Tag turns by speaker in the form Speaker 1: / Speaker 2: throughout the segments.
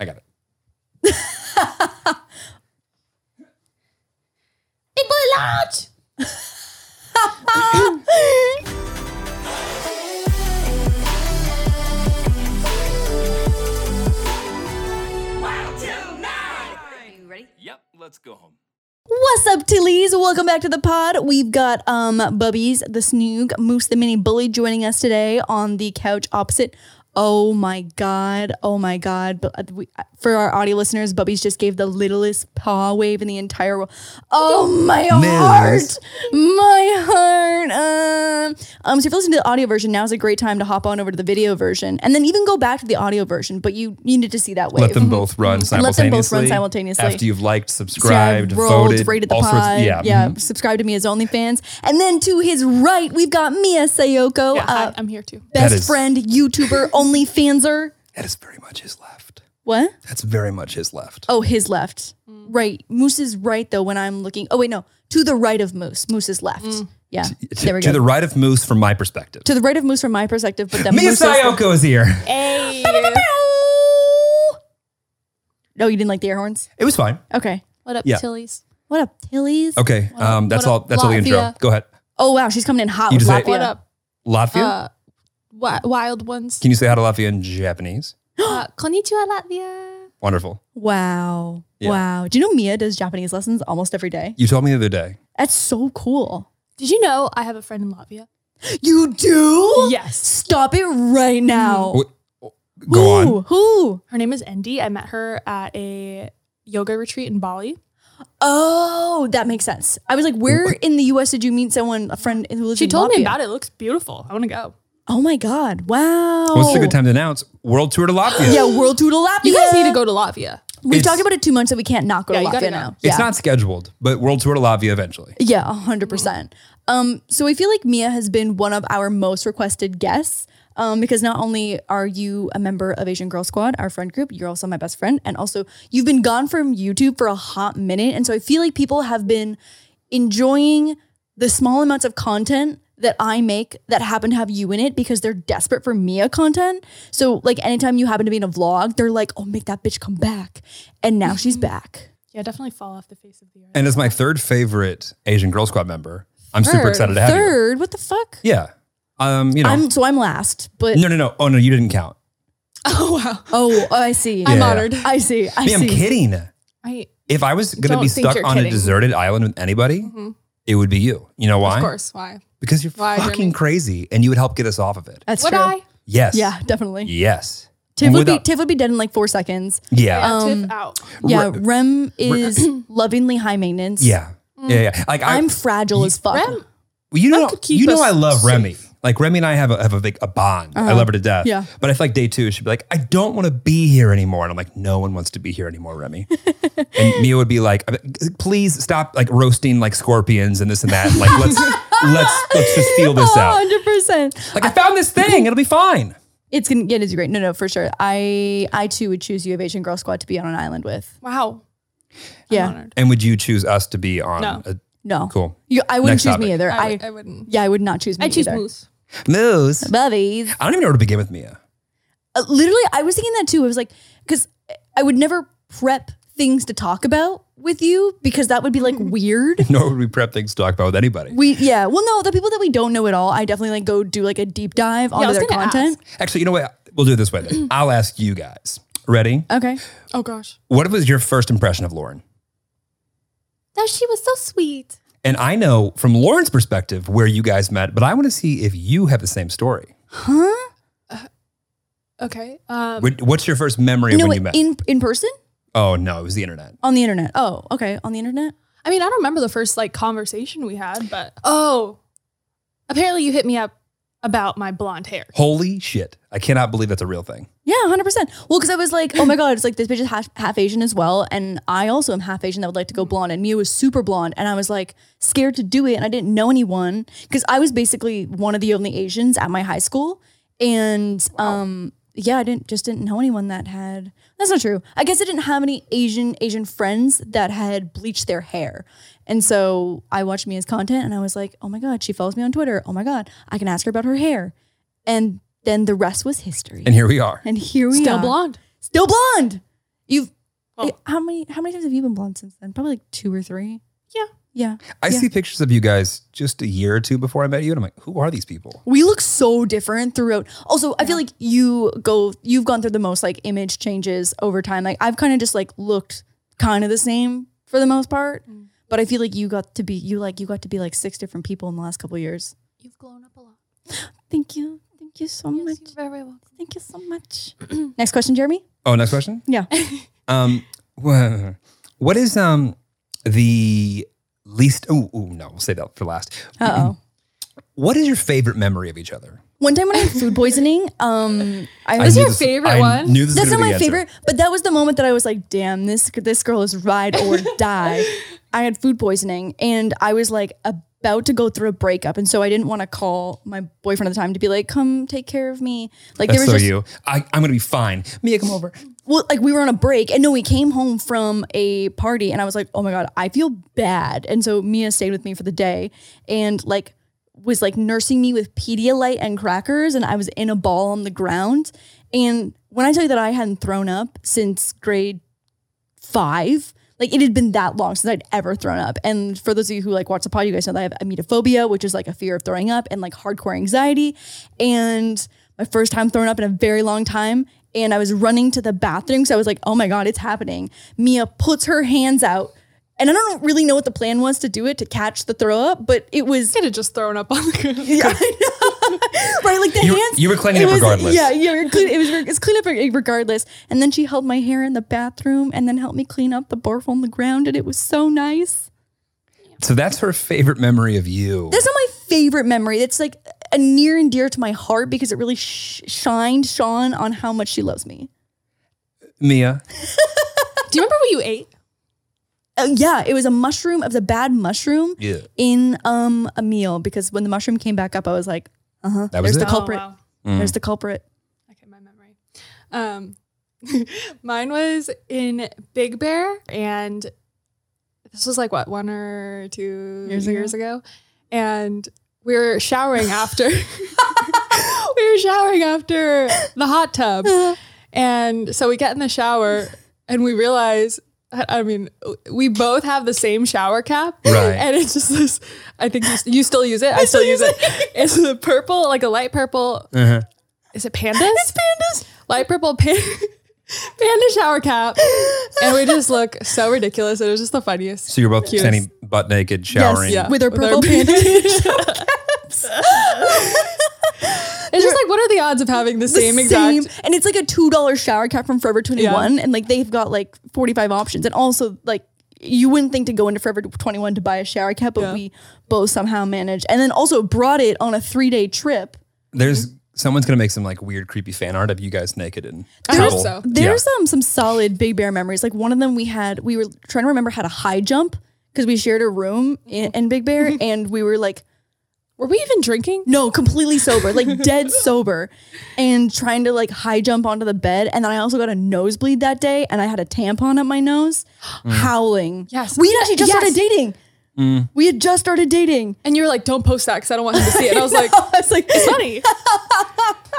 Speaker 1: I got it.
Speaker 2: Big boy large.
Speaker 3: Yep, let's go home.
Speaker 2: What's up, Tillies? Welcome back to the pod. We've got um Bubbies, the Snoog, Moose the Mini Bully joining us today on the couch opposite. Oh my god! Oh my god! But uh, we, for our audio listeners, Bubbies just gave the littlest paw wave in the entire world. Oh my heart! My heart! Um, um, so if you're listening to the audio version, now's a great time to hop on over to the video version, and then even go back to the audio version. But you you need to see that wave.
Speaker 1: Let
Speaker 2: Mm-hmm.
Speaker 1: them both run simultaneously.
Speaker 2: Let them both run simultaneously.
Speaker 1: After you've liked, subscribed,
Speaker 2: rolled,
Speaker 1: voted,
Speaker 2: rated the
Speaker 1: all
Speaker 2: pod.
Speaker 1: sorts. yeah,
Speaker 2: yeah.
Speaker 1: mhm.
Speaker 2: Subscribe to me as OnlyFans, and then to his right, we've got Mia Sayoko,
Speaker 4: Yeah,
Speaker 2: uh,
Speaker 4: I, am here too.
Speaker 1: That
Speaker 2: best
Speaker 1: is-
Speaker 2: friend, YouTuber, OnlyFanser.
Speaker 1: That is very much his left.
Speaker 2: What?
Speaker 1: That's very much his left.
Speaker 2: Oh, his left,
Speaker 4: Mm.
Speaker 2: right. Moose is right though. When I'm looking, oh wait, no, to the right of Moose. Moose is left.
Speaker 4: Mm.
Speaker 2: Yeah,
Speaker 1: to,
Speaker 2: there we
Speaker 1: to
Speaker 2: go.
Speaker 1: the right of Moose, from my perspective.
Speaker 2: to the right of Moose from my perspective, but then
Speaker 1: Mia
Speaker 2: Moose is-
Speaker 1: Sayoko is here.
Speaker 4: Hey.
Speaker 2: No, you didn't like the air horns.
Speaker 1: It was fine.
Speaker 2: Okay.
Speaker 4: What up,
Speaker 1: Yeah.
Speaker 4: Tillies?
Speaker 2: What up, Tillies?
Speaker 1: Okay,
Speaker 4: What
Speaker 1: um,
Speaker 4: up-
Speaker 1: that's
Speaker 4: what
Speaker 1: all.
Speaker 4: up,
Speaker 1: That's all the intro.
Speaker 4: Latvia?
Speaker 1: Go ahead.
Speaker 2: Oh wow, she's coming in hot
Speaker 1: You
Speaker 2: with
Speaker 1: just say-
Speaker 2: Latvia.
Speaker 4: What up,
Speaker 1: Latvia.
Speaker 4: uh, wi- wild ones?
Speaker 1: Can you say hi to Latvia in Japanese?
Speaker 4: uh, konnichiwa, Latvia.
Speaker 1: Wonderful.
Speaker 2: Wow.
Speaker 1: Yeah.
Speaker 2: Wow. Do you know Mia does Japanese lessons almost every day?
Speaker 1: You told me the other day.
Speaker 2: That's so cool.
Speaker 4: Did you know I have a friend in Latvia?
Speaker 2: You do?
Speaker 4: Yes.
Speaker 2: Stop it right now.
Speaker 1: Wh- Oh, Go
Speaker 2: Who?
Speaker 1: on.
Speaker 2: Who?
Speaker 4: Her name is Endy. I met her at a yoga retreat in Bali.
Speaker 2: Oh, that makes sense. I was like, where in the US did you meet someone, a friend who lives
Speaker 4: She
Speaker 2: in
Speaker 4: told me
Speaker 2: Latvia?
Speaker 4: about it. It looks beautiful. I want to go.
Speaker 2: Oh my God. Wow.
Speaker 1: What's a good time to announce world tour to Latvia?
Speaker 2: Oh. Yeah, World Tour to Latvia.
Speaker 4: You guys need to go to Latvia.
Speaker 2: We
Speaker 1: It's-
Speaker 2: talked about it too much that we can't not go
Speaker 4: Yeah,
Speaker 2: to
Speaker 4: you gotta
Speaker 2: Latvia
Speaker 4: go.
Speaker 2: now.
Speaker 1: It's
Speaker 2: yeah.
Speaker 1: not scheduled, but world tour to Latvia eventually.
Speaker 2: Yeah, hundred percent. Um, so I feel like Mia has been one of our most requested guests. Um, because not only are you a member of Asian Girl Squad, our friend group, you're also my best friend, and also you've been gone from YouTube for a hot minute, and so I feel like people have been enjoying the small amounts of content that I make that happen to have you in it because they're desperate for Mia content. So like anytime you happen to be in a vlog, they're like, "Oh, make that bitch come back," and now she's
Speaker 1: Mm-hmm.
Speaker 2: back.
Speaker 4: Yeah, definitely fall off the face of the earth.
Speaker 1: And as my third favorite Asian Girl Squad member, I'm super
Speaker 2: Third-
Speaker 1: excited to have you.
Speaker 2: Third, what the fuck?
Speaker 1: Yeah. Um, you know.
Speaker 2: I'm so I'm last, but
Speaker 1: no, no, no. Oh no, you didn't count.
Speaker 4: Oh wow.
Speaker 2: Oh, I see.
Speaker 1: I'm Yeah. honored.
Speaker 2: I see. I
Speaker 1: Me, I'm
Speaker 2: see.
Speaker 1: kidding.
Speaker 4: I
Speaker 1: If I was gonna
Speaker 4: Don't
Speaker 1: be
Speaker 4: think
Speaker 1: stuck
Speaker 4: you're
Speaker 1: on a
Speaker 4: kidding. Mm-hmm.
Speaker 1: deserted island with anybody, it would be you. You know why?
Speaker 4: of course why?
Speaker 1: Because you're
Speaker 4: Why,
Speaker 1: fucking
Speaker 4: Jeremy?
Speaker 1: crazy, and you would help get us off of it.
Speaker 2: That's
Speaker 4: Would
Speaker 2: true.
Speaker 4: I?
Speaker 1: Yes.
Speaker 2: Yeah, definitely.
Speaker 1: Yes.
Speaker 2: Tiff would be
Speaker 1: Without-
Speaker 2: Tiff would be dead in like four seconds.
Speaker 1: Yeah.
Speaker 2: Um,
Speaker 4: Tiff uh, out.
Speaker 2: Yeah, Rem is lovingly high maintenance.
Speaker 1: yeah. Yeah. Yeah. Like I,
Speaker 2: I'm fragile as fuck.
Speaker 4: Rem,
Speaker 1: Well, you know,
Speaker 4: could keep
Speaker 1: you know,
Speaker 4: us
Speaker 1: I love
Speaker 4: safe. Uh-huh.
Speaker 1: Remy. Like Remy and I have a have a big a bond. I love her to death.
Speaker 2: Yeah.
Speaker 1: But I feel like day two, she'd be like, I don't want to be here anymore, and I'm like, no one wants to be here anymore, Remy. and Mia would be like, please stop like roasting like scorpions and this and that. Like let's let's let's just feel
Speaker 2: Oh,
Speaker 1: this out.
Speaker 2: 100%.
Speaker 1: Like I found this thing, it'll be fine.
Speaker 2: It's gonna get it's great. No, no, for sure. I I too would choose U of H and Girl Squad to be on an island with.
Speaker 4: wow.
Speaker 2: Yeah.
Speaker 4: honored.
Speaker 1: And would you choose us to be on?
Speaker 4: No.
Speaker 1: A,
Speaker 2: No.
Speaker 1: cool.
Speaker 2: You, I wouldn't
Speaker 1: Next
Speaker 2: choose
Speaker 1: topic.
Speaker 2: me either.
Speaker 4: I,
Speaker 2: I,
Speaker 4: would- I wouldn't.
Speaker 2: yeah, I would not choose me.
Speaker 4: I choose
Speaker 2: either.
Speaker 4: Moose.
Speaker 1: Moose.
Speaker 2: Bubbies.
Speaker 1: I don't even know where to begin with Mia.
Speaker 2: Uh, literally, I was thinking that too. I was like, because I would never prep things to talk about with you because that would be like weird.
Speaker 1: Nor would we prep things to talk about with anybody.
Speaker 2: We yeah. Well, no, the people that we don't know at all, I definitely like go do like a deep dive onto
Speaker 4: I was
Speaker 2: their
Speaker 4: gonna
Speaker 2: content.
Speaker 1: Actually, you know what? We'll do it this way. Then. I'll ask you guys. Ready?
Speaker 2: Okay.
Speaker 4: Oh gosh.
Speaker 1: What was your first impression of Lauren?
Speaker 4: That she was so sweet.
Speaker 1: And I know from Lauren's perspective where you guys met, but I want to see if you have the same story.
Speaker 2: Huh?
Speaker 4: Okay. Um,
Speaker 1: What- What's your first memory
Speaker 2: No,
Speaker 1: of when
Speaker 2: wait,
Speaker 1: you met?
Speaker 2: in in person
Speaker 1: oh no, it was the internet.
Speaker 2: on the internet. Oh, okay, on the internet.
Speaker 4: I mean, I don't remember the first like conversation we had, but oh, apparently you hit me up about my blonde hair.
Speaker 1: Holy shit! I cannot believe that's a real thing.
Speaker 2: Yeah, hundred percent. Well, because I was like, oh my god, it's like this bitch is half, half Asian as well, and I also am half Asian that would like to go blonde, and Mia was super blonde, and I was like scared to do it, and I didn't know anyone because I was basically one of the only Asians at my high school, and um, yeah, I didn't just didn't know anyone that had. That's not true. I guess I didn't have any Asian Asian friends that had bleached their hair. And so I watched Mia's content and I was like, oh my God, she follows me on Twitter. Oh my God, I can ask her about her hair. And then the rest was history.
Speaker 1: And here we are.
Speaker 2: And here we
Speaker 4: Still
Speaker 2: are.
Speaker 4: blonde.
Speaker 2: Still blonde. You've
Speaker 4: Oh.
Speaker 2: eh, how many how many times have you been blonde since then? Probably like two or three.
Speaker 4: Yeah.
Speaker 2: Yeah.
Speaker 1: I see pictures of you guys just a year or two before I met you, and I'm like, who are these people?
Speaker 2: We look so different throughout. Also, I feel like you go you've gone through the most like image changes over time. Like I've kind of just like looked kind of the same for the most part. But I feel like you got to be you like you got to be like six different people in the last couple of years.
Speaker 4: You've grown up a lot.
Speaker 2: Thank you. Thank you so much.
Speaker 4: very welcome.
Speaker 2: Thank you so much. Next question, Jeremy?
Speaker 1: Oh, next question.
Speaker 2: Yeah.
Speaker 1: Um, wha- what is um the least? Oh, no, we'll save that for last.
Speaker 2: Uh oh.
Speaker 1: What is your favorite memory of each other?
Speaker 2: One time when I had food poisoning, um, I
Speaker 1: I
Speaker 2: was
Speaker 1: knew
Speaker 2: your
Speaker 1: this-
Speaker 4: favorite
Speaker 1: I
Speaker 4: one?
Speaker 1: Knew this was
Speaker 2: That's
Speaker 1: gonna
Speaker 2: not
Speaker 1: be
Speaker 2: my
Speaker 1: the answer.
Speaker 2: favorite, but that was the moment that I was like, "Damn, this this girl is ride or die." I had food poisoning, and I was like about to go through a breakup, and so I didn't want to call my boyfriend at the time to be like, "Come take care of me." Like
Speaker 1: That's
Speaker 2: there was
Speaker 1: so
Speaker 2: just
Speaker 1: you. I, I'm gonna be fine. Mia, come over.
Speaker 2: well, like we were on a break, and no, we came home from a party, and I was like, "Oh my god, I feel bad," and so Mia stayed with me for the day, and like was like nursing me with Pedialyte and crackers, and I was in a ball on the ground, and when I tell you that I hadn't thrown up since grade five. Like it had been that long since I'd ever thrown up. And for those of you who like watch the pod, you guys know that I have emetophobia, which is like a fear of throwing up and like hardcore anxiety. And my first time throwing up in a very long time. And I was running to the bathroom because I was like, oh my God, it's happening. Mia puts her hands out. And I don't really know what the plan was to do it to catch the throw up, but it was
Speaker 4: Could have just thrown up on the ground.
Speaker 2: yeah, I know. right? Like the
Speaker 1: You-
Speaker 2: hands.
Speaker 1: you were cleaning
Speaker 2: it
Speaker 1: up
Speaker 2: was-
Speaker 1: regardless.
Speaker 2: Yeah, yeah, we were clean, it was it's clean up reg- regardless. And then she held my hair in the bathroom and then helped me clean up the barf on the ground, and it was so nice.
Speaker 1: So that's her favorite memory of you.
Speaker 2: That's not my favorite memory. It's like a near and dear to my heart because it really sh- shined, shone on how much she loves me.
Speaker 1: Mia.
Speaker 4: Do you remember what you ate?
Speaker 2: Uh, yeah, it was a mushroom. It was a bad mushroom
Speaker 1: Yeah.
Speaker 2: in um a meal because when the mushroom came back up, I was like, uh huh.
Speaker 1: That was
Speaker 2: There's
Speaker 1: it?
Speaker 2: the culprit.
Speaker 4: Oh, wow.
Speaker 2: There's the culprit.
Speaker 4: Okay, my memory. Um, mine was in Big Bear, and this was like what one or two
Speaker 2: Years
Speaker 4: years,
Speaker 2: ago?
Speaker 4: ago? and we were showering after. we were showering after the hot tub, and so we get in the shower and we realize. I I mean, we both have the same shower cap,
Speaker 1: Right.
Speaker 4: and it's just this. I think you, you still use it. I, still use it. It's a purple, like a light purple. Is it pandas? It's pandas. Light purple pan- panda shower cap, and we just look so ridiculous. It was just the funniest.
Speaker 1: So you're both standing butt naked, showering.
Speaker 2: Yes, with her
Speaker 4: With
Speaker 2: purple
Speaker 4: our
Speaker 2: panda.
Speaker 4: It's just like, what are the odds of having the,
Speaker 2: the
Speaker 4: same exact?
Speaker 2: and it's like a two dollar shower cap from Forever Twenty One, and like they've got like forty five options, and also like you wouldn't think to go into Forever Twenty One to buy a shower cap, but we both somehow managed, and then also brought it on a three day trip.
Speaker 1: There's someone's gonna make some like weird, creepy fan art of you guys naked and
Speaker 4: I hope
Speaker 1: trouble.
Speaker 4: so.
Speaker 2: There's um some solid Big Bear memories. Like one of them we had, we were trying to remember how to high jump because we shared a room in,
Speaker 4: Mm.
Speaker 2: in Big Bear, and we were like.
Speaker 4: Were we even drinking?
Speaker 2: No, completely sober, like dead sober, and trying to like high jump onto the bed. And then I also got a nosebleed that day, and I had a tampon up my nose,
Speaker 1: Mm.
Speaker 2: howling.
Speaker 4: Yes.
Speaker 2: we had actually just
Speaker 4: Yes.
Speaker 2: started dating. We had just started dating.
Speaker 4: And you were like, don't post that because I don't want him to see it. And I was like,
Speaker 2: I was like,
Speaker 4: funny.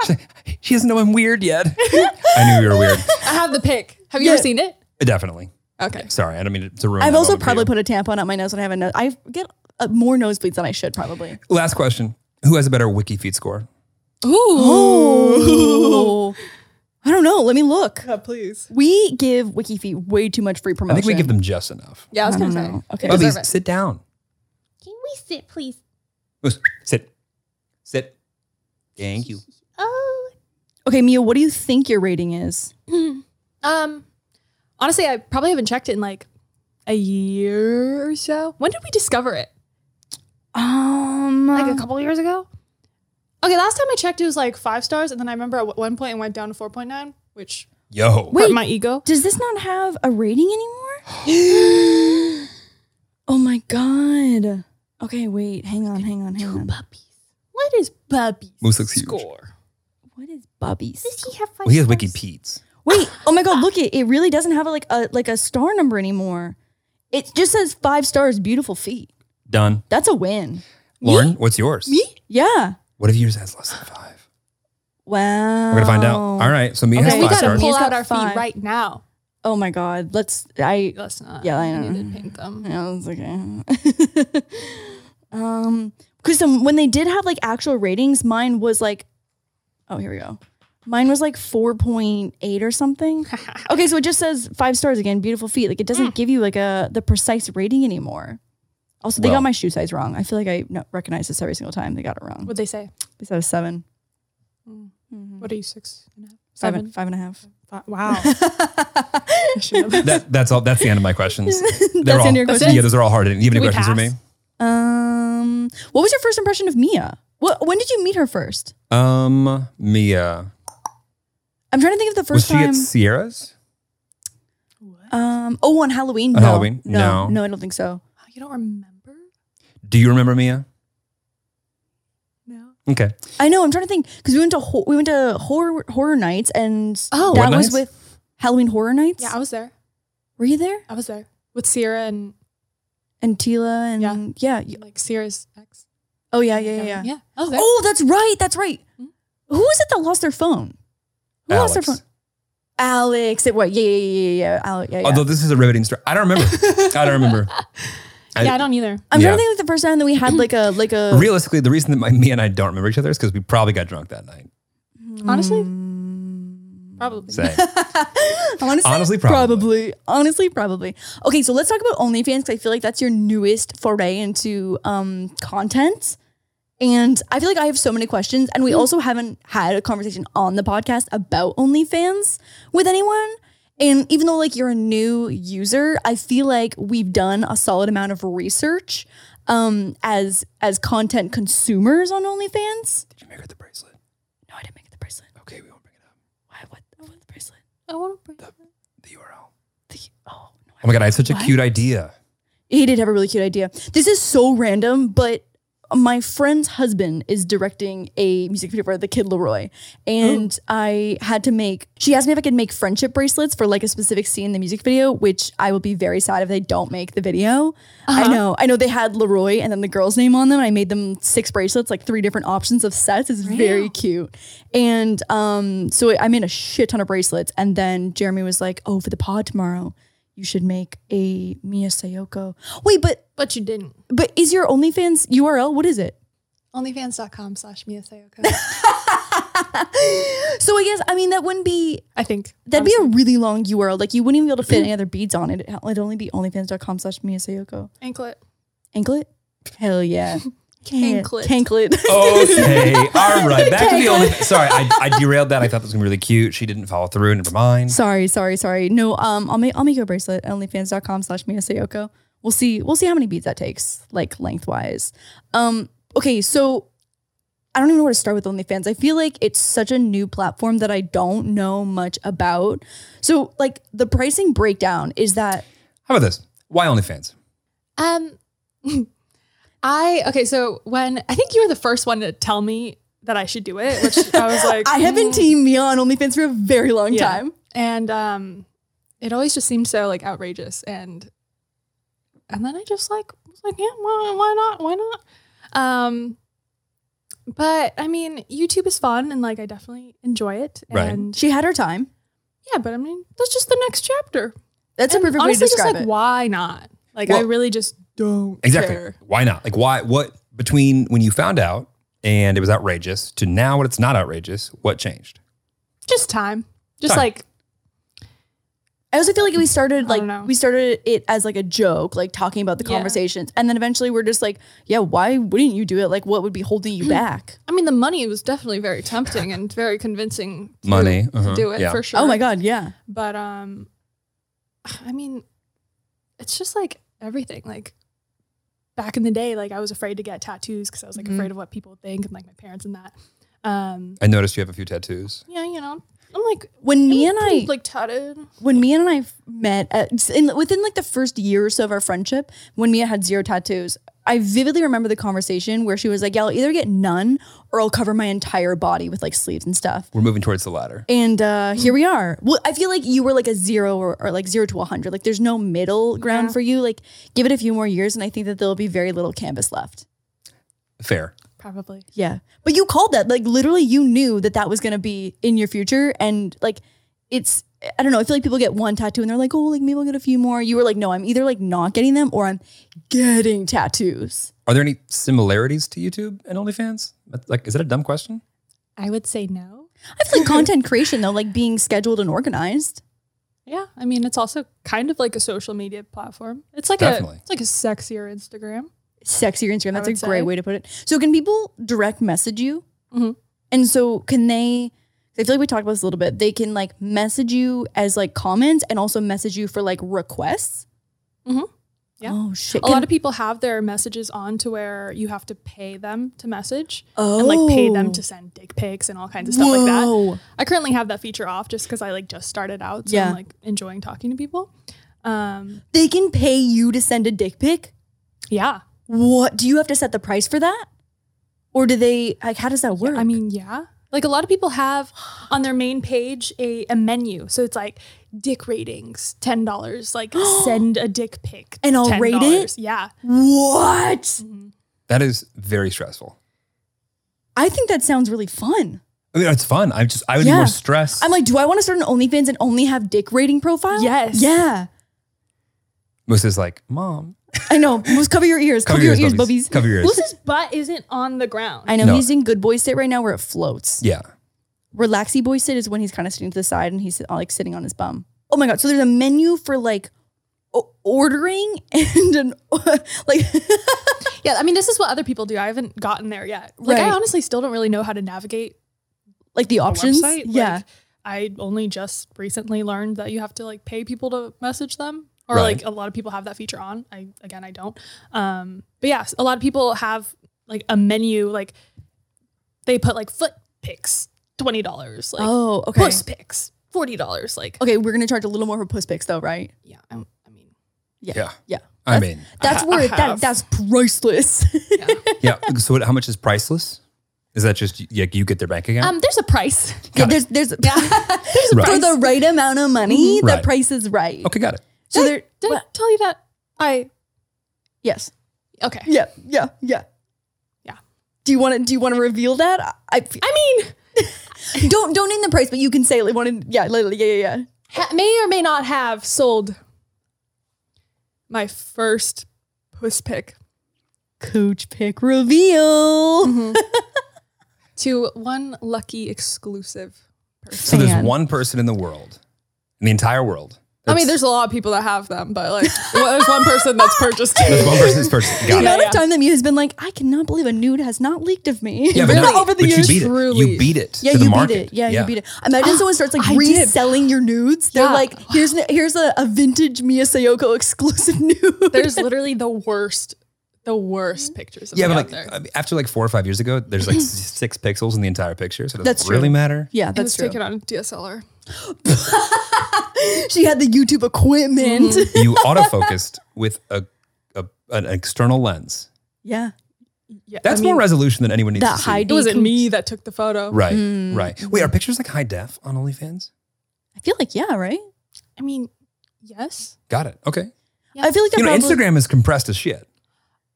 Speaker 1: Yeah. She doesn't know I'm weird yet. I knew you were weird.
Speaker 4: I have the pic. Have you
Speaker 2: Yeah.
Speaker 4: ever seen it?
Speaker 1: Definitely.
Speaker 4: Okay.
Speaker 1: Sorry, I don't mean to ruin.
Speaker 2: I've
Speaker 1: that
Speaker 2: also
Speaker 1: moment for you.
Speaker 2: probably put a tampon up my nose when I have a nose. I get uh, more nosebleeds than I should probably.
Speaker 1: Last question: Who has a better wiki feed score?
Speaker 4: Ooh.
Speaker 2: Oh, I don't know. Let me look.
Speaker 4: Yeah, please.
Speaker 2: We give WikiFeet way too much free
Speaker 1: I
Speaker 2: promotion.
Speaker 1: think we give them just enough.
Speaker 4: Yeah, I was
Speaker 2: I don't
Speaker 4: gonna say.
Speaker 2: know. Okay.
Speaker 4: They
Speaker 1: Oh,
Speaker 4: deserve
Speaker 1: please
Speaker 4: it.
Speaker 1: sit down.
Speaker 5: Can we sit, please?
Speaker 1: Moose, Sit. Sit. Thank you.
Speaker 5: Oh,
Speaker 2: Okay, Mia, what do you think your rating is?
Speaker 4: Um, honestly, I probably haven't checked it in like a year or so. When did we discover it?
Speaker 2: Um,
Speaker 4: Like a couple years ago? Okay, last time I checked, it was like five stars, and then I remember at one point it went down to four point nine, which
Speaker 1: Yo.
Speaker 2: Wait.
Speaker 4: hurt my ego.
Speaker 2: Does this not have a rating anymore? oh my god. Okay, wait. Hang on, hang on, hang on.
Speaker 5: what is Bubby?
Speaker 1: Moose looks huge.
Speaker 2: What is Bubby's?
Speaker 5: Does he have five
Speaker 1: Well, he has
Speaker 5: stars?
Speaker 1: wiki peeds.
Speaker 2: Wait. Oh my god, look it. It really doesn't have a, like a like a star number anymore. It just says 5 stars beautiful feet.
Speaker 1: Done.
Speaker 2: That's a win.
Speaker 1: Lauren, what's yours? Me?
Speaker 2: Yeah.
Speaker 1: What if yours has less than five?
Speaker 2: Wow.
Speaker 1: We're gonna find out. All right. So me
Speaker 2: Oh. Okay.
Speaker 1: has
Speaker 4: So
Speaker 1: five
Speaker 4: we gotta
Speaker 1: stars.
Speaker 4: pull
Speaker 2: He's got
Speaker 4: out our
Speaker 2: five.
Speaker 4: feet right now.
Speaker 2: Oh my god. Let's I
Speaker 4: Let's not.
Speaker 2: Yeah, I
Speaker 4: We
Speaker 2: know.
Speaker 4: need to paint them.
Speaker 2: Yeah, that's okay. eh. um, because when they did have like actual ratings, mine was like, oh, here we go. Mine was like 4.8 or something. okay, so it just says five stars again, beautiful feet. Like it doesn't give you like a the precise rating anymore. Also, they
Speaker 1: Well.
Speaker 2: got my shoe size wrong. I feel like I no- recognize this every single time they got it wrong.
Speaker 4: What'd they say?
Speaker 2: They said a seven.
Speaker 4: What are you, six and a half?
Speaker 2: Seven, five and a half.
Speaker 4: Fi- Wow. I shouldn't have.
Speaker 1: That, that's all. That's the end of my questions. They're
Speaker 2: That's
Speaker 1: all,
Speaker 2: the end of your
Speaker 1: Yeah,
Speaker 2: questions?
Speaker 1: those are all hard. Do you have any
Speaker 4: Did we
Speaker 1: questions for me?
Speaker 4: pass?
Speaker 2: Um, what was your first impression of Mia? What, when did you meet her first?
Speaker 1: Um, Mia,
Speaker 2: I'm trying to think of the
Speaker 1: was
Speaker 2: first
Speaker 1: she
Speaker 2: time.
Speaker 1: at Sierra's?
Speaker 2: Um. Oh, on Halloween.
Speaker 1: On
Speaker 2: no,
Speaker 1: Halloween?
Speaker 2: No,
Speaker 1: No.
Speaker 2: no, I don't think so.
Speaker 4: Oh, you don't remember?
Speaker 1: Do you remember Mia?
Speaker 4: No.
Speaker 1: Okay.
Speaker 2: I know. I'm trying to think because we went to ho- we went to horror horror nights and
Speaker 4: Oh.
Speaker 2: that
Speaker 1: What
Speaker 2: was
Speaker 1: nights?
Speaker 2: with Halloween horror nights.
Speaker 4: Yeah, I was there.
Speaker 2: were you there?
Speaker 4: I was there with Sierra and
Speaker 2: And Tila and yeah. you-
Speaker 4: like Sierra's ex.
Speaker 2: Oh yeah, yeah, yeah. yeah.
Speaker 4: Yeah. I was there. Hmm?
Speaker 2: Oh, that's right. That's right. Who was it that lost their phone? Who lost their
Speaker 1: Alex.
Speaker 2: phone? Alex. It what? Yeah, yeah, yeah, yeah, yeah. Alex. Yeah, yeah.
Speaker 1: Although this is a riveting story, I don't remember. I don't remember. I-
Speaker 4: yeah, I don't either.
Speaker 2: I'm
Speaker 1: yeah.
Speaker 2: trying to think like the first time that we had like a like a
Speaker 1: Realistically, the reason that my, me and I don't remember each other is because we probably got drunk that night.
Speaker 4: Honestly,
Speaker 2: Mm.
Speaker 4: probably.
Speaker 1: Say.
Speaker 2: Honestly,
Speaker 1: Honestly,
Speaker 2: probably.
Speaker 1: probably.
Speaker 2: Honestly, probably. Okay, so let's talk about OnlyFans because I feel like that's your newest foray into um, content. And I feel like I have so many questions, and we
Speaker 1: Hmm.
Speaker 2: also haven't had a conversation on the podcast about OnlyFans with anyone. And even though like you're a new user, I feel like we've done a solid amount of research um, as as content consumers on OnlyFans.
Speaker 1: Did you make her the bracelet?
Speaker 2: No, I didn't make the bracelet.
Speaker 1: Okay, we won't bring it up.
Speaker 2: Why? What? What the bracelet?
Speaker 5: I want to bring
Speaker 1: The URL.
Speaker 2: The, oh no.
Speaker 1: Oh my god, I had such
Speaker 2: What?
Speaker 1: a cute idea.
Speaker 2: He did have a really cute idea. This is so random, but my friend's husband is directing a music video for the Kid Leroy, and I had to make. She asked me if I could make friendship bracelets for like a specific scene in the music video, which I will be very sad if they don't make the video. I know, I know they had Leroy and then the girl's name on them. And I made them six bracelets, like three different options of sets. It's very cute, and um, so I made a shit ton of bracelets, and then Jeremy was like, "Oh, for the pod tomorrow." you should make a Mia Sayoko. Wait, but
Speaker 4: But you didn't.
Speaker 2: but is your OnlyFans URL? What is it?
Speaker 4: Onlyfans.com slash Mia Sayoko.
Speaker 2: So I guess I mean that wouldn't be
Speaker 4: I think.
Speaker 2: that'd be a really long URL. Like you wouldn't even be able to fit any other beads on it. It'd only be OnlyFans.com slash Mia Sayoko.
Speaker 4: anklet.
Speaker 2: Anklet? Hell yeah.
Speaker 5: Canklet.
Speaker 2: Canklet.
Speaker 1: Okay, all right. Back to the only. Sorry, I, I derailed that. I thought this was gonna be really cute. She didn't follow through. Never mind.
Speaker 2: sorry, sorry, sorry. No, um, I'll make I'll make you a bracelet. Onlyfans.com slash Mia Sayoko. We'll see. We'll see how many beads that takes, like lengthwise. Um, okay, so I don't even know where to start with OnlyFans. I feel like it's such a new platform that I don't know much about. So, like the pricing breakdown is that
Speaker 1: How about this? Why OnlyFans?
Speaker 5: Um, I okay. So when I think you were the first one to tell me that I should do it, which I was like,
Speaker 2: I have been
Speaker 5: mm.
Speaker 2: team Mia on OnlyFans for a very long
Speaker 5: Yeah.
Speaker 2: time.
Speaker 5: and um, it always just seemed so like outrageous, and and then I just like was like, yeah, why, why not? Why not? Um, but I mean, YouTube is fun, and like I definitely enjoy it,
Speaker 1: Right.
Speaker 5: and
Speaker 2: She had her time.
Speaker 5: yeah. But I mean, that's just the next chapter.
Speaker 2: That's
Speaker 5: And
Speaker 2: a perfect
Speaker 5: honestly,
Speaker 2: way to describe
Speaker 5: just like
Speaker 2: it.
Speaker 5: why not? Like I
Speaker 1: Well-
Speaker 5: really just don't
Speaker 1: Exactly.
Speaker 5: care.
Speaker 1: Why not? Like, why? What between when you found out and it was outrageous to now when it's not outrageous? What changed?
Speaker 5: Just time. Just
Speaker 1: Time.
Speaker 5: like
Speaker 2: I also feel like we started
Speaker 5: I
Speaker 2: like
Speaker 5: don't know.
Speaker 2: we started it as like a joke, like talking about the
Speaker 5: Yeah.
Speaker 2: conversations, and then eventually we're just like, yeah, why wouldn't you do it? Like, what would be holding you back?
Speaker 5: I mean, the money was definitely very tempting and very convincing. to-
Speaker 1: Money,
Speaker 5: to
Speaker 1: uh-huh,
Speaker 5: do it
Speaker 1: yeah.
Speaker 5: for sure.
Speaker 2: Oh my god, yeah,
Speaker 5: But um, I mean, it's just like everything. Like back in the day, like I was afraid to get tattoos because I was like afraid of what people would think and like my parents and that. Um,
Speaker 1: I noticed you have a few tattoos.
Speaker 5: yeah, you know, I'm like
Speaker 2: when me
Speaker 5: I'm
Speaker 2: and
Speaker 5: pretty,
Speaker 2: I
Speaker 5: like tattooed.
Speaker 2: when Mia and I f- met at, in, within like the first year or so of our friendship, when Mia had zero tattoos, I vividly remember the conversation where she was like, "Yeah, I'll either get none or I'll cover my entire body with like sleeves and stuff."
Speaker 1: We're moving towards the latter.
Speaker 2: And uh, here we are. Well, I feel like you were like a zero or, or like zero to a 100. Like there's no middle ground for you. Like give it a few more years, and I think that there'll be very little canvas left.
Speaker 1: Fair.
Speaker 5: Probably.
Speaker 2: Yeah. But you called that. Like literally, you knew that that was going to be in your future. And like, it's, I don't know. I feel like people get one tattoo and they're like, oh, like maybe I'll get a few more. You were like, no, I'm either like not getting them or I'm getting tattoos.
Speaker 1: Are there any similarities to YouTube and OnlyFans? That's, Like, is that a dumb question?
Speaker 5: I would say no.
Speaker 2: I feel like content creation, though, like being scheduled and organized.
Speaker 5: Yeah, I mean, it's also kind of like a social media platform. It's like
Speaker 1: Definitely.
Speaker 5: a it's like a sexier Instagram.
Speaker 2: Sexier Instagram. That's a
Speaker 5: would
Speaker 2: great
Speaker 5: say.
Speaker 2: way to put it. So, can people direct message you?
Speaker 5: Mhm.
Speaker 2: And so, can they? I feel like we talked about this a little bit. They can like message you as like comments and also message you for like requests.
Speaker 5: Mhm. Yeah.
Speaker 2: Oh shit.
Speaker 5: a lot of people have their messages on to where you have to pay them to message and like pay
Speaker 2: Oh.
Speaker 5: them to send dick pics and all kinds of stuff like that. I currently have that feature off just because I like just started out, so
Speaker 2: Yeah.
Speaker 5: I'm like enjoying talking to people. Um,
Speaker 2: They can pay you to send a dick pic.
Speaker 5: yeah,
Speaker 2: What do you have to set the price for that? Or do they like how does that work?
Speaker 5: I mean, yeah. Like a lot of people have on their main page a, a menu, so it's like dick ratings, ten dollars. Like send a dick pic,
Speaker 2: And I'll rate it?
Speaker 5: $10. Yeah,
Speaker 2: what?
Speaker 5: mm-hmm.
Speaker 1: That is very stressful.
Speaker 2: I think that sounds really fun.
Speaker 1: I mean, it's fun. I'm just, I would
Speaker 2: Yeah.
Speaker 1: be more stressed.
Speaker 2: I'm like, do I want to start an OnlyFans and only have dick rating profile?
Speaker 5: Yes.
Speaker 2: Yeah.
Speaker 1: Moose like, Mom,
Speaker 2: I know. Moose, cover your ears. Cover, your ears, bubbies.
Speaker 1: Cover your ears.
Speaker 5: Moose's butt isn't on the ground.
Speaker 2: I know
Speaker 1: No.
Speaker 2: he's in good boy sit right now where it floats.
Speaker 1: Yeah.
Speaker 2: Relaxy boy sit is when he's kind of sitting to the side and he's like sitting on his bum. Oh my god! So there's a menu for like o- ordering and an like
Speaker 5: Yeah, I mean, this is what other people do. I haven't gotten there yet. Like,
Speaker 2: Right.
Speaker 5: I honestly still don't really know how to navigate
Speaker 2: like the
Speaker 5: a
Speaker 2: options.
Speaker 5: website.
Speaker 2: Yeah.
Speaker 5: Like, I only just recently learned that you have to like pay people to message them, or
Speaker 1: Right.
Speaker 5: like a lot of people have that feature on. I again, I don't. Um, but yes, a lot of people have like a menu. Like they put like foot pics, twenty dollars. Like
Speaker 2: oh, okay.
Speaker 5: puss pics, forty dollars. Like
Speaker 2: Okay, we're gonna charge a little more for puss pics though, right?
Speaker 5: yeah, I, I mean,
Speaker 1: Yeah.
Speaker 2: Yeah.
Speaker 1: I mean,
Speaker 2: That's
Speaker 5: I
Speaker 2: worth that
Speaker 5: have.
Speaker 2: that's priceless.
Speaker 1: yeah. So, what, how much is priceless? Is that just like you get their bank account?
Speaker 5: um, there's a price.
Speaker 2: Yeah, there's there's,
Speaker 5: a
Speaker 2: for
Speaker 5: price.
Speaker 2: the right amount of money, the
Speaker 1: Right.
Speaker 2: price is right.
Speaker 1: okay, got it.
Speaker 2: So there
Speaker 5: Did I tell you that I?
Speaker 2: yes.
Speaker 5: Okay.
Speaker 2: Yeah, yeah, yeah.
Speaker 5: Yeah.
Speaker 2: Do you want to do you want to reveal that? I, I
Speaker 5: I mean,
Speaker 2: mean, don't don't name the price, but you can say like wanted yeah, like, yeah, yeah, yeah.
Speaker 5: ha- may or may not have sold my first puss pick
Speaker 2: Coach pick reveal.
Speaker 5: to one lucky exclusive person.
Speaker 1: So, there's
Speaker 2: Fan.
Speaker 1: one person in the world, in the entire world,
Speaker 5: I mean, there's a lot of people that have them, but like, well, there's one person that's purchased it.
Speaker 1: There's one person's first.
Speaker 2: The
Speaker 1: Got it.
Speaker 2: amount of time that Mia has been like, I cannot believe a nude has not leaked of me.
Speaker 1: Yeah, but,
Speaker 2: Really,
Speaker 1: no,
Speaker 2: over the
Speaker 1: but
Speaker 2: years,
Speaker 1: you beat it.
Speaker 5: truly.
Speaker 1: You beat it.
Speaker 2: Yeah,
Speaker 1: to the
Speaker 2: you beat
Speaker 1: market.
Speaker 2: it. Yeah, you beat it. Imagine someone starts like
Speaker 5: I did.
Speaker 2: reselling your nudes. They're
Speaker 5: Yeah.
Speaker 2: like, here's n- here's a, a vintage Mia Sayoko exclusive nude.
Speaker 5: There's literally the worst, the
Speaker 2: Mm-hmm.
Speaker 5: worst pictures of
Speaker 1: Yeah,
Speaker 5: me
Speaker 1: but
Speaker 5: out
Speaker 1: like uh,
Speaker 5: there.
Speaker 1: I mean, after like four or five years ago, there's like s- six pixels in the entire picture, so it doesn't
Speaker 2: That's true.
Speaker 1: really matter.
Speaker 2: yeah,
Speaker 5: It
Speaker 2: that's
Speaker 5: was
Speaker 2: true.
Speaker 5: taken on DSLR.
Speaker 2: She had the YouTube equipment.
Speaker 1: You autofocused with a, a an external lens.
Speaker 2: yeah,
Speaker 5: Yeah,
Speaker 1: That's more resolution than anyone needs
Speaker 2: that
Speaker 1: to see.
Speaker 2: high.
Speaker 5: It wasn't me that took the photo.
Speaker 1: Right, right. Wait, are pictures like high def on OnlyFans?
Speaker 2: I feel like yeah, right.
Speaker 5: I mean, yes.
Speaker 1: Got it. Okay.
Speaker 2: I feel like I
Speaker 1: you know,
Speaker 2: probably,
Speaker 1: Instagram is compressed as shit.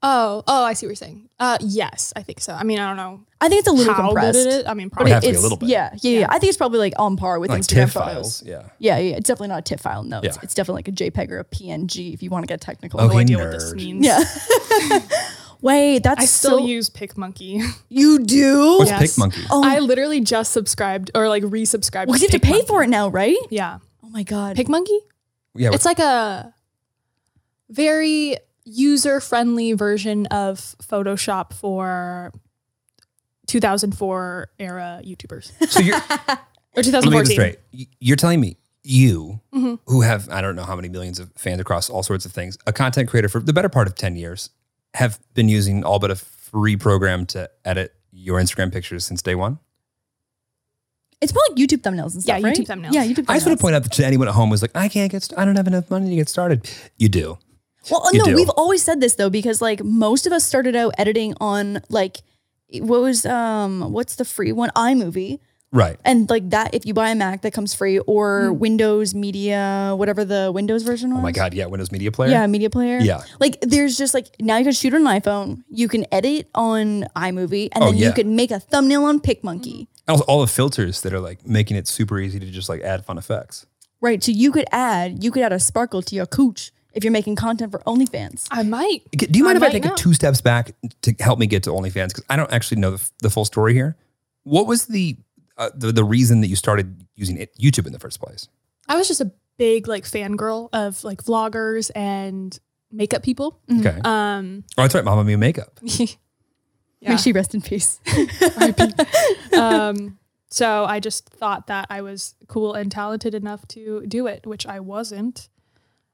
Speaker 5: Oh, oh, I see what you're saying. Uh, yes, I think so. I mean, I don't know
Speaker 2: I think it's a little
Speaker 5: how good
Speaker 2: compressed.
Speaker 5: it is. I mean,
Speaker 1: Would
Speaker 5: probably.
Speaker 1: have to be a
Speaker 2: It's-
Speaker 1: little bit.
Speaker 2: Yeah, yeah, yeah, I think it's probably like on par with
Speaker 1: Like
Speaker 2: Instagram
Speaker 1: TIFF
Speaker 2: photos.
Speaker 1: files. Yeah.
Speaker 2: Yeah, yeah, it's definitely not a TIFF file. No, it's,
Speaker 1: Yeah.
Speaker 2: it's definitely like a JPEG or a PNG if you want to get technical.
Speaker 1: Okay,
Speaker 5: idea
Speaker 1: nerd.
Speaker 5: what this means.
Speaker 2: Yeah. Wait, that's
Speaker 5: I still
Speaker 2: so-
Speaker 5: use PicMonkey.
Speaker 2: you do.
Speaker 1: What's
Speaker 5: Yes.
Speaker 1: PicMonkey?
Speaker 2: Oh,
Speaker 5: I literally just subscribed or like resubscribed.
Speaker 2: Well, 'cause you have to pay for it now, right?
Speaker 5: Yeah,
Speaker 2: Oh my god.
Speaker 5: PicMonkey.
Speaker 1: Yeah.
Speaker 5: It's like a very user-friendly version of Photoshop for 2004 era YouTubers
Speaker 1: so you're
Speaker 5: or
Speaker 1: let me get this
Speaker 5: 2014.
Speaker 1: straight. Y- You're telling me you,
Speaker 5: Mm-hmm.
Speaker 1: who have I don't know how many millions of fans across all sorts of things, a content creator for the better part of ten years, have been using all but a free program to edit your Instagram pictures since day one.
Speaker 2: It's probably like YouTube thumbnails and
Speaker 5: Yeah,
Speaker 2: stuff, right?
Speaker 5: YouTube thumbnails.
Speaker 2: Yeah, YouTube thumbnails.
Speaker 1: I just want to point out to anyone at home who's like, I can't get, st- I don't have enough money to get started. You do.
Speaker 2: Well, uh,
Speaker 1: You
Speaker 2: no,
Speaker 1: do.
Speaker 2: we've always said this though because like most of us started out editing on like what was um what's the free one iMovie
Speaker 1: Right.
Speaker 2: and like that if you buy a Mac that comes free or Windows Media whatever the Windows version was.
Speaker 1: Hmm. Oh my God. Yeah. Windows Media Player.
Speaker 2: Yeah, media player.
Speaker 1: Yeah.
Speaker 2: Like there's just like now you can shoot on an iPhone, you can edit on iMovie, and
Speaker 1: Oh,
Speaker 2: then
Speaker 1: yeah.
Speaker 2: you can make a thumbnail on PicMonkey.
Speaker 1: Also, all the filters that are like making it super easy to just like add fun effects.
Speaker 2: Right. So you could add you could add a sparkle to your cooch if you're making content for OnlyFans.
Speaker 5: I might.
Speaker 1: G- Do you mind if I
Speaker 5: might
Speaker 1: take
Speaker 5: know.
Speaker 1: it two steps back to help me get to OnlyFans? Because I don't actually know the, f- the full story here. What was the, uh, the the reason that you started using it, YouTube in the first place?
Speaker 5: I was just a big like fangirl of like vloggers and makeup people.
Speaker 1: Okay.
Speaker 5: Um,
Speaker 1: oh, that's right, Mama Mia makeup.
Speaker 5: Yeah.
Speaker 2: May she rest in peace.
Speaker 5: um, so I just thought that I was cool and talented enough to do it, which I wasn't.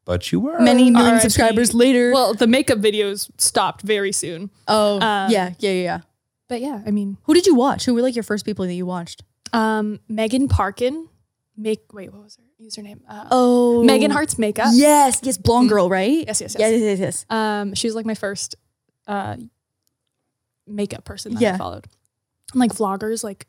Speaker 1: But you were
Speaker 2: Many million
Speaker 5: RIP.
Speaker 2: subscribers later.
Speaker 5: Well, the makeup videos stopped very soon.
Speaker 2: oh
Speaker 5: um,
Speaker 2: yeah, yeah, yeah, yeah.
Speaker 5: But yeah, I mean,
Speaker 2: Who did you watch? Who were like your first people that you watched?
Speaker 5: um, Megan Parkin, make wait, what was her username? Uh,
Speaker 2: Oh,
Speaker 5: Megan Hart's makeup.
Speaker 2: Yes, yes, blonde girl, right?
Speaker 5: Mm-hmm. Yes, yes,
Speaker 2: yes,
Speaker 5: yes.
Speaker 2: yes, yes. yes.
Speaker 5: Um, she was like my first uh, makeup person that
Speaker 2: Yeah.
Speaker 5: I followed. And like vloggers like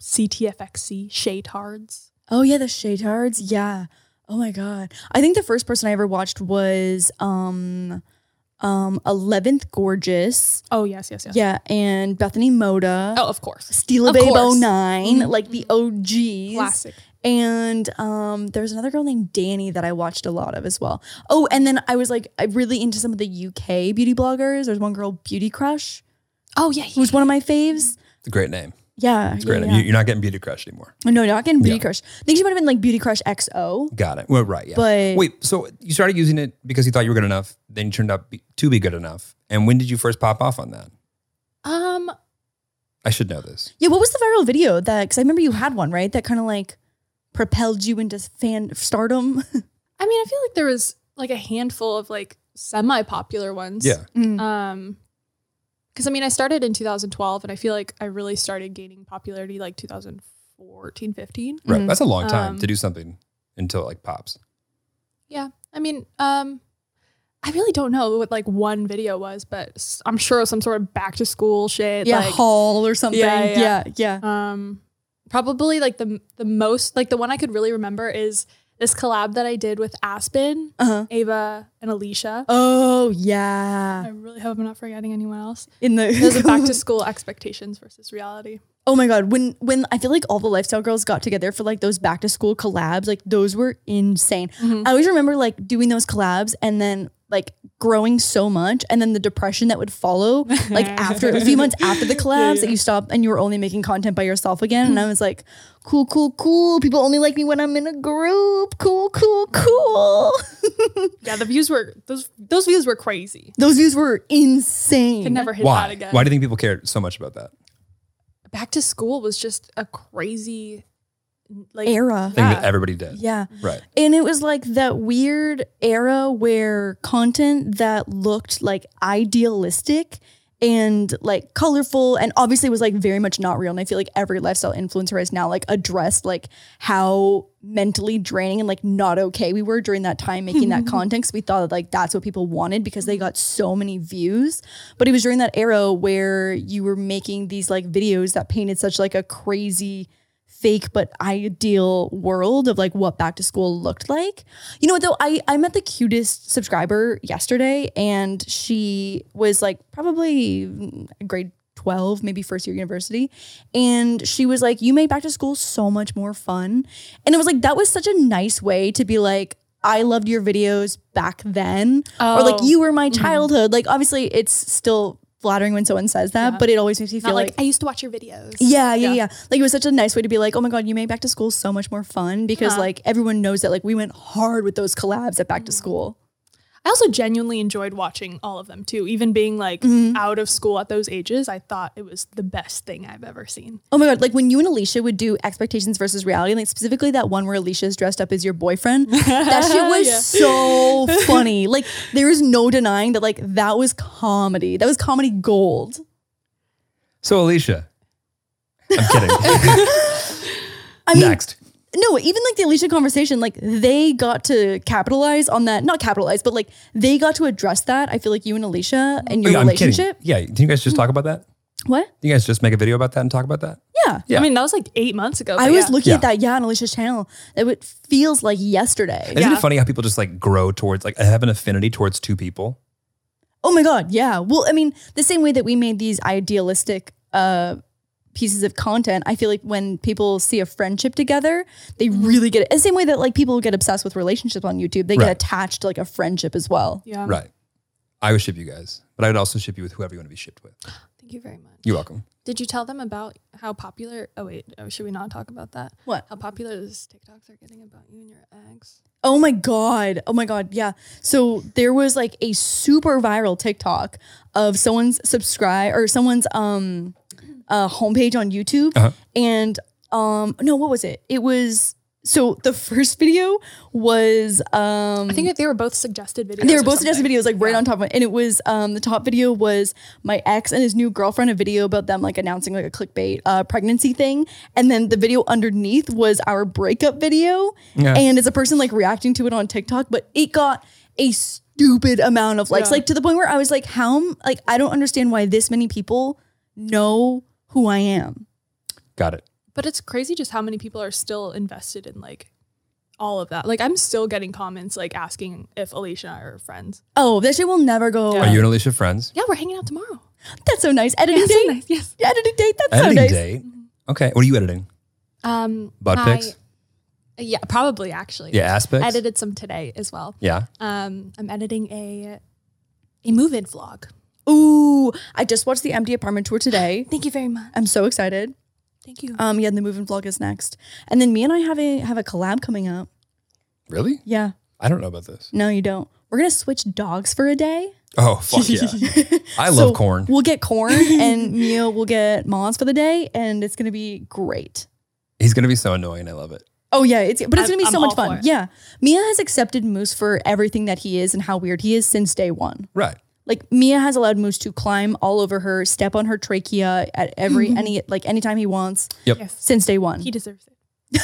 Speaker 5: CTFXC, Shaytards.
Speaker 2: Oh yeah, the Shaytards. Yeah. Oh my god. I think the first person I ever watched was um um 11th Gorgeous.
Speaker 5: Oh, yes, yes, yes.
Speaker 2: Yeah, and Bethany Moda.
Speaker 5: Oh, of course.
Speaker 2: Stila
Speaker 5: Of
Speaker 2: Babe
Speaker 5: course. Mm-hmm.
Speaker 2: 09, like the OGs.
Speaker 5: Classic.
Speaker 2: And um, there was another girl named Danny that I watched a lot of as well. Oh, and then I was like I really into some of the UK beauty bloggers. There's one girl, Beauty Crush,
Speaker 5: Oh, yeah.
Speaker 2: who's one of my faves.
Speaker 1: It's a great name.
Speaker 2: Yeah.
Speaker 1: It's a great
Speaker 2: yeah,
Speaker 1: name.
Speaker 2: yeah. Oh,
Speaker 1: You, you're not getting Beauty Crush anymore.
Speaker 2: no, not getting Beauty
Speaker 1: Yeah.
Speaker 2: Crush. I think she might have been like Beauty Crush XO.
Speaker 1: Got it. Well, right. Yeah.
Speaker 2: But-
Speaker 1: wait, so you started using it because you thought you were good enough, then you turned out be, to be good enough. And when did you first pop off on that?
Speaker 5: um,
Speaker 1: I should know this.
Speaker 2: Yeah, what was the viral video that? Because I remember you had one, right? That kind of like propelled you into fan stardom.
Speaker 5: I mean, I feel like there was like a handful of like semi-popular ones.
Speaker 1: Yeah.
Speaker 5: Um, because I mean, I started in 2012, and I feel like I really started gaining popularity like 2014, 15.
Speaker 1: Right. That's a long time
Speaker 5: Um,
Speaker 1: to do something until it like pops.
Speaker 5: Yeah, I mean, um, I really don't know what like one video was, but s- I'm sure it was some sort of back to school shit.
Speaker 2: yeah,
Speaker 5: like,
Speaker 2: haul or something.
Speaker 5: Yeah, yeah.
Speaker 2: yeah, yeah.
Speaker 5: um, probably like the the most like the one I could really remember is this collab that I did with Aspen,
Speaker 2: Uh-huh.
Speaker 5: Ava, and Alicia.
Speaker 2: Oh
Speaker 5: I
Speaker 2: yeah.
Speaker 5: really hope I'm not forgetting anyone else.
Speaker 2: In the
Speaker 5: There's a back to school expectations versus reality.
Speaker 2: Oh my god, when when I feel like all the lifestyle girls got together for like those back to school collabs, like those were insane.
Speaker 4: Mm-hmm.
Speaker 2: I always remember like doing those collabs and then like growing so much and then the depression that would follow like after a few months after the collabs that you stopped and you were only making content by yourself again
Speaker 4: Mm-hmm.
Speaker 2: and I was like cool cool cool people only like me when I'm in a group cool cool cool
Speaker 4: Yeah, the views were those those views were crazy.
Speaker 2: Those views were insane.
Speaker 4: Could never hit that
Speaker 1: Why?
Speaker 4: again.
Speaker 1: Why do you think people cared so much about that
Speaker 4: Back to school was just a crazy like
Speaker 2: Era.
Speaker 1: thing
Speaker 5: Ah.
Speaker 4: Yeah.
Speaker 1: that everybody did?
Speaker 2: Yeah.
Speaker 1: Right.
Speaker 2: And it was like that weird era where content that looked like idealistic and like colorful and obviously was like very much not real. And I feel like every lifestyle influencer has now like addressed like how mentally draining and like not okay we were during that time making that content. 'Cause we thought that like that's what people wanted because they got so many views. But it was during that era where you were making these like videos that painted such like a crazy fake but ideal world of like what back to school looked like. You know what though? I, I met the cutest subscriber yesterday and she was like probably mm, grade 12, maybe first year university. And she was like, You made back to school so much more fun. And it was like, that was such a nice way to be like, I loved your videos back then. Or like
Speaker 4: Oh.
Speaker 2: you were my childhood. Like obviously it's still flattering when someone says that, but it always makes me feel
Speaker 4: not like,
Speaker 2: like
Speaker 4: I used to watch your videos.
Speaker 2: yeah, yeah, yeah, Like it was such a nice way to be like, oh my god, you made back to school so much more fun because like everyone knows that like we went hard with those collabs at back to school.
Speaker 4: I also genuinely enjoyed watching all of them too. Even being like out of school at those ages, I thought it was the best thing I've ever seen.
Speaker 2: Oh my god, like when you and Alicia would do expectations versus reality, like specifically that one where Alicia's dressed up as your boyfriend. That shit was so funny. Like there is no denying that like that was comedy. That was comedy gold.
Speaker 1: So Alicia, I'm kidding.
Speaker 2: I mean,
Speaker 1: Next.
Speaker 2: no, even like the Alicia conversation, like they got to capitalize on that. Not capitalize, but like they got to address that. I feel like you and Alicia and your
Speaker 1: Yeah, I'm kidding.
Speaker 2: relationship.
Speaker 1: Yeah. Did you guys just talk about that?
Speaker 2: What?
Speaker 1: Did you guys just make a video about that and talk about that?
Speaker 2: Yeah.
Speaker 1: Yeah.
Speaker 4: I mean, that was like eight months ago.
Speaker 2: I
Speaker 4: but
Speaker 2: was
Speaker 4: yeah.
Speaker 2: looking
Speaker 1: Yeah.
Speaker 2: at that, yeah, on Alicia's channel. It would- feels like yesterday.
Speaker 1: Isn't
Speaker 4: Yeah.
Speaker 1: it funny how people just like grow towards like have an affinity towards two people?
Speaker 2: Oh my god, yeah. Well, I mean, the same way that we made these idealistic uh pieces of content, I feel like when people see a friendship together, they
Speaker 1: Mm-hmm.
Speaker 2: really get it. The same way that like people get obsessed with relationships on YouTube, they get
Speaker 1: Right.
Speaker 2: attached to like a friendship as well.
Speaker 4: Yeah.
Speaker 1: Right. I would ship you guys, but I would also ship you with whoever you want to be shipped with.
Speaker 4: Thank you very much.
Speaker 1: You're welcome.
Speaker 4: Did you tell them about how popular? Oh wait, oh, should we not talk about that?
Speaker 2: What?
Speaker 4: How popular those TikToks are getting about you and your ex?
Speaker 2: Oh my god. Oh my god. Yeah. So there was like a super viral TikTok of someone's subscribe or someone's um uh homepage on YouTube
Speaker 1: Uh-huh.
Speaker 2: and um no, what was it? It was so the first video was um
Speaker 4: I think they were both suggested videos.
Speaker 2: they were
Speaker 4: or
Speaker 2: both suggested
Speaker 4: something.
Speaker 2: videos like right
Speaker 4: Yeah.
Speaker 2: on top of it. And it was um the top video was my ex and his new girlfriend, a video about them like announcing like a clickbait uh pregnancy thing. And then the video underneath was our breakup video.
Speaker 1: Yeah.
Speaker 2: And it's a person like reacting to it on TikTok, but it got a stupid amount of likes.
Speaker 4: Yeah.
Speaker 2: Like to the point where I was like, how am- like I don't understand why this many people know who I am.
Speaker 1: Got it.
Speaker 4: But it's crazy just how many people are still invested in like all of that. Like I'm still getting comments like asking if Alicia and I are friends.
Speaker 2: Oh, that shit will never go
Speaker 4: Yeah.
Speaker 2: away.
Speaker 1: Are you and Alicia friends?
Speaker 4: Yeah, we're hanging out tomorrow.
Speaker 2: That's so nice. Editing
Speaker 4: That's so
Speaker 2: date.
Speaker 4: nice. Yes.
Speaker 2: Editing date. That's
Speaker 1: Editing
Speaker 2: so nice.
Speaker 1: date. Okay. What are you editing?
Speaker 4: Um,
Speaker 1: Butt
Speaker 4: I-
Speaker 1: pics?
Speaker 4: Yeah, probably actually.
Speaker 1: Yeah. Aspects.
Speaker 4: Edited some today as well.
Speaker 1: Yeah.
Speaker 4: Um, I'm editing a a move-in vlog.
Speaker 2: Ooh, I just watched the empty apartment tour today.
Speaker 4: Thank you very much.
Speaker 2: I'm so excited.
Speaker 4: Thank you.
Speaker 2: Um, yeah, and the move in vlog is next, and then me and I have a have a collab coming up.
Speaker 1: Really?
Speaker 2: Yeah,
Speaker 1: I don't know about this.
Speaker 2: no, you don't. We're gonna switch dogs for a day.
Speaker 1: Oh fuck yeah! I
Speaker 2: So
Speaker 1: love corn.
Speaker 2: We'll get corn, and Mia will get Mons for the day, and it's gonna be great.
Speaker 1: He's gonna be so annoying. I love it.
Speaker 2: Oh yeah, it's but it's
Speaker 4: I'm-
Speaker 2: gonna be so
Speaker 4: I'm
Speaker 2: much
Speaker 4: all for
Speaker 2: fun.
Speaker 4: it.
Speaker 2: Yeah, Mia has accepted Moose for everything that he is and how weird he is since day one.
Speaker 1: Right.
Speaker 2: like Mia has allowed Moose to climb all over her, step on her trachea at every any like anytime he wants.
Speaker 1: Yep.
Speaker 4: Yes.
Speaker 2: Since day one,
Speaker 4: he deserves it.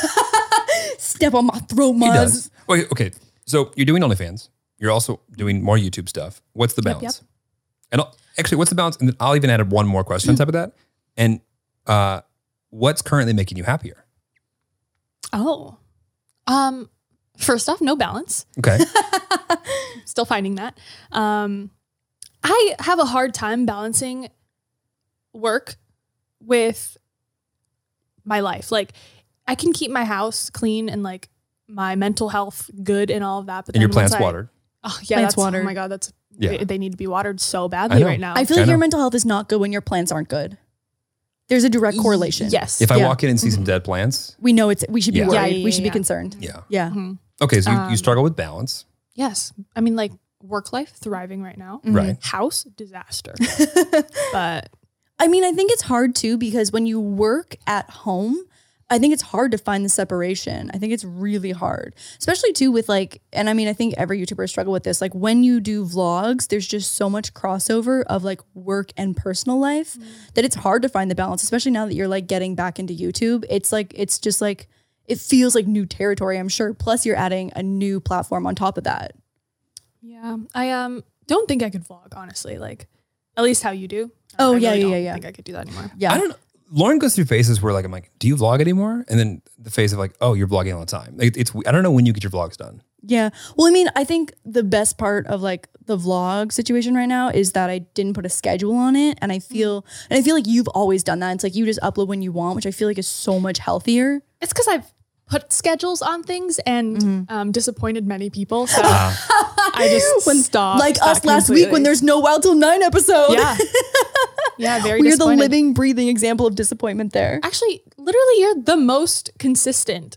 Speaker 2: step on my throat,
Speaker 1: He
Speaker 2: Mars.
Speaker 1: does. Okay, okay. So you're doing OnlyFans. You're also doing more YouTube stuff. What's the
Speaker 4: Yep,
Speaker 1: balance? And I'll, actually, what's the balance? And then I'll even add one more question on top of that. And uh, what's currently making you happier?
Speaker 4: Oh. Um, first off, no balance.
Speaker 1: Okay.
Speaker 4: Still finding that. Um, I have a hard time balancing work with my life. Like, I can keep my house clean and like my mental health good and all of that. But
Speaker 1: and your
Speaker 4: then
Speaker 1: plants
Speaker 4: once I-
Speaker 1: watered.
Speaker 4: Oh yeah,
Speaker 2: Plants
Speaker 4: that's water.
Speaker 2: watered.
Speaker 4: Oh my god, that's
Speaker 1: Yeah.
Speaker 4: they, they need to be watered so
Speaker 1: I
Speaker 4: badly
Speaker 1: know.
Speaker 4: right now.
Speaker 2: I feel
Speaker 1: I
Speaker 2: like your
Speaker 1: know.
Speaker 2: mental health is not good when your plans aren't good. There's a direct correlation.
Speaker 4: Yes.
Speaker 1: If I
Speaker 2: Yeah.
Speaker 1: walk in and see some
Speaker 4: Mm-hmm.
Speaker 1: dead plants,
Speaker 2: we know it's. We should be
Speaker 1: Yeah.
Speaker 2: worried.
Speaker 4: Yeah, yeah,
Speaker 2: we should
Speaker 4: yeah.
Speaker 2: be concerned.
Speaker 1: yeah.
Speaker 2: Yeah.
Speaker 4: Mhm.
Speaker 1: Okay, so you,
Speaker 4: Um,
Speaker 1: you struggle with balance.
Speaker 4: Yes. I mean, like work life, thriving right now.
Speaker 1: Right.
Speaker 4: House, disaster. but
Speaker 2: I mean, I think it's hard too because when you work at home, I think it's hard to find the separation. I think it's really hard, especially too with like, and I mean, I think every YouTuber struggle with this. Like when you do vlogs, there's just so much crossover of like work and personal life that it's hard to find the balance, especially now that you're like getting back into YouTube. It's like, it's just like, it feels like new territory, I'm sure. Plus, you're adding a new platform on top of that.
Speaker 4: yeah, I um don't think I could vlog, honestly. Like, at least how you do.
Speaker 2: Oh,
Speaker 4: I
Speaker 2: yeah, yeah,
Speaker 4: don't
Speaker 2: yeah, yeah.
Speaker 4: think I could do that anymore.
Speaker 2: Yeah.
Speaker 1: I don't. Lauren goes through phases where like I'm like, do you vlog anymore? And then the phase of like, oh, you're vlogging all the time. Like, it's I don't know when you get your vlogs done.
Speaker 2: Yeah. Well, I mean, I think the best part of like the vlog situation right now is that I didn't put a schedule on it. And I
Speaker 4: Mm.
Speaker 2: feel, and I feel like you've always done that. It's like you just upload when you want, which I feel like is so much healthier.
Speaker 4: It's because I've put schedules on things and
Speaker 2: Mm-hmm.
Speaker 4: um, disappointed many people. So
Speaker 1: Ah.
Speaker 4: I just stopped.
Speaker 2: like
Speaker 4: that
Speaker 2: us last week when
Speaker 4: completely.
Speaker 2: there's no Wild Till Nine episode.
Speaker 4: Uh, Yeah. yeah, very
Speaker 2: We're the
Speaker 4: disappointed.
Speaker 2: living, breathing example of disappointment there.
Speaker 4: Actually, literally, you're the most consistent,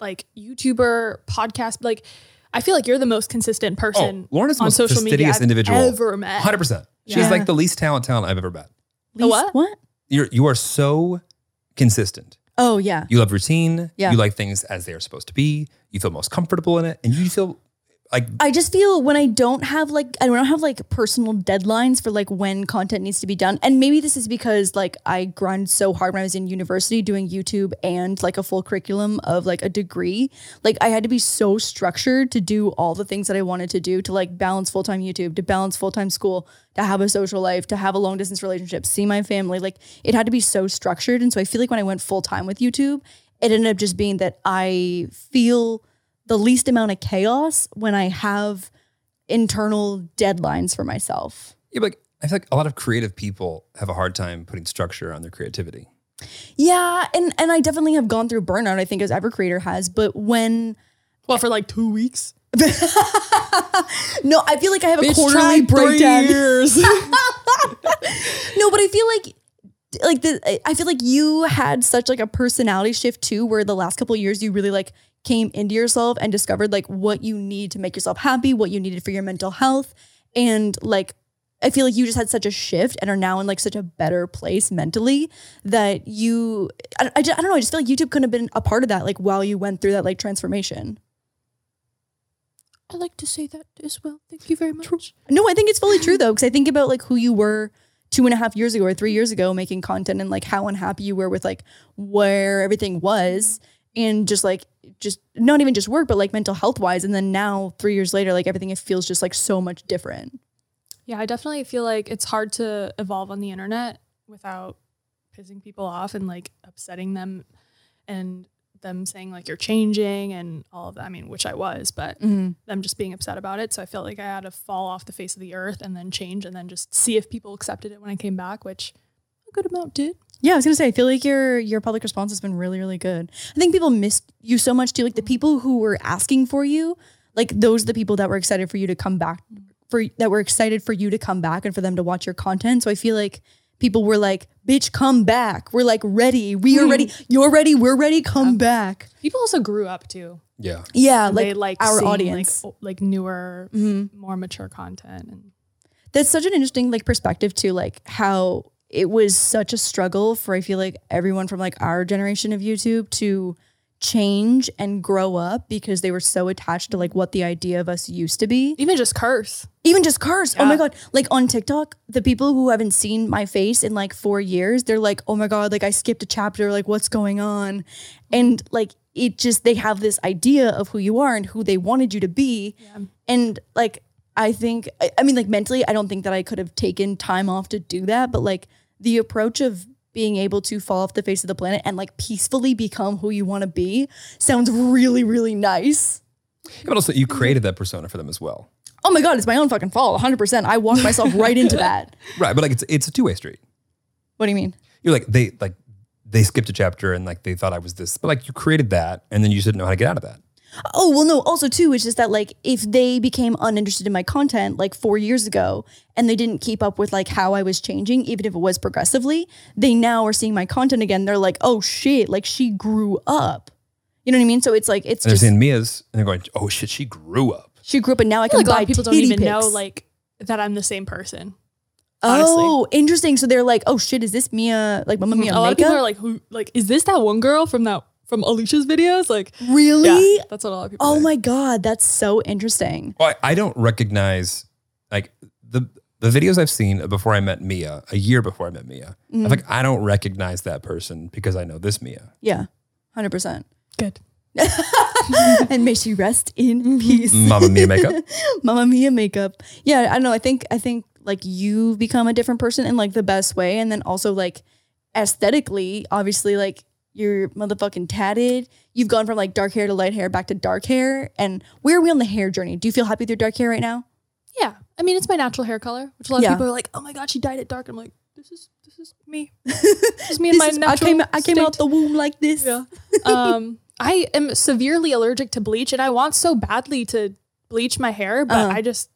Speaker 4: like YouTuber, podcast. Like, I feel like you're the most consistent person
Speaker 1: Oh, Lauren is the
Speaker 4: on
Speaker 1: most
Speaker 4: social media
Speaker 1: fastidious
Speaker 4: I've
Speaker 1: individual.
Speaker 4: ever met.
Speaker 1: Hundred percent. She's
Speaker 2: Yeah.
Speaker 1: like the least talent talent I've ever met.
Speaker 4: The what?
Speaker 2: What?
Speaker 1: You're you are so consistent.
Speaker 2: Oh, yeah.
Speaker 1: You love routine.
Speaker 2: Yeah.
Speaker 1: You like things as they are supposed to be. You feel most comfortable in it, and you feel like
Speaker 2: I just feel when I don't have like I don't have like personal deadlines for like when content needs to be done. And maybe this is because like I grind so hard when I was in university doing YouTube and like a full curriculum of like a degree. Like I had to be so structured to do all the things that I wanted to do to like balance full-time YouTube, to balance full-time school, to have a social life, to have a long distance relationship, see my family. Like it had to be so structured. And so I feel like when I went full-time with YouTube, it ended up just being that I feel the least amount of chaos when I have internal deadlines for myself.
Speaker 1: yeah, but like I feel like a lot of creative people have a hard time putting structure on their creativity.
Speaker 2: Yeah, and and I definitely have gone through burnout. I think as every creator has, but when
Speaker 4: Well, for like two weeks.
Speaker 2: no, I feel like I have a
Speaker 4: Bitch,
Speaker 2: quarterly
Speaker 4: try three
Speaker 2: breakdown.
Speaker 4: years.
Speaker 2: No, but I feel like like the I feel like you had such like a personality shift too, where the last couple of years you really like came into yourself and discovered like what you need to make yourself happy, what you needed for your mental health, and like I feel like you just had such a shift and are now in like such a better place mentally that you I, I, just, I don't know I just feel like YouTube couldn't have been a part of that like while you went through that like transformation.
Speaker 4: I like to say that as well. Thank you very much.
Speaker 2: No, I think it's fully true though, because I think about like who you were two and a half years ago or three years ago making content and like how unhappy you were with like where everything was and just like just not even just work, but like mental health wise. And then now three years later, like everything it feels just like so much different.
Speaker 4: Yeah, I definitely feel like it's hard to evolve on the internet without pissing people off and like upsetting them and them saying like you're changing and all of that. I mean, which I was, but
Speaker 2: Mm-hmm.
Speaker 4: them just being upset about it. So I felt like I had to fall off the face of the earth and then change and then just see if people accepted it when I came back, which a good amount did.
Speaker 2: Yeah, I was gonna say, I feel like your your public response has been really, really good. I think people missed you so much too. Like the people who were asking for you, like those are the people that were excited for you to come back for that were excited for you to come back and for them to watch your content. So I feel like people were like, bitch, come back. We're like ready. We
Speaker 4: Hmm.
Speaker 2: are ready. You're ready. We're ready. Come back.
Speaker 4: People also grew up too.
Speaker 1: Yeah.
Speaker 2: Yeah,
Speaker 4: And
Speaker 2: like,
Speaker 4: they like
Speaker 2: our
Speaker 4: seeing, like,
Speaker 2: audience. Mm-hmm.
Speaker 4: o- like newer, more mature content and
Speaker 2: that's such an interesting like perspective too like how it was such a struggle for i feel like everyone from like our generation of youtube to change and grow up because they were so attached to like what the idea of us used to be
Speaker 4: even just curse.
Speaker 2: even just cars oh my
Speaker 4: Yeah.
Speaker 2: god like on tiktok the people who haven't seen my face in like four years they're like oh my god like i skipped a chapter like what's going on and like it just they have this idea of who you are and who they wanted you to be and like i think I, I mean like mentally i don't think that i could have taken time off to do that but like the approach of being able to fall off the face of the planet and like peacefully become who you want to be sounds really really nice
Speaker 1: But also, you created that persona for them as well.
Speaker 2: oh my god it's my own fucking fault 100% i walked myself right into that
Speaker 1: Right. But like, it's it's a two way street.
Speaker 2: What do you mean?
Speaker 1: You're like they like they skipped a chapter and like they thought I was this, but like you created that, and then you just didn't know how to get out of that.
Speaker 2: Oh, well, no. Also, too, it's just that like if they became uninterested in my content like four years ago and they didn't keep up with like how I was changing, even if it was progressively, they now are seeing my content again. They're like, oh shit, like she grew up. You know what I mean? So it's like, it's
Speaker 1: And they're
Speaker 2: just,
Speaker 1: seeing Mia's, and they're going, "Oh shit, she grew up."
Speaker 2: She grew up and now I
Speaker 4: feel
Speaker 2: can
Speaker 4: like a
Speaker 2: buy
Speaker 4: lot of people don't
Speaker 2: titty
Speaker 4: even know
Speaker 2: pics.
Speaker 4: like that I'm the same person.
Speaker 2: Oh, interesting. So they're like, oh shit, is this Mia like Mamma Mia
Speaker 4: Mm, a lot of people
Speaker 2: makeup?
Speaker 4: are like, who? Like, is this that one girl from that from Alicia's videos? Like,
Speaker 2: really?
Speaker 4: yeah, that's what a lot of people.
Speaker 2: Oh
Speaker 4: think.
Speaker 2: my god, that's so interesting.
Speaker 1: Well, I, I don't recognize like the the videos I've seen before I met Mia, a year before I met Mia. I'm like, I don't recognize that person because I know this Mia.
Speaker 2: Yeah, hundred percent.
Speaker 4: Good.
Speaker 2: And may she rest
Speaker 4: Mm-hmm.
Speaker 2: in peace.
Speaker 1: Mamma Mia makeup.
Speaker 2: Mamma Mia makeup. Yeah, I don't know. I think I think like you become a different person in like the best way, and then also like aesthetically, obviously like you're motherfucking tatted. You've gone from like dark hair to light hair back to dark hair. And where are we on the hair journey? Do you feel happy with your dark hair right now?
Speaker 4: Yeah, I mean, it's my natural hair color, which a lot
Speaker 2: Yeah.
Speaker 4: of people are like, oh my god, she dyed it dark. I'm like, this is this is me. This is me in my
Speaker 2: This is- I
Speaker 4: natural.
Speaker 2: came I came
Speaker 4: state.
Speaker 2: out the womb like this.
Speaker 4: Yeah. um, I am severely allergic to bleach, and I want so badly to bleach my hair, but
Speaker 2: Uh-huh.
Speaker 4: I just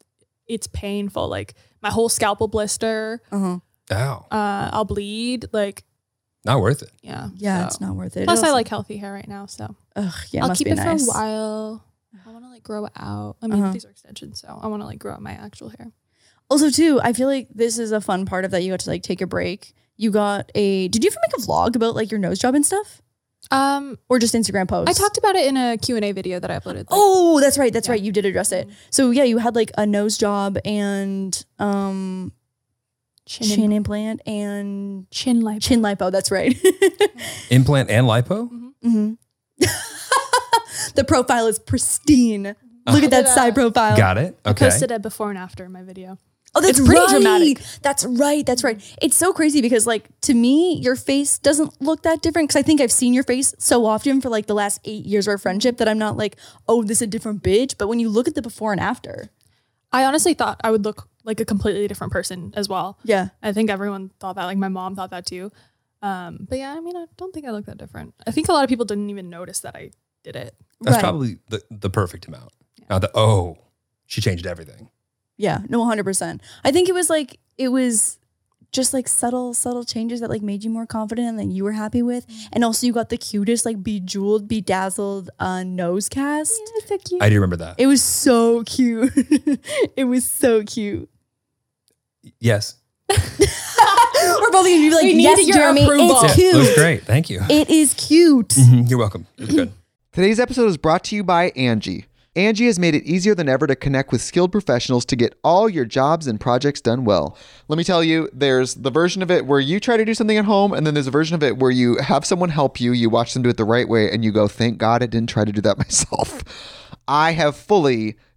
Speaker 4: it's painful. Like my whole scalp will blister.
Speaker 2: Uh-huh.
Speaker 1: Ow.
Speaker 4: Uh, I'll bleed. Like
Speaker 1: Not worth it.
Speaker 4: yeah,
Speaker 2: Yeah,
Speaker 4: so.
Speaker 2: it's not worth it.
Speaker 4: Plus,
Speaker 2: It
Speaker 4: I
Speaker 2: also-
Speaker 4: like healthy hair right now, so
Speaker 2: Ugh, yeah, it
Speaker 4: I'll
Speaker 2: must
Speaker 4: keep
Speaker 2: be
Speaker 4: it
Speaker 2: nice.
Speaker 4: for a while. I want to like grow it out. I mean,
Speaker 2: Uh-huh.
Speaker 4: these are extensions, so I want to like grow out my actual hair.
Speaker 2: Also, too, I feel like this is a fun part of that. You got to like take a break. You got a. Did you ever make a vlog about like your nose job and stuff,
Speaker 4: Um,
Speaker 2: or just Instagram posts?
Speaker 4: I talked about it in a Q and A video that I uploaded. like,
Speaker 2: oh, that's right. That's
Speaker 4: Yeah.
Speaker 2: right. You did address it. So yeah, you had like a nose job and um
Speaker 4: chin,
Speaker 2: chin,
Speaker 4: chin,
Speaker 2: implant and
Speaker 4: chin lipo.
Speaker 2: chin lipo. That's right.
Speaker 1: Implant and lipo.
Speaker 2: Mhm. the profile is pristine. Look at that side profile.
Speaker 1: Uh-huh. Got it. Okay.
Speaker 4: Posted a before and after in my video.
Speaker 2: Oh, that's
Speaker 4: It's pretty
Speaker 2: right.
Speaker 4: dramatic.
Speaker 2: That's right. That's right. It's so crazy because, like, to me, your face doesn't look that different because I think I've seen your face so often for like the last eight years of our friendship that I'm not like, oh, this is a different bitch. But when you look at the before and after,
Speaker 4: I honestly thought I would look like a completely different person as well.
Speaker 2: yeah,
Speaker 4: I think everyone thought that. Like my mom thought that too. Um, but yeah, I mean, I don't think I look that different. I think a lot of people didn't even notice that I did it.
Speaker 1: That's
Speaker 2: right.
Speaker 1: probably the, the perfect amount. Now the oh, she changed everything.
Speaker 2: yeah, no, 100%. I think it was like, it was just like subtle, subtle changes that like made you more confident and that you were happy with. And also, you got the cutest, like, bejeweled, bedazzled uh, nose cast.
Speaker 1: I do remember that.
Speaker 2: It was so cute. it was so cute.
Speaker 1: yes.
Speaker 2: We're both gonna be like,
Speaker 4: We need
Speaker 2: yes,
Speaker 4: your
Speaker 2: Jeremy,
Speaker 4: approval."
Speaker 2: it's
Speaker 4: Yeah,
Speaker 1: It was
Speaker 2: cute.
Speaker 1: great. Thank you.
Speaker 2: It is cute.
Speaker 1: Mhm. You're welcome. It was good.
Speaker 6: Today's episode is brought to you by Angie. Angie has made it easier than ever to connect with skilled professionals to get all your jobs and projects done well. Let me tell you, there's the version of it where you try to do something at home, and then there's a version of it where you have someone help you, you watch them do it the right way, and you go, thank God I didn't try to do that myself. I have fully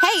Speaker 7: Hey,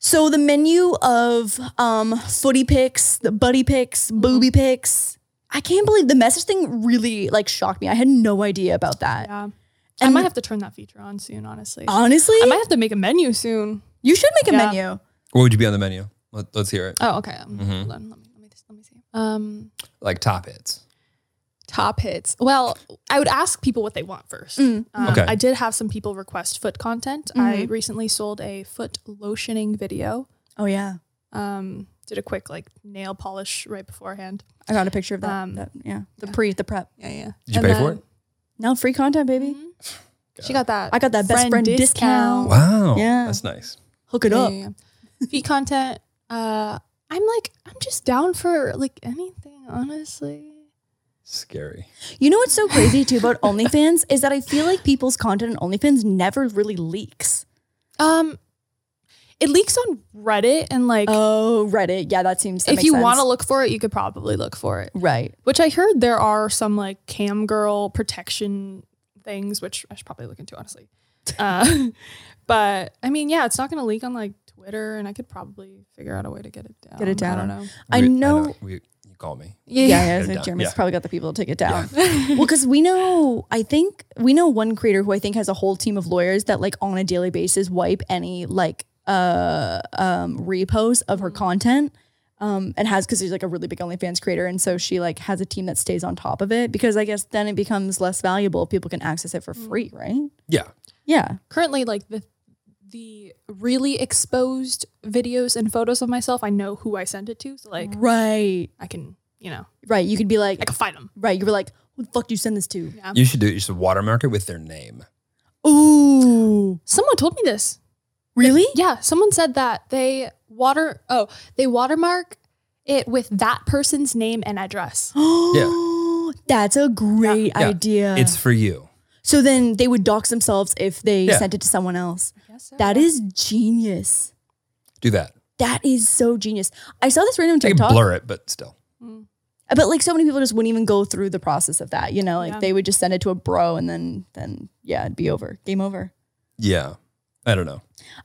Speaker 2: So the menu of um footy picks, the buddy picks, booby picks. I can't believe the message thing really like shocked me. I had no idea about that.
Speaker 4: Yeah. I
Speaker 2: And-
Speaker 4: might have to turn that feature on soon, honestly.
Speaker 2: Honestly,
Speaker 4: I might have to make a menu soon.
Speaker 2: you should make a
Speaker 4: Yeah.
Speaker 2: menu.
Speaker 1: What would you be on the menu? Let, us hear it.
Speaker 4: Oh, okay.
Speaker 1: Mhm.
Speaker 4: Um, Hold on. Let me let me just, let me see. Um,
Speaker 1: Like top hits.
Speaker 4: top hits. Well, I would ask people what they want first.
Speaker 2: Mm.
Speaker 4: Um,
Speaker 1: Okay.
Speaker 4: I did have some people request foot content. I recently sold a foot lotioning video.
Speaker 2: Oh yeah,
Speaker 4: Um, did a quick like nail polish right beforehand.
Speaker 2: I got a picture of that.
Speaker 4: Um,
Speaker 2: that- yeah, the pre, the prep.
Speaker 4: Yeah, yeah.
Speaker 1: Did you pay for it?
Speaker 2: Now free content, baby.
Speaker 4: She Mm-hmm. got that.
Speaker 2: I got that best friend
Speaker 4: Oh.
Speaker 2: discount.
Speaker 1: Wow.
Speaker 2: Yeah.
Speaker 1: That's nice.
Speaker 2: Hook it up.
Speaker 4: Yeah, yeah, yeah. Feet content. Uh, I'm like, I'm just down for like anything, honestly.
Speaker 1: Scary.
Speaker 2: You know what's so crazy too about OnlyFans is that I feel like people's content on OnlyFans never really leaks.
Speaker 4: Um, it leaks on Reddit and like,
Speaker 2: Oh, Reddit. Yeah, that seems. That
Speaker 4: if
Speaker 2: makes
Speaker 4: you
Speaker 2: sense.
Speaker 4: want to look for it, you could probably look for it.
Speaker 2: right?
Speaker 4: Which I heard there are some like cam girl protection things, which I should probably look into honestly. Uh, but I mean, yeah, it's not going to leak on like Twitter, and I could probably figure out a way to get it down.
Speaker 2: Get it
Speaker 4: I
Speaker 2: down.
Speaker 4: don't know.
Speaker 2: I
Speaker 1: We-
Speaker 2: know-
Speaker 1: we, you call me.
Speaker 2: Yeah,
Speaker 4: Yeah,
Speaker 2: yeah.
Speaker 1: Get it
Speaker 2: so
Speaker 1: down.
Speaker 2: Jeremy's
Speaker 1: Yeah.
Speaker 2: probably got the people to take it down. well, because we know, I think we know one creator who I think has a whole team of lawyers that like on a daily basis wipe any like uh um repost of
Speaker 4: Mm-hmm.
Speaker 2: her content. Um, and has because she's like a really big OnlyFans creator, and so she like has a team that stays on top of it because I guess then it becomes less valuable if people can access it for
Speaker 4: Mm.
Speaker 2: free, right?
Speaker 1: Yeah.
Speaker 2: Yeah,
Speaker 4: currently like the the really exposed videos and photos of myself i know who i sent it to so
Speaker 2: Mm.
Speaker 4: like
Speaker 2: right,
Speaker 4: i can you know
Speaker 2: right. You could be like,
Speaker 4: i can find them
Speaker 2: right, you were like, who the fuck do you send this to?
Speaker 4: Yeah.
Speaker 1: You should do it. You should watermark it with their name.
Speaker 2: Ooh,
Speaker 4: someone told me this
Speaker 2: really?
Speaker 4: yeah someone said that they water oh they watermark it with that person's name and address
Speaker 2: yeah. That's a great
Speaker 1: Yeah.
Speaker 2: idea.
Speaker 1: It's for you.
Speaker 2: so then they would dox themselves if they
Speaker 1: Yeah.
Speaker 2: sent it to someone else.
Speaker 4: yes,
Speaker 2: That is genius.
Speaker 1: Do that.
Speaker 2: That is so genius. I saw this random
Speaker 1: You can
Speaker 2: TikTok,
Speaker 1: blur it, but still.
Speaker 2: but like so many people just wouldn't even go through the process of that. You know, like
Speaker 4: Yeah.
Speaker 2: they would just send it to a bro, and then then yeah, it'd be over. Game over.
Speaker 1: Yeah. I don't know.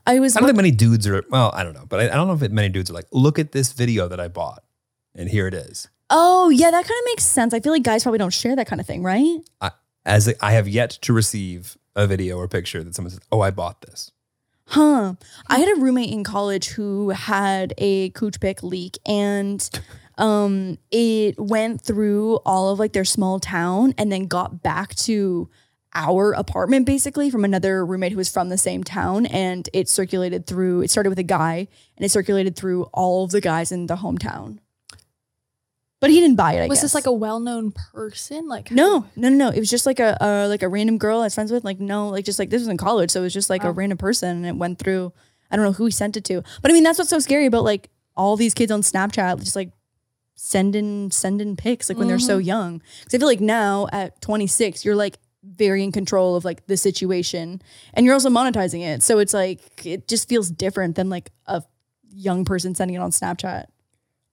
Speaker 2: I was
Speaker 1: I don't think many dudes are. Well, I don't know, but I, I don't know if it, many dudes are like, look at this video that I bought, and here it is.
Speaker 2: oh yeah, that kind of makes sense. I feel like guys probably don't share that kind of thing, right?
Speaker 1: As I have yet to receive a video or picture that someone says, "Oh, I bought this."
Speaker 2: Huh. I had a roommate in college who had a cooch pic leak and um it went through all of like their small town and then got back to our apartment basically from another roommate who was from the same town and it circulated through it started with a guy and it circulated through all of the guys in the hometown. But he didn't buy it, I
Speaker 4: was
Speaker 2: guess.
Speaker 4: this like a well-known person like
Speaker 2: no, no, no, no. It was just like a, uh like a random girl I was friends with. Like no, like just like this was in college, so it was just like a random person, and it went through. I don't know who he sent it to, but I mean that's what's so scary about like all these kids on Snapchat, just like sending sending pics like when they're so young. Because I feel like now at 26, you're like very in control of like the situation, and you're also monetizing it. So it's like it just feels different than like a young person sending it on Snapchat.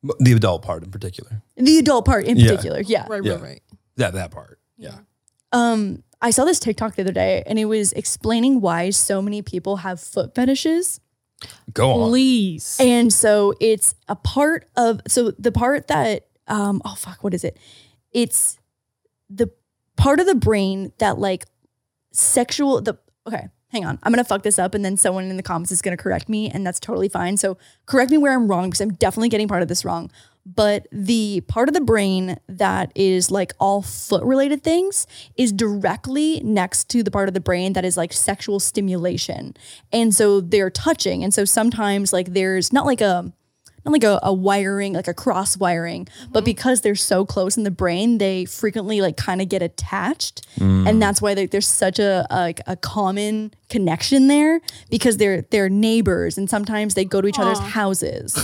Speaker 1: M- The adult part in particular.
Speaker 2: The adult part in
Speaker 1: Yeah.
Speaker 2: particular, yeah.
Speaker 4: right
Speaker 1: Yeah.
Speaker 4: right right
Speaker 1: That that part. Yeah.
Speaker 2: Um, I saw this TikTok the other day, and it was explaining why so many people have foot fetishes.
Speaker 1: Go on.
Speaker 4: please
Speaker 2: And so it's a part of so the part that um oh fuck what is it? It's the part of the brain that like sexual the okay hang on i'm gonna fuck this up and then someone in the comments is gonna correct me and that's totally fine so correct me where i'm wrong because i'm definitely getting part of this wrong but the part of the brain that is like all foot related things is directly next to the part of the brain that is like sexual stimulation and so they're touching and so sometimes like there's not like a not like a, a wiring, like a cross wiring,
Speaker 4: Mm-hmm.
Speaker 2: but because they're so close in the brain, they frequently like kind of get attached,
Speaker 4: Mm.
Speaker 2: and that's why they, there's such a, a like a common connection there because they're they're neighbors, and sometimes they go to each other's houses,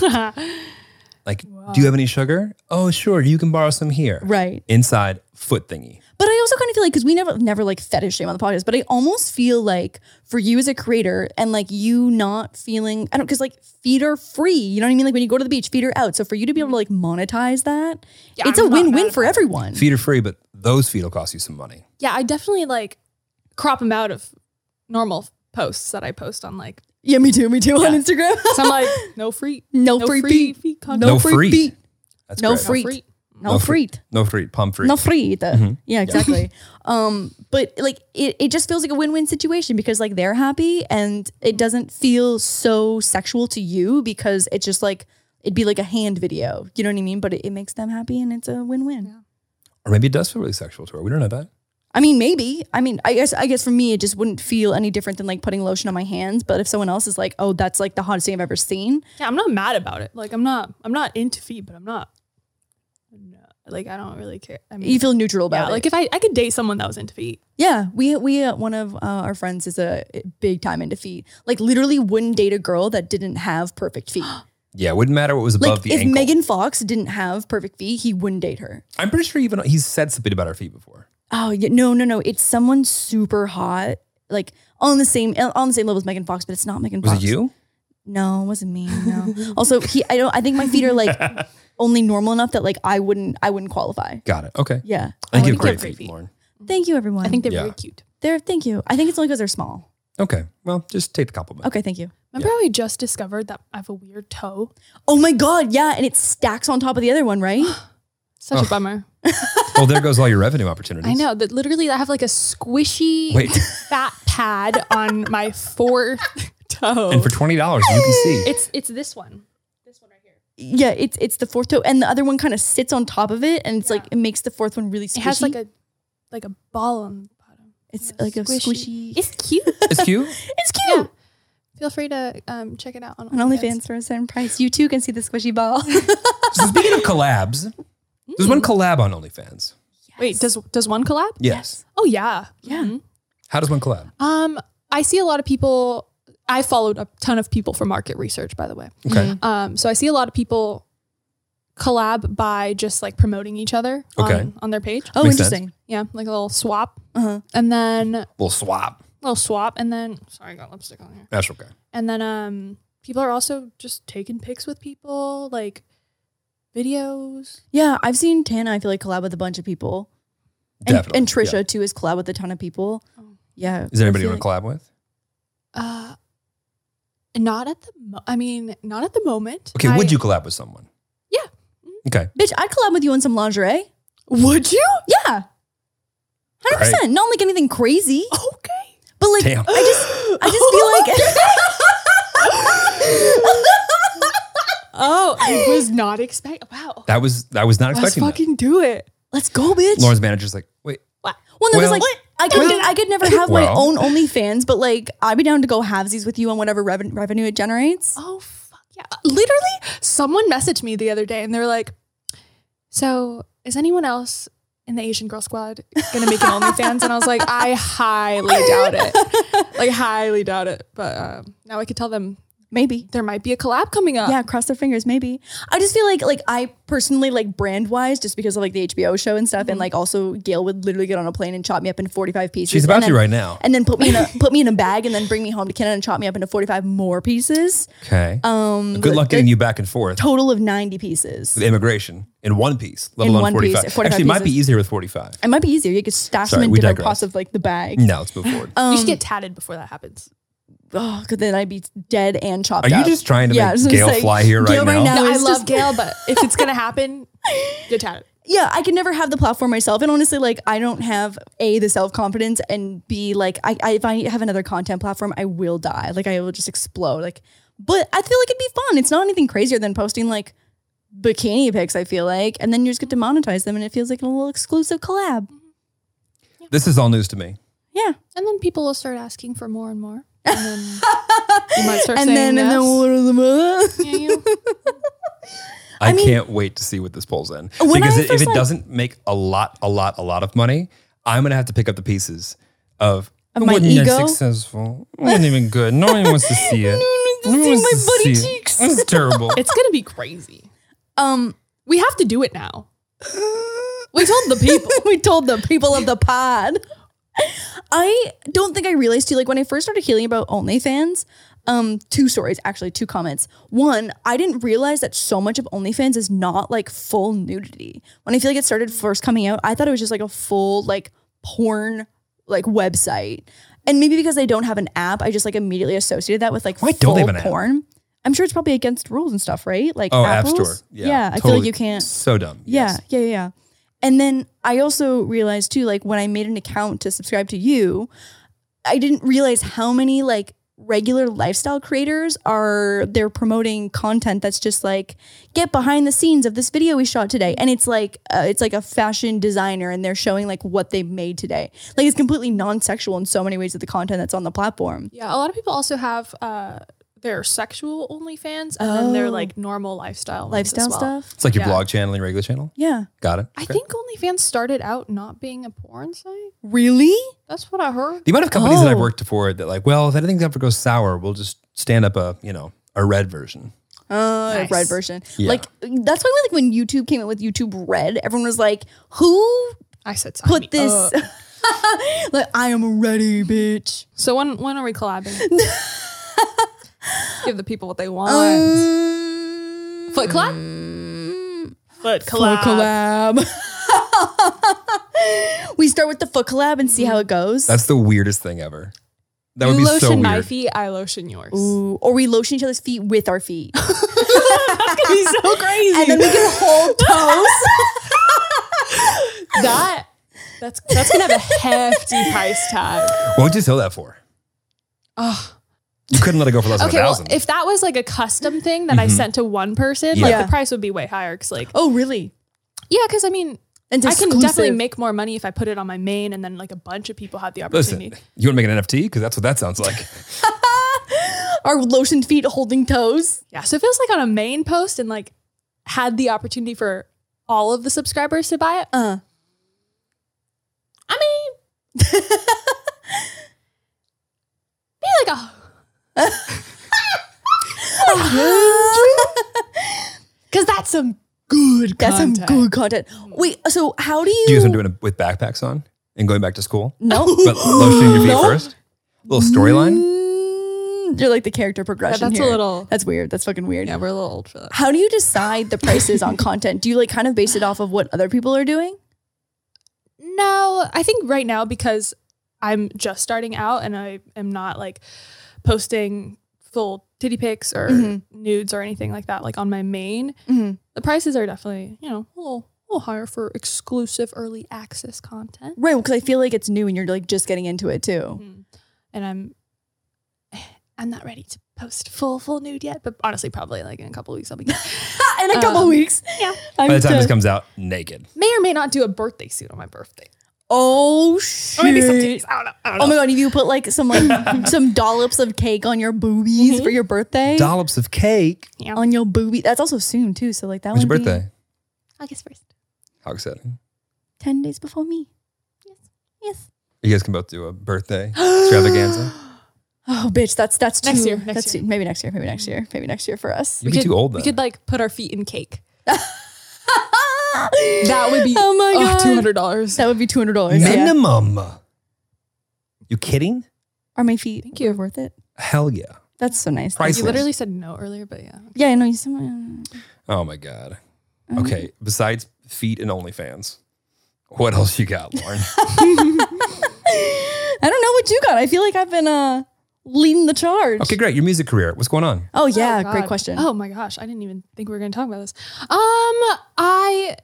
Speaker 1: Like, do you have any sugar? Oh, sure. You can borrow some here.
Speaker 2: right?
Speaker 1: Inside foot thingy.
Speaker 2: But I also kind of feel like because we never never like fetish shame on the podcast, but I almost feel like for you as a creator and like you not feeling I don't because like feet are free, you know what I mean? Like when you go to the beach, feet are out. So for you to be able to like monetize that, it's a
Speaker 4: Mm-hmm. I'm not
Speaker 2: win win
Speaker 4: mad
Speaker 2: for everyone.
Speaker 1: Feet are free, but those feet will cost you some money.
Speaker 4: yeah i definitely like crop them out of normal posts that i post on like
Speaker 2: Yeah, me too. Me too on Instagram.
Speaker 4: so i'm like no free
Speaker 2: no,
Speaker 4: no
Speaker 2: free
Speaker 4: free
Speaker 2: feet.
Speaker 4: feet content.
Speaker 2: No, free
Speaker 1: free.
Speaker 2: feet.
Speaker 1: That's
Speaker 2: No
Speaker 1: great.
Speaker 2: free.
Speaker 4: free.
Speaker 2: No frites.
Speaker 1: No free. Pomfret.
Speaker 2: No free.
Speaker 4: Mm-hmm.
Speaker 2: Yeah, exactly. um, but like it, it just feels like a win-win situation because like they're happy and it doesn't feel so sexual to you because it's just like it'd be like a hand video. You know what I mean? But it, it makes them happy and it's a win-win.
Speaker 1: Or maybe it does feel really sexual to her. We don't know that.
Speaker 2: I mean, maybe. I mean, I guess I guess for me it just wouldn't feel any different than like putting lotion on my hands. But if someone else is like, oh, that's like the hottest thing I've ever seen,
Speaker 4: Yeah, I'm not mad about it. Like I'm not I'm not into feet, but I'm not no, like I don't really care. I mean,
Speaker 2: you feel neutral about
Speaker 4: yeah,
Speaker 2: it.
Speaker 4: like if I I could date someone that was into feet.
Speaker 2: Yeah, we we uh, one of uh, our friends is a big time into feet. Like literally, wouldn't date a girl that didn't have perfect feet.
Speaker 1: Yeah, it wouldn't matter what was above
Speaker 2: like
Speaker 1: the
Speaker 2: if
Speaker 1: ankle.
Speaker 2: Megan Fox didn't have perfect feet, he wouldn't date her.
Speaker 1: I'm pretty sure even he's said something about our feet before.
Speaker 2: Oh yeah, no no no, it's someone super hot, like on the same uh, on the same level as Megan Fox, but it's not Megan
Speaker 1: Was
Speaker 2: Fox.
Speaker 1: it you?
Speaker 2: No, it wasn't me. No. also, he I don't I think my feet are like only normal enough that like I wouldn't I wouldn't qualify.
Speaker 1: Got it. Okay.
Speaker 2: Yeah.
Speaker 1: I think you
Speaker 2: wouldn't
Speaker 1: have great
Speaker 2: qualify.
Speaker 1: feet, Lauren.
Speaker 2: Thank you, everyone.
Speaker 4: I think they're
Speaker 1: Yeah.
Speaker 4: very cute.
Speaker 2: they're thank you. I think it's only because they're small.
Speaker 1: Okay. Well, just take the compliment.
Speaker 2: Okay, thank you.
Speaker 4: Remember how we just discovered that I have a weird toe?
Speaker 2: Oh my god, yeah, and it stacks on top of the other one, right?
Speaker 4: Such
Speaker 1: Ugh.
Speaker 4: a bummer.
Speaker 1: Well, there goes all your revenue opportunities.
Speaker 4: I know that literally I have like a squishy
Speaker 1: Wait.
Speaker 4: fat pad on my fourth toe.
Speaker 1: And for twenty dollars, you can see.
Speaker 4: it's it's this one.
Speaker 2: yeah, it's it's the fourth toe, and the other one kind of sits on top of it, and it's like it makes the fourth one really squishy.
Speaker 4: It has like a like a ball on the bottom.
Speaker 2: it's like a squishy.
Speaker 4: It's cute.
Speaker 1: It's cute.
Speaker 2: It's cute.
Speaker 4: Feel free to um, check it out on,
Speaker 2: On OnlyFans for a certain price, you too can see the squishy ball. Oh,
Speaker 1: So speaking of collabs, there's one collab on OnlyFans.
Speaker 4: Wait, does does one collab?
Speaker 1: Yes.
Speaker 4: Oh yeah.
Speaker 2: Yeah.
Speaker 4: Mhm.
Speaker 1: How does one collab?
Speaker 4: Um, I see a lot of people. I followed a ton of people for market research, by the way.
Speaker 1: Okay.
Speaker 2: Mm.
Speaker 4: Um, so I see a lot of people collab by just like promoting each other
Speaker 1: Okay.
Speaker 4: on, on their page.
Speaker 2: oh,
Speaker 1: Makes sense.
Speaker 2: interesting.
Speaker 4: Yeah, like a little swap,
Speaker 2: Uh-huh.
Speaker 4: and then
Speaker 1: We'll swap.
Speaker 4: little swap, and then sorry, I got lipstick on here.
Speaker 1: That's okay.
Speaker 4: And then um, people are also just taking pics with people, like videos.
Speaker 2: Yeah, I've seen Tana. I feel like collab with a bunch of people, and,
Speaker 1: Definitely.
Speaker 2: and Trisha
Speaker 1: Yeah.
Speaker 2: too is collab with a ton of people.
Speaker 4: Oh.
Speaker 2: Yeah,
Speaker 1: Is there anybody
Speaker 2: I
Speaker 1: you
Speaker 2: feel
Speaker 1: want to collab with?
Speaker 4: Uh, not at the. Mo- I mean, not at the moment.
Speaker 1: Okay.
Speaker 4: I-
Speaker 1: Would you collab with someone?
Speaker 4: Yeah.
Speaker 1: Okay.
Speaker 2: like- Bitch, I'd collab with you on some lingerie.
Speaker 4: Would you?
Speaker 2: Yeah, hundred percent. Not like anything crazy,
Speaker 4: Okay.
Speaker 2: but like
Speaker 1: Damn.
Speaker 2: I just I just feel like.
Speaker 4: Oh, I was not expecting. Wow.
Speaker 1: That was that was not
Speaker 4: Let's
Speaker 1: expecting that.
Speaker 4: fucking do it.
Speaker 2: Let's go, bitch.
Speaker 1: Lauren's manager's like, wait,
Speaker 2: Well, no, because
Speaker 1: Well-
Speaker 2: like I could, I could never have my
Speaker 1: Well.
Speaker 2: own OnlyFans, but like I'd be down to go halvesies with you on whatever reven- revenue it generates.
Speaker 4: Oh fuck yeah! Literally, someone messaged me the other day, and they were like, "So, is anyone else in the Asian Girl Squad gonna make an OnlyFans?" and I was like, "I highly doubt it. Like, highly doubt it." But um, now I could tell them
Speaker 2: Maybe.
Speaker 4: there might be a collab coming up.
Speaker 2: Yeah, cross their fingers. Maybe. I just feel like like I personally like brand wise, just because of like the HBO show and stuff,
Speaker 4: Mm-hmm.
Speaker 2: and like also Gail would literally get on a plane and chop me up into forty five pieces.
Speaker 1: she's about
Speaker 2: and
Speaker 1: to
Speaker 2: then-
Speaker 1: right now.
Speaker 2: And then put me in a put me in a bag and then bring me home to Canada and chop me up into forty five more pieces.
Speaker 1: Okay.
Speaker 2: Um,
Speaker 1: Good luck
Speaker 2: the
Speaker 1: getting you back and forth
Speaker 2: Total of ninety pieces.
Speaker 1: with immigration in one piece, let
Speaker 2: In
Speaker 1: alone
Speaker 2: one piece,
Speaker 1: 45.
Speaker 2: 45
Speaker 1: Actually, it might be
Speaker 2: pieces.
Speaker 1: easier with 45.
Speaker 2: It might be easier. You could stash
Speaker 1: Sorry,
Speaker 2: them in
Speaker 1: we
Speaker 2: different
Speaker 1: digress.
Speaker 2: parts of like the bag.
Speaker 1: No, let's move forward.
Speaker 4: you should get tatted before that happens.
Speaker 2: oh, because then I'd be dead and chopped
Speaker 1: Are you
Speaker 2: up.
Speaker 1: just trying to
Speaker 2: Yeah, I was
Speaker 1: make
Speaker 2: gonna
Speaker 1: Gail
Speaker 2: say,
Speaker 1: fly here right
Speaker 2: Gail right
Speaker 1: now?
Speaker 2: now-
Speaker 4: No,
Speaker 2: No,
Speaker 4: I
Speaker 2: it's just-
Speaker 4: love Gail, but if it's gonna happen, get tatted.
Speaker 2: yeah, I could never have the platform myself. And honestly, like I don't have a the self confidence and b like I, I if I have another content platform, I will die. Like I will just explode. Like, but I feel like it'd be fun. It's not anything crazier than posting like bikini pics. I feel like, and then you just get to monetize them, and it feels like a little exclusive collab.
Speaker 1: This is all news to me.
Speaker 2: Yeah,
Speaker 4: And then people will start asking for more and more. And then you might start
Speaker 2: and
Speaker 4: saying
Speaker 2: then and then
Speaker 4: yes.
Speaker 2: what are the
Speaker 4: Yeah, you-
Speaker 1: I,
Speaker 2: mean-
Speaker 1: can't wait to see what this pulls in.
Speaker 2: When
Speaker 1: Because
Speaker 2: I
Speaker 1: it, if
Speaker 2: first,
Speaker 1: it
Speaker 2: like-
Speaker 1: doesn't make a lot, a lot, a lot of money, I'm going to have to pick up the pieces of,
Speaker 2: Of my
Speaker 1: wasn't that
Speaker 2: ego?
Speaker 1: successful. It wasn't even good. No one wants to see it.
Speaker 2: No one wants to see my
Speaker 1: wants to
Speaker 2: butty
Speaker 1: it.
Speaker 2: cheeks.
Speaker 1: It's terrible.
Speaker 4: it's gonna be crazy.
Speaker 2: um.
Speaker 4: We have to do it now.
Speaker 2: We told the people. we told the people of the pod. I don't think I realized too. Like when I first started hearing about OnlyFans, um, two stories actually, two comments. One, I didn't realize that so much of OnlyFans is not like full nudity. When I feel like it started first coming out, I thought it was just like a full like porn like website. And maybe because they don't have an app, I just like immediately associated that with like
Speaker 1: Why don't
Speaker 2: full
Speaker 1: they have an app?
Speaker 2: porn. I'm sure it's probably against rules and stuff, right? Like
Speaker 1: Oh,
Speaker 2: Apple's?
Speaker 1: App Store. Yeah,
Speaker 2: I feel like
Speaker 1: totally.
Speaker 2: you can't.
Speaker 1: So dumb.
Speaker 2: Yeah,
Speaker 1: Yes.
Speaker 2: yeah, yeah, yeah. And then I also realized too, like when I made an account to subscribe to you, I didn't realize how many like regular lifestyle creators are they're promoting content that's just like get behind the scenes of this video we shot today and it's like uh, it's like a fashion designer and they're showing like what they made today like it's completely non-sexual in so many ways of the content that's on the platform
Speaker 4: Yeah, a lot of people also have uh, their sexual only fans and then their
Speaker 2: Oh.
Speaker 4: like normal lifestyle ones as
Speaker 2: lifestyle
Speaker 4: well.
Speaker 2: stuff
Speaker 1: It's like your
Speaker 4: Yeah.
Speaker 1: blog channel and your regular channel.
Speaker 2: yeah
Speaker 1: Got it.
Speaker 4: I
Speaker 1: Okay.
Speaker 4: think OnlyFans started out not being a porn site.
Speaker 2: really
Speaker 4: That's what I heard.
Speaker 1: the amount of companies that I've
Speaker 2: Oh.
Speaker 1: worked for that like, well, if anything ever goes sour, we'll just stand up a you know a red version.
Speaker 2: Uh,
Speaker 4: Nice.
Speaker 2: red version.
Speaker 1: Yeah.
Speaker 2: Like that's why like when YouTube came out with YouTube Red, everyone was like, "Who
Speaker 4: I said sign me
Speaker 2: put this?"
Speaker 4: up.
Speaker 2: like I am ready, bitch.
Speaker 4: So when when are we collabing? Give the people what they want.
Speaker 2: Um,
Speaker 4: Foot collab?
Speaker 2: Foot collab. we start with the foot collab and see how it goes.
Speaker 1: That's the weirdest thing ever. That would
Speaker 4: you
Speaker 1: be
Speaker 4: lotion
Speaker 1: so weird.
Speaker 4: my feet, I lotion yours.
Speaker 2: Ooh, or we lotion each other's feet with our feet,
Speaker 4: He's so crazy.
Speaker 2: and then we can hold toes.
Speaker 4: that that's that's gonna have a hefty price tag.
Speaker 1: What would you sell that for?
Speaker 4: Ugh.
Speaker 1: You couldn't let it go for less
Speaker 4: Okay,
Speaker 1: than a
Speaker 4: well,
Speaker 1: thousand. Mm-hmm.
Speaker 4: if that was like a custom thing that I sent to one person, like
Speaker 2: Yeah.
Speaker 4: the price would be way higher. Cause like,
Speaker 2: oh, really?
Speaker 4: yeah, because I mean,
Speaker 2: And
Speaker 4: I can definitely
Speaker 2: exclusive.
Speaker 4: make more money if I put it on my main, and then like a bunch of people have the
Speaker 1: Listen,
Speaker 4: opportunity.
Speaker 1: you want to make an NFT because that's what that sounds like.
Speaker 2: our lotioned feet holding toes.
Speaker 4: Yeah, so if it was like on a main post and like had the opportunity for all of the subscribers to buy it,
Speaker 2: Uh.
Speaker 4: I mean, be like a because that's some good.
Speaker 2: That's some
Speaker 4: content.
Speaker 2: good content. Wait, so how do you?
Speaker 1: Do you guys want to do it with backpacks on and going back to school?
Speaker 2: no,
Speaker 1: But lotioning your feet
Speaker 2: No.
Speaker 1: first? Little storyline?
Speaker 2: Mm, You're like the character
Speaker 4: Yeah,
Speaker 2: progression.
Speaker 4: that's a
Speaker 2: here.
Speaker 4: little.
Speaker 2: That's weird. That's fucking weird.
Speaker 4: Yeah, we're a little old for that.
Speaker 2: How do you decide the prices on content? Do you like kind of base it off of what other people are doing?
Speaker 4: No, I think right now because I'm just starting out and I am not like posting full titty pics or
Speaker 2: Mhm.
Speaker 4: nudes or anything like that, like on my main,
Speaker 2: Mhm.
Speaker 4: the prices are definitely, you know, a little, a little higher for exclusive early access content.
Speaker 2: Right, because I feel like it's new and you're like just getting into it
Speaker 4: Mm-hmm.
Speaker 2: too.
Speaker 4: And I'm I'm not ready to post full full nude yet, but honestly probably like in a couple weeks I'll be
Speaker 2: In a couple
Speaker 4: Um,
Speaker 2: weeks.
Speaker 4: yeah.
Speaker 2: I'm
Speaker 1: By the time
Speaker 2: done.
Speaker 1: this comes out, naked.
Speaker 4: may or may not do a birthday suit on my birthday.
Speaker 2: oh
Speaker 4: Or maybe some
Speaker 2: shit.
Speaker 4: titties. I don't know. I don't know.
Speaker 2: Oh my god, if you put like some like some dollops of cake on your boobies
Speaker 4: Mm-hmm.
Speaker 2: for your birthday.
Speaker 1: Dollops of cake.
Speaker 2: on your boobie. That's also soon too. So like that
Speaker 1: When's your
Speaker 2: would be
Speaker 1: birthday?
Speaker 5: August 1st.
Speaker 1: How exciting.
Speaker 2: Ten days before me. Yes. Yes.
Speaker 1: You guys can both do a birthday extravaganza.
Speaker 2: Oh, bitch, that's that's
Speaker 4: Next
Speaker 2: too-
Speaker 4: year, next
Speaker 2: that's
Speaker 4: year.
Speaker 2: Maybe next year. Maybe next year. Maybe next year for us.
Speaker 1: You'd be too old
Speaker 4: We
Speaker 1: then.
Speaker 4: could like put our feet in cake.
Speaker 2: that
Speaker 4: That would be
Speaker 2: Oh my god.
Speaker 4: two hundred dollars.
Speaker 2: That would be two hundred dollars. Yeah.
Speaker 1: Minimum. You kidding?
Speaker 2: Are my feet?
Speaker 4: Thank you.
Speaker 2: Worth it.
Speaker 1: Hell yeah.
Speaker 2: That's so nice.
Speaker 1: Priceless.
Speaker 4: You literally said no earlier, but yeah.
Speaker 2: Yeah, I know you. said- um,
Speaker 1: Oh my god. Okay. Besides feet and OnlyFans, what else you got, Lauren?
Speaker 2: I don't know what you got. I feel like I've been uh leading the charge.
Speaker 1: okay, great. Your music career. What's going on?
Speaker 2: Oh yeah,
Speaker 4: Oh,
Speaker 2: great
Speaker 4: God.
Speaker 2: question.
Speaker 4: Oh my gosh, I didn't even think we were going to talk about this. Um, I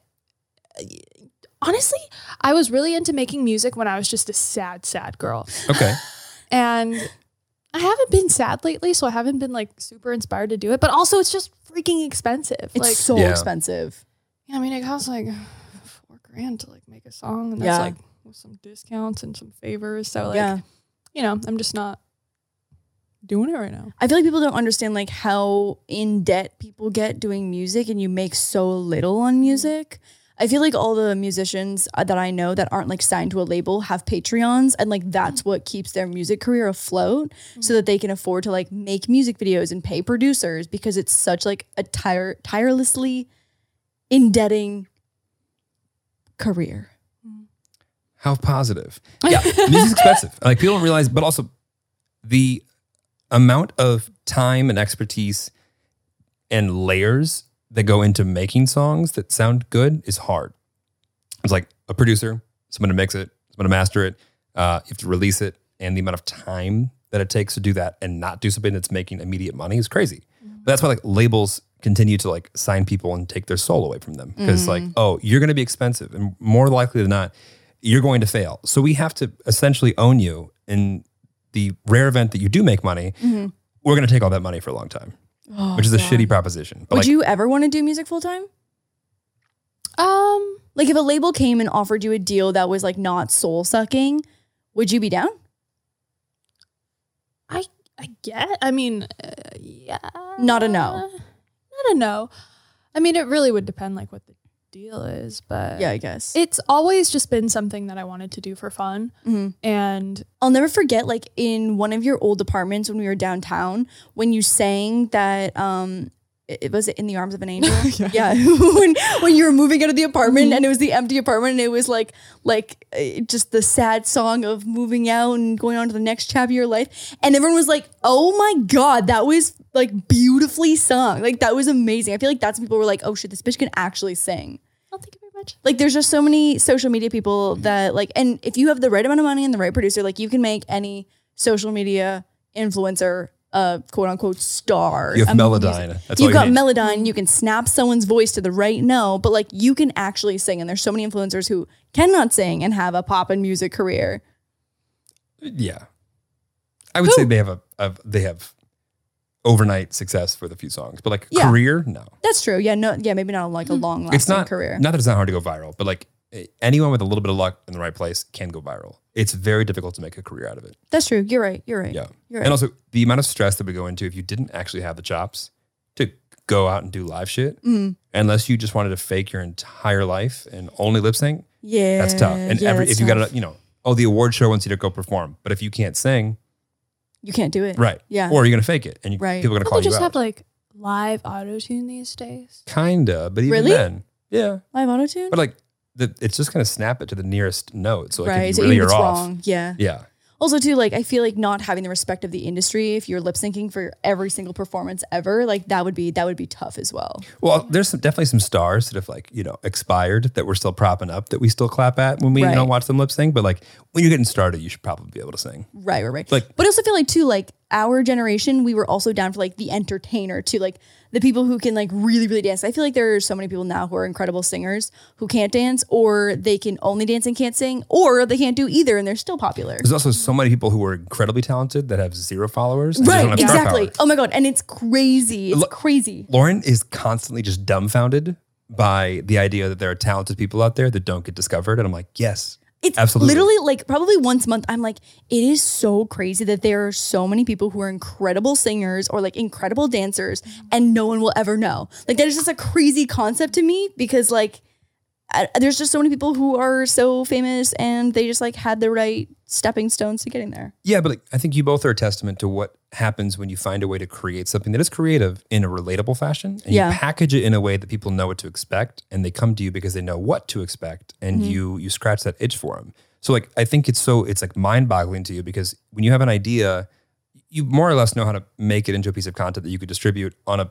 Speaker 4: honestly, I was really into making music when I was just a sad, sad girl,
Speaker 1: Okay.
Speaker 4: and I haven't been sad lately, so I haven't been like super inspired to do it. But also, it's just freaking expensive.
Speaker 2: it's
Speaker 4: like,
Speaker 2: so
Speaker 1: Yeah.
Speaker 2: expensive.
Speaker 4: I mean, it costs like four grand to like make a song, and that's
Speaker 2: Yeah.
Speaker 4: like with some discounts and some favors. So like,
Speaker 2: yeah,
Speaker 4: you know, I'm just not doing it right now.
Speaker 2: I feel like people don't understand like how in debt people get doing music, and you make so little on music. I feel like all the musicians uh, that I know that aren't like signed to a label have Patreons, and like that's what keeps their music career afloat, so that they can afford to like make music videos and pay producers because it's such like a tire tirelessly indebting career.
Speaker 1: How positive. Yeah. Music's expensive. Like people don't realize, but also the amount of time and expertise and layers that go into making songs that sound good is hard. It's like a producer, someone to mix it, someone to master it, uh, you have to release it, and the amount of time that it takes to do that and not do something that's making immediate money is crazy. But that's why like labels continue to like sign people and take their soul away from them because like oh you're going to be expensive and more likely than not you're going to fail. So we have to essentially own you in the rare event that you do make money.
Speaker 2: Mm-hmm.
Speaker 1: We're going to take all that money for a long time, which is a shitty proposition. But
Speaker 2: Oh, Would
Speaker 1: like,
Speaker 2: you ever want to do music full time?
Speaker 4: Um,
Speaker 2: Like if a label came and offered you a deal that was like not soul sucking, would you be down?
Speaker 4: I I get. I mean, uh, yeah.
Speaker 2: Not a no.
Speaker 4: Not a no. I mean, it really would depend like what the deal is, but
Speaker 2: Yeah, I guess.
Speaker 4: It's always just been something that I wanted to do for fun.
Speaker 2: Mhm.
Speaker 4: And
Speaker 2: I'll never forget, like in one of your old apartments when we were downtown, when you sang that um it it was in the arms of an angel. yeah. when when you were moving out of the apartment and it was the empty apartment and it was like like eh, just the sad song of moving out and going on to the next chapter of your life. And everyone was like, "Oh my god, that was like beautifully sung. Like that was amazing." I feel like that's when people were like, "Oh shit, this bitch can actually sing."
Speaker 4: I'll think very much.
Speaker 2: like there's just so many social media people
Speaker 1: Mm-hmm.
Speaker 2: that like and if you have the right amount of money and the right producer like you can make any social media influencer a quote unquote star
Speaker 1: You have
Speaker 2: Um,
Speaker 1: Melodyne. That's all
Speaker 2: you've
Speaker 1: you
Speaker 2: got
Speaker 1: need.
Speaker 2: melodyne you can snap someone's voice to the right no but like you can actually sing and there's so many influencers who cannot sing and have a pop and music career
Speaker 1: Yeah, I would say they have a, a they have overnight success with a few songs, but like
Speaker 2: Yeah.
Speaker 1: career, no,
Speaker 2: that's true yeah no yeah maybe not like a long
Speaker 1: Hmm. it's
Speaker 2: lasting
Speaker 1: not
Speaker 2: career
Speaker 1: Not that it's not hard to go viral, but like eh, anyone with a little bit of luck in the right place can go viral. It's very difficult to make a career out of it.
Speaker 2: that's true you're right you're right
Speaker 1: Yeah,
Speaker 2: you're
Speaker 1: and
Speaker 2: right
Speaker 1: also the amount of stress that we go into if you didn't actually have the chops to go out and do live shit,
Speaker 2: Mm.
Speaker 1: unless you just wanted to fake your entire life and only lip sync.
Speaker 2: yeah
Speaker 1: That's tough. And
Speaker 2: yeah,
Speaker 1: every
Speaker 2: that's
Speaker 1: if you got
Speaker 2: tough.
Speaker 1: to you know, oh, the award show wants you to go perform, but if you can't sing,
Speaker 2: you can't do it
Speaker 1: right?
Speaker 2: Yeah.
Speaker 1: Or are you gonna fake it, and you,
Speaker 2: Right.
Speaker 1: people are gonna
Speaker 4: People
Speaker 1: call you
Speaker 4: just
Speaker 1: out.
Speaker 4: have like live auto tune these days.
Speaker 1: Kinda, but even
Speaker 2: Really?
Speaker 1: then, yeah.
Speaker 2: live autotune
Speaker 1: But like, the, it's just gonna snap it to the nearest note. So like,
Speaker 2: right
Speaker 1: if
Speaker 2: so
Speaker 1: you really
Speaker 2: even if
Speaker 1: are
Speaker 2: it's
Speaker 1: off,
Speaker 2: wrong yeah
Speaker 1: yeah.
Speaker 2: Also, too, like I feel like not having the respect of the industry if you're lip syncing for every single performance ever, like that would be that would be tough as well.
Speaker 1: Well, there's some, definitely some stars that have like you know expired that we're still propping up that we still clap at when we
Speaker 2: Right.
Speaker 1: don't watch them lip sync. But like when you're getting started, you should probably be able to sing.
Speaker 2: Right, right, right.
Speaker 1: Like-
Speaker 2: but I also feel like too, like our generation, we were also down for like the entertainer too, like the people who can like really, really dance. I feel like there are so many people now who are incredible singers who can't dance, or they can only dance and can't sing, or they can't do either and they're still popular.
Speaker 1: There's also so many people who are incredibly talented that have zero followers. and they don't
Speaker 2: Right,
Speaker 1: have star
Speaker 2: exactly.
Speaker 1: power.
Speaker 2: Oh my god, and it's crazy. It's
Speaker 1: Look-
Speaker 2: crazy.
Speaker 1: Lauren is constantly just dumbfounded by the idea that there are talented people out there that don't get discovered, and I'm like, yes,
Speaker 2: It's
Speaker 1: Absolutely.
Speaker 2: literally like probably once a month. I'm like, it is so crazy that there are so many people who are incredible singers or like incredible dancers, and no one will ever know. Like that is just a crazy concept to me because like I, there's just so many people who are so famous and they just like had the right stepping stones to getting there.
Speaker 1: Yeah, but like, I think you both are a testament to what happens when you find a way to create something that is creative in a relatable fashion and
Speaker 2: Yeah.
Speaker 1: you package it in a way that people know what to expect and they come to you because they know what to expect and you you scratch that itch for them. So like I think it's so it's like mind-boggling to you because when you have an idea, you more or less know how to make it into a piece of content that you could distribute on a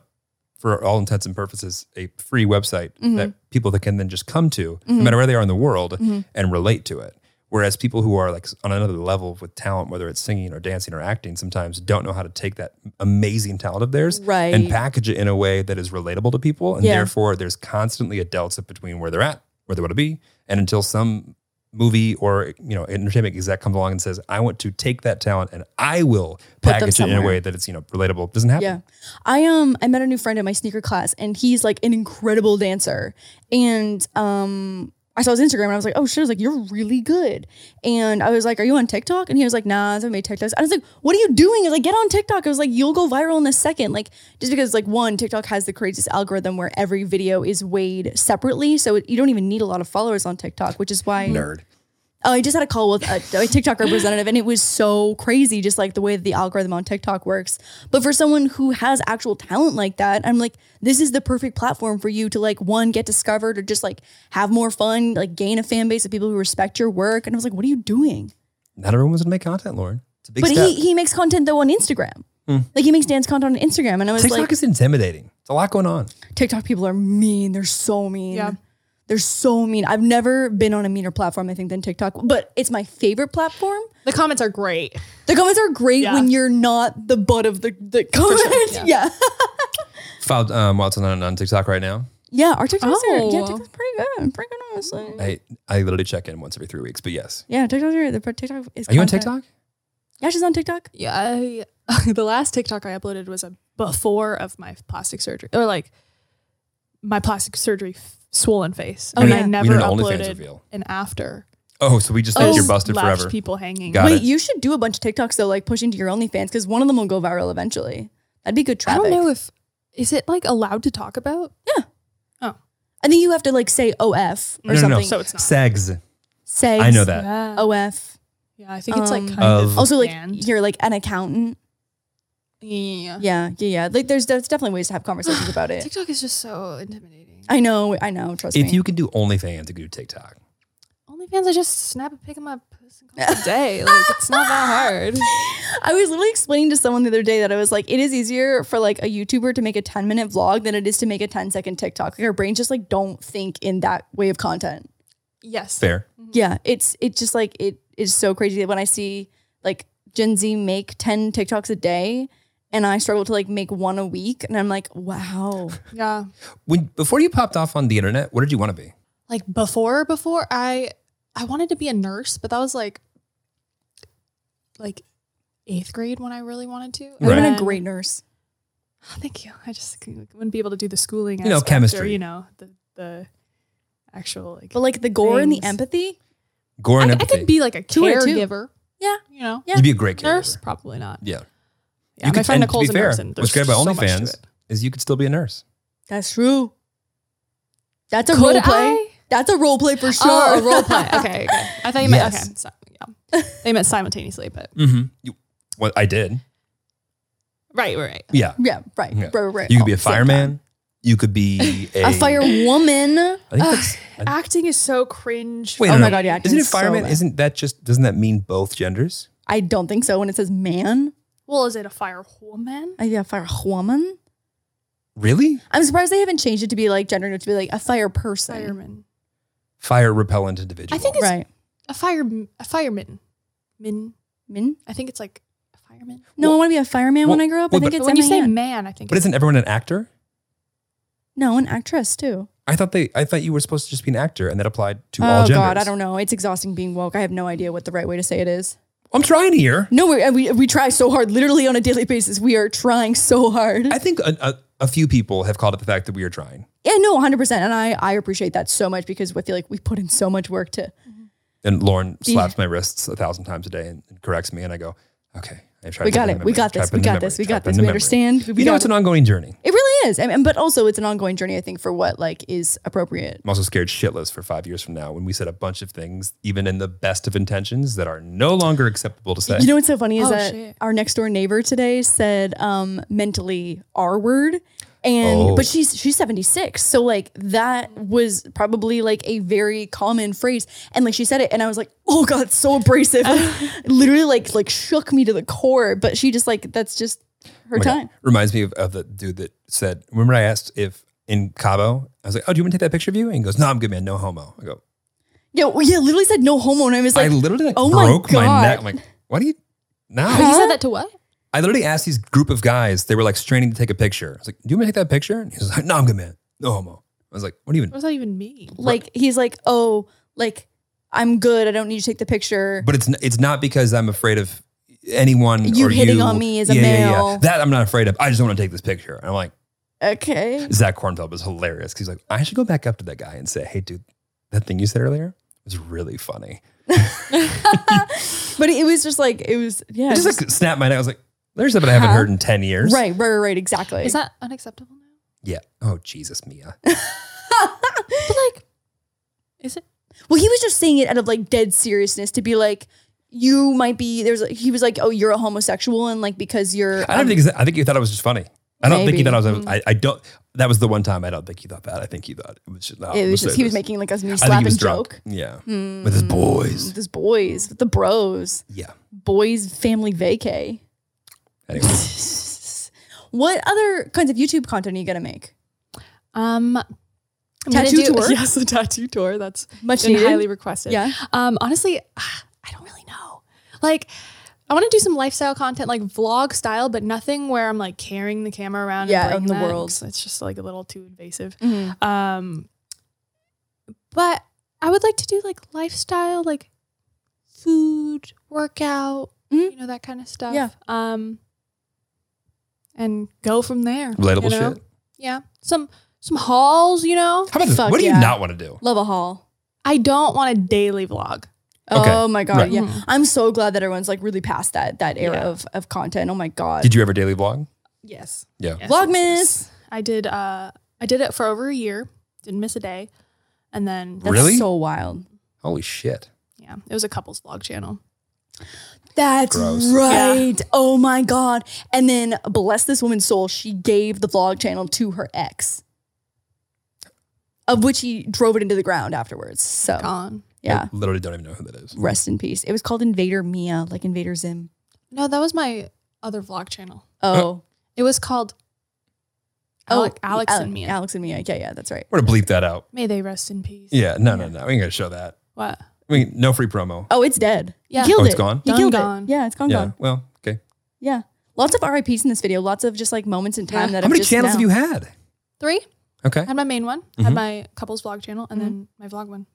Speaker 1: for all intents and purposes a free website
Speaker 2: Mm-hmm.
Speaker 1: that people that can then just come to no matter where they are in the world
Speaker 2: Mm-hmm.
Speaker 1: and relate to it whereas people who are like on another level with talent whether it's singing or dancing or acting sometimes don't know how to take that amazing talent of theirs
Speaker 2: Right.
Speaker 1: and package it in a way that is relatable to people and
Speaker 2: Yeah.
Speaker 1: therefore there's constantly a delta between where they're at where they want to be and until some movie or you know entertainment exec comes along and says i want to take that talent and i will
Speaker 2: them
Speaker 1: package it in a
Speaker 2: somewhere.
Speaker 1: way that it's you know relatable doesn't happen
Speaker 2: Yeah. I um I met a new friend in my sneaker class and he's like an incredible dancer. And um I saw his Instagram and I was like, oh shit, I was like, you're really good. And I was like, are you on TikTok? And he was like, nah, I've made TikToks. I was like, what are you doing? I was like, get on TikTok. I was like, you'll go viral in a second. Like, just because like one, TikTok has the craziest algorithm where every video is weighed separately. So it, you don't even need a lot of followers on TikTok, which is why
Speaker 1: nerd
Speaker 2: Oh, I just had a call with a, a TikTok representative, and it was so crazy, just like the way the algorithm on TikTok works. But for someone who has actual talent like that, I'm like, this is the perfect platform for you to like one get discovered or just like have more fun, like gain a fan base of people who respect your work. And I was like, what are you doing?
Speaker 1: not everyone wants to make content, Lauren. It's a big
Speaker 2: but
Speaker 1: step.
Speaker 2: he he makes content though on Instagram, like he makes dance content on Instagram, and I was
Speaker 1: TikTok
Speaker 2: like,
Speaker 1: is intimidating. It's a lot going on.
Speaker 2: TikTok people are mean. They're so mean.
Speaker 4: Yeah.
Speaker 2: They're so mean. I've never been on a meaner platform, I think, than TikTok, but it's my favorite platform.
Speaker 4: The comments are great.
Speaker 2: The comments are great
Speaker 4: Yeah.
Speaker 2: when you're not the butt of the, the comment. yeah. yeah.
Speaker 1: Filed um, while it's on, on TikTok right now.
Speaker 2: our TikToks are yeah,
Speaker 4: Oh.
Speaker 2: TikTok's pretty good. Pretty good, honestly.
Speaker 1: I I literally check in once every three weeks, but yes.
Speaker 2: Yeah, TikTok's are the TikTok is
Speaker 1: Are you on
Speaker 2: content.
Speaker 1: TikTok?
Speaker 2: Yeah, she's on TikTok.
Speaker 4: Yeah, I, the last TikTok I uploaded was a before of my plastic surgery or like my plastic surgery f- swollen face,
Speaker 2: Oh,
Speaker 4: and
Speaker 2: yeah.
Speaker 4: I
Speaker 2: We
Speaker 4: never
Speaker 1: need an OnlyFans
Speaker 4: uploaded
Speaker 1: reveal.
Speaker 4: an after.
Speaker 1: Oh, so we just think
Speaker 2: Oh,
Speaker 1: you're busted
Speaker 4: left
Speaker 1: forever.
Speaker 4: People hanging.
Speaker 1: Got
Speaker 2: Wait,
Speaker 1: it.
Speaker 2: you should do a bunch of TikToks though, like push into your OnlyFans because one of them will go viral eventually. That'd be good
Speaker 4: I
Speaker 2: traffic.
Speaker 4: don't know if is it like allowed to talk about.
Speaker 2: I think you have to like say OF or
Speaker 1: no,
Speaker 2: something.
Speaker 1: no, no.
Speaker 4: So it's not.
Speaker 1: Segs.
Speaker 2: Segs,
Speaker 1: I know that.
Speaker 4: Yeah.
Speaker 2: Oh, OF.
Speaker 4: yeah, I think it's like
Speaker 2: Um,
Speaker 4: kind of
Speaker 1: Of-
Speaker 2: Also, like
Speaker 4: banned.
Speaker 2: you're like an accountant.
Speaker 4: yeah.
Speaker 2: Yeah, yeah, yeah. Like there's, there's definitely ways to have conversations about it.
Speaker 4: TikTok is just so intimidating.
Speaker 2: I know, I know. Trust
Speaker 1: If
Speaker 2: me.
Speaker 1: you can do OnlyFans, you can do TikTok.
Speaker 4: OnlyFans, I just snap a pic of my puss and call it a day. Like it's not that hard.
Speaker 2: I was literally explaining to someone the other day that I was like, it is easier for like a YouTuber to make a 10 minute vlog than it is to make a 10 second TikTok. Like our brains just like don't think in that way of content.
Speaker 4: Yes.
Speaker 1: Fair.
Speaker 2: Yeah, it's it's just like it is so crazy that when I see like Gen Z make 10 TikToks a day and I struggle to like make one a week and I'm like, wow.
Speaker 4: Yeah.
Speaker 1: When before you popped off on the internet, what did you want to be?
Speaker 4: like before before i i wanted to be a nurse but that was like like eighth grade when i really wanted to
Speaker 2: I would have been
Speaker 4: And-
Speaker 2: a great nurse.
Speaker 4: oh, thank you i just c- wouldn't be able to do the schooling
Speaker 1: You know,
Speaker 4: aspect or,
Speaker 1: chemistry.
Speaker 4: you know the the actual like
Speaker 2: But like the gore and the
Speaker 4: Things.
Speaker 2: empathy,
Speaker 1: Gore
Speaker 4: I,
Speaker 1: and
Speaker 4: I
Speaker 1: empathy.
Speaker 4: could be like a
Speaker 2: Two or two.
Speaker 4: caregiver
Speaker 2: Yeah.
Speaker 4: you know
Speaker 2: Yeah.
Speaker 1: You'd be a great
Speaker 4: nurse
Speaker 1: character.
Speaker 4: probably not
Speaker 1: Yeah.
Speaker 4: yeah my friend
Speaker 1: and to be
Speaker 4: nicole's a
Speaker 1: fair,
Speaker 4: nurse and
Speaker 1: What's
Speaker 4: there's
Speaker 1: great about
Speaker 4: so much to
Speaker 1: OnlyFans
Speaker 4: it.
Speaker 1: is you could still be a nurse.
Speaker 2: that's true. That's a
Speaker 4: Could
Speaker 2: role play.
Speaker 4: I?
Speaker 2: That's a role play for sure.
Speaker 4: oh, a role play okay, okay i thought you meant
Speaker 1: Yes.
Speaker 4: okay so, yeah they meant simultaneously but
Speaker 1: Mm-hmm. You, well, I did.
Speaker 4: right right, right
Speaker 1: Yeah.
Speaker 2: Yeah, right.
Speaker 1: Yeah.
Speaker 2: Right, right, right.
Speaker 1: You could be
Speaker 2: Oh,
Speaker 1: a
Speaker 2: same time.
Speaker 1: fireman. You could be a,
Speaker 2: A firewoman.
Speaker 1: I think that's, I-
Speaker 4: acting is so cringe
Speaker 1: wait,
Speaker 2: Oh
Speaker 1: no,
Speaker 2: my
Speaker 1: no.
Speaker 2: God, yeah, acting
Speaker 1: Isn't it
Speaker 2: is so
Speaker 1: fireman?
Speaker 2: bad.
Speaker 1: isn't that just? Doesn't that mean both genders?
Speaker 2: I don't think so. When it says man,
Speaker 4: well is it a fire woman
Speaker 2: I yeah, firewoman.
Speaker 1: Really?
Speaker 2: I'm surprised they haven't changed it to be like gender neutral to be like a fire person.
Speaker 4: fireman
Speaker 1: Fire repellent individual.
Speaker 4: I think it's
Speaker 2: Right.
Speaker 4: a fire a fireman. Min.
Speaker 2: Min?
Speaker 4: I think it's like a fireman.
Speaker 2: No, I
Speaker 1: Well-
Speaker 2: want to be a fireman when
Speaker 1: well-
Speaker 2: I grow up.
Speaker 1: well,
Speaker 2: I think
Speaker 1: but-
Speaker 2: it's
Speaker 4: when you say
Speaker 2: MAN.
Speaker 4: man, I think
Speaker 1: But
Speaker 4: it's
Speaker 1: isn't everyone an actor?
Speaker 2: No, an actress too.
Speaker 1: I thought they. I thought you were supposed to just be an actor, and that applied to all
Speaker 2: Oh
Speaker 1: genders.
Speaker 2: God, I don't know. It's exhausting being woke. I have no idea what the right way to say it is.
Speaker 1: I'm trying here.
Speaker 2: No, we we, we try so hard, literally on a daily basis. We are trying so hard.
Speaker 1: I think a, a, a few people have called it the fact that we are trying,
Speaker 2: yeah, no, 100. percent And I I appreciate that so much because I feel like we put in so much work to.
Speaker 1: and Lauren slaps my wrists a thousand times a day and, and corrects me, and I go, "Okay, I tried."
Speaker 2: We
Speaker 1: to
Speaker 2: got
Speaker 1: bend
Speaker 2: it.
Speaker 1: the memory,
Speaker 2: We got
Speaker 1: tried
Speaker 2: this.
Speaker 1: to
Speaker 2: We
Speaker 1: bend the
Speaker 2: got
Speaker 1: memory,
Speaker 2: this. We
Speaker 1: tried
Speaker 2: got
Speaker 1: to bend
Speaker 2: this.
Speaker 1: the
Speaker 2: We
Speaker 1: memory.
Speaker 2: understand. We
Speaker 1: You know,
Speaker 2: got
Speaker 1: it's
Speaker 2: it.
Speaker 1: an ongoing journey.
Speaker 2: It really is. And, and but also it's an ongoing journey, I think, for what like is appropriate.
Speaker 1: I'm also scared shitless for five years from now when we said a bunch of things, even in the best of intentions, that are no longer acceptable to say.
Speaker 2: You know what's so funny is
Speaker 4: Oh,
Speaker 2: that
Speaker 4: shit.
Speaker 2: our next door neighbor today said um mentally R word. And
Speaker 1: Oh.
Speaker 2: but she's she's 76. So like that was probably like a very common phrase. And like she said it and I was like, oh god, it's so abrasive. Like, literally like like shook me to the core. But she just like that's just her
Speaker 1: Oh my God.
Speaker 2: time.
Speaker 1: Reminds me of, of the dude that said, remember I asked if in Cabo, I was like, oh, do you want to take that picture of you? And he goes, no, I'm good, man. No homo. I go,
Speaker 2: Yeah, well, yeah, literally said no homo. And I was
Speaker 1: I
Speaker 2: like,
Speaker 1: literally like,
Speaker 2: oh my
Speaker 1: broke my,
Speaker 2: God.
Speaker 1: neck. I'm like, what do you, no.
Speaker 4: Wait, you said that to what?
Speaker 1: I literally asked these group of guys, they were like straining to take a picture. I was like, do you want to take that picture? And he was like, no, I'm good, man. No homo. I was like, what do you
Speaker 4: What
Speaker 1: even,
Speaker 4: does that even mean?
Speaker 2: like he's like, oh, like I'm good. I don't need to take the picture.
Speaker 1: but it's, n- it's not because I'm afraid of anyone
Speaker 2: You
Speaker 1: or
Speaker 2: hitting on me as a male.
Speaker 1: That I'm not afraid of. I just want to take this picture. And I'm like,
Speaker 2: okay.
Speaker 1: Zach Kornfeld was hilarious. 'cause He's like, I should go back up to that guy and say, hey, dude, that thing you said earlier was really funny.
Speaker 2: But it was just like it was yeah.
Speaker 1: I just
Speaker 2: just-
Speaker 1: like snapped my neck. I was like, there's something I haven't
Speaker 4: Huh?
Speaker 1: heard in 10 years.
Speaker 2: right, right, right, exactly.
Speaker 4: Is that unacceptable now?
Speaker 1: Yeah. Oh, Jesus, Mia.
Speaker 4: But like, is it?
Speaker 2: well, he was just saying it out of like dead seriousness to be like, you might be there's he was like, oh, you're a homosexual and like because you're
Speaker 1: I don't think, I think you thought it was just funny. I don't think
Speaker 2: Maybe. Mm.
Speaker 1: he thought I was, I, I don't, that was the one time I don't think he thought that. I think he thought it was just, no,
Speaker 2: it was
Speaker 1: let's
Speaker 2: just
Speaker 1: say
Speaker 2: he was
Speaker 1: this.
Speaker 2: making like a me
Speaker 1: I think he was
Speaker 2: slapping
Speaker 1: drunk.
Speaker 2: joke. Mm.
Speaker 1: Yeah. With his boys.
Speaker 2: These boys, with the bros,
Speaker 1: Yeah.
Speaker 2: boys family vacay.
Speaker 1: Anyway,
Speaker 2: What other kinds of YouTube content are you gonna make?
Speaker 4: Um,
Speaker 2: I'm gonna
Speaker 4: tattoo
Speaker 2: do-
Speaker 4: tour.
Speaker 2: Yes.
Speaker 4: Yes, a tattoo tour. That's
Speaker 2: Much
Speaker 4: been
Speaker 2: needed.
Speaker 4: highly requested.
Speaker 2: Yeah.
Speaker 4: Um, honestly, ah, I don't really know. Like, I want to do some lifestyle content, like vlog style, but nothing where I'm like carrying the camera around.
Speaker 2: Yeah,
Speaker 4: and
Speaker 2: out in
Speaker 4: bringing
Speaker 2: the
Speaker 4: that,
Speaker 2: world.
Speaker 4: 'cause It's just like a little too invasive.
Speaker 2: Mm-hmm.
Speaker 4: Um, but I would like to do like lifestyle, like food, workout,
Speaker 2: Mhm.
Speaker 4: you know, that kind of stuff.
Speaker 2: Yeah.
Speaker 4: Um, and go from there.
Speaker 1: Relatable
Speaker 4: you know?
Speaker 1: shit.
Speaker 4: Yeah. Some some hauls, you know.
Speaker 1: How about this?
Speaker 2: Fuck
Speaker 1: What do you
Speaker 2: yeah.
Speaker 1: not want to do?
Speaker 2: Love a haul.
Speaker 4: I don't want a daily vlog.
Speaker 1: Okay.
Speaker 2: Oh my god.
Speaker 1: Right.
Speaker 2: Yeah.
Speaker 4: Mhm.
Speaker 2: I'm so glad that everyone's like really past that that era
Speaker 4: Yeah.
Speaker 2: of, of content. Oh my god.
Speaker 1: Did you ever daily vlog?
Speaker 4: Yes.
Speaker 1: Yeah.
Speaker 4: Yes,
Speaker 2: Vlogmas.
Speaker 4: yes, yes. I did uh I did it for over a year. Didn't miss a day. And then
Speaker 2: That's
Speaker 1: Really?
Speaker 2: so wild.
Speaker 1: Holy shit.
Speaker 4: yeah, it was a couples vlog channel.
Speaker 2: That's
Speaker 1: Gross.
Speaker 2: right. Oh my god. And then bless this woman's soul, she gave the vlog channel to her ex. Of which he drove it into the ground afterwards. So
Speaker 4: Gone.
Speaker 2: yeah.
Speaker 1: I literally don't even know who that is.
Speaker 2: Rest in peace. It was called Invader Mia, like Invader Zim.
Speaker 4: No, that was my other vlog channel.
Speaker 2: Oh.
Speaker 4: It was called Alec, Alex and Mia.
Speaker 2: Alex and Mia. Yeah, yeah, that's right.
Speaker 1: We're gonna bleep that out.
Speaker 4: May they rest in peace.
Speaker 1: Yeah. No, no, no. We ain't gonna show that.
Speaker 4: What?
Speaker 1: We no free promo.
Speaker 2: Oh, it's dead.
Speaker 4: Yeah.
Speaker 2: He killed
Speaker 1: Oh, it's
Speaker 2: it.
Speaker 1: gone?
Speaker 2: He
Speaker 4: Done,
Speaker 2: killed
Speaker 4: gone.
Speaker 2: it. Yeah, it's gone,
Speaker 1: yeah.
Speaker 2: gone.
Speaker 1: Well, okay.
Speaker 2: Yeah. Lots of RIPs in this video. Lots of just like moments in time
Speaker 4: Yeah.
Speaker 2: that
Speaker 1: How
Speaker 2: have
Speaker 1: many
Speaker 2: just
Speaker 1: channels
Speaker 2: now-
Speaker 1: have you had?
Speaker 4: Three.
Speaker 1: Okay.
Speaker 4: I had my main one, I
Speaker 1: Mm-hmm.
Speaker 4: had my couples vlog channel, and then my vlog one,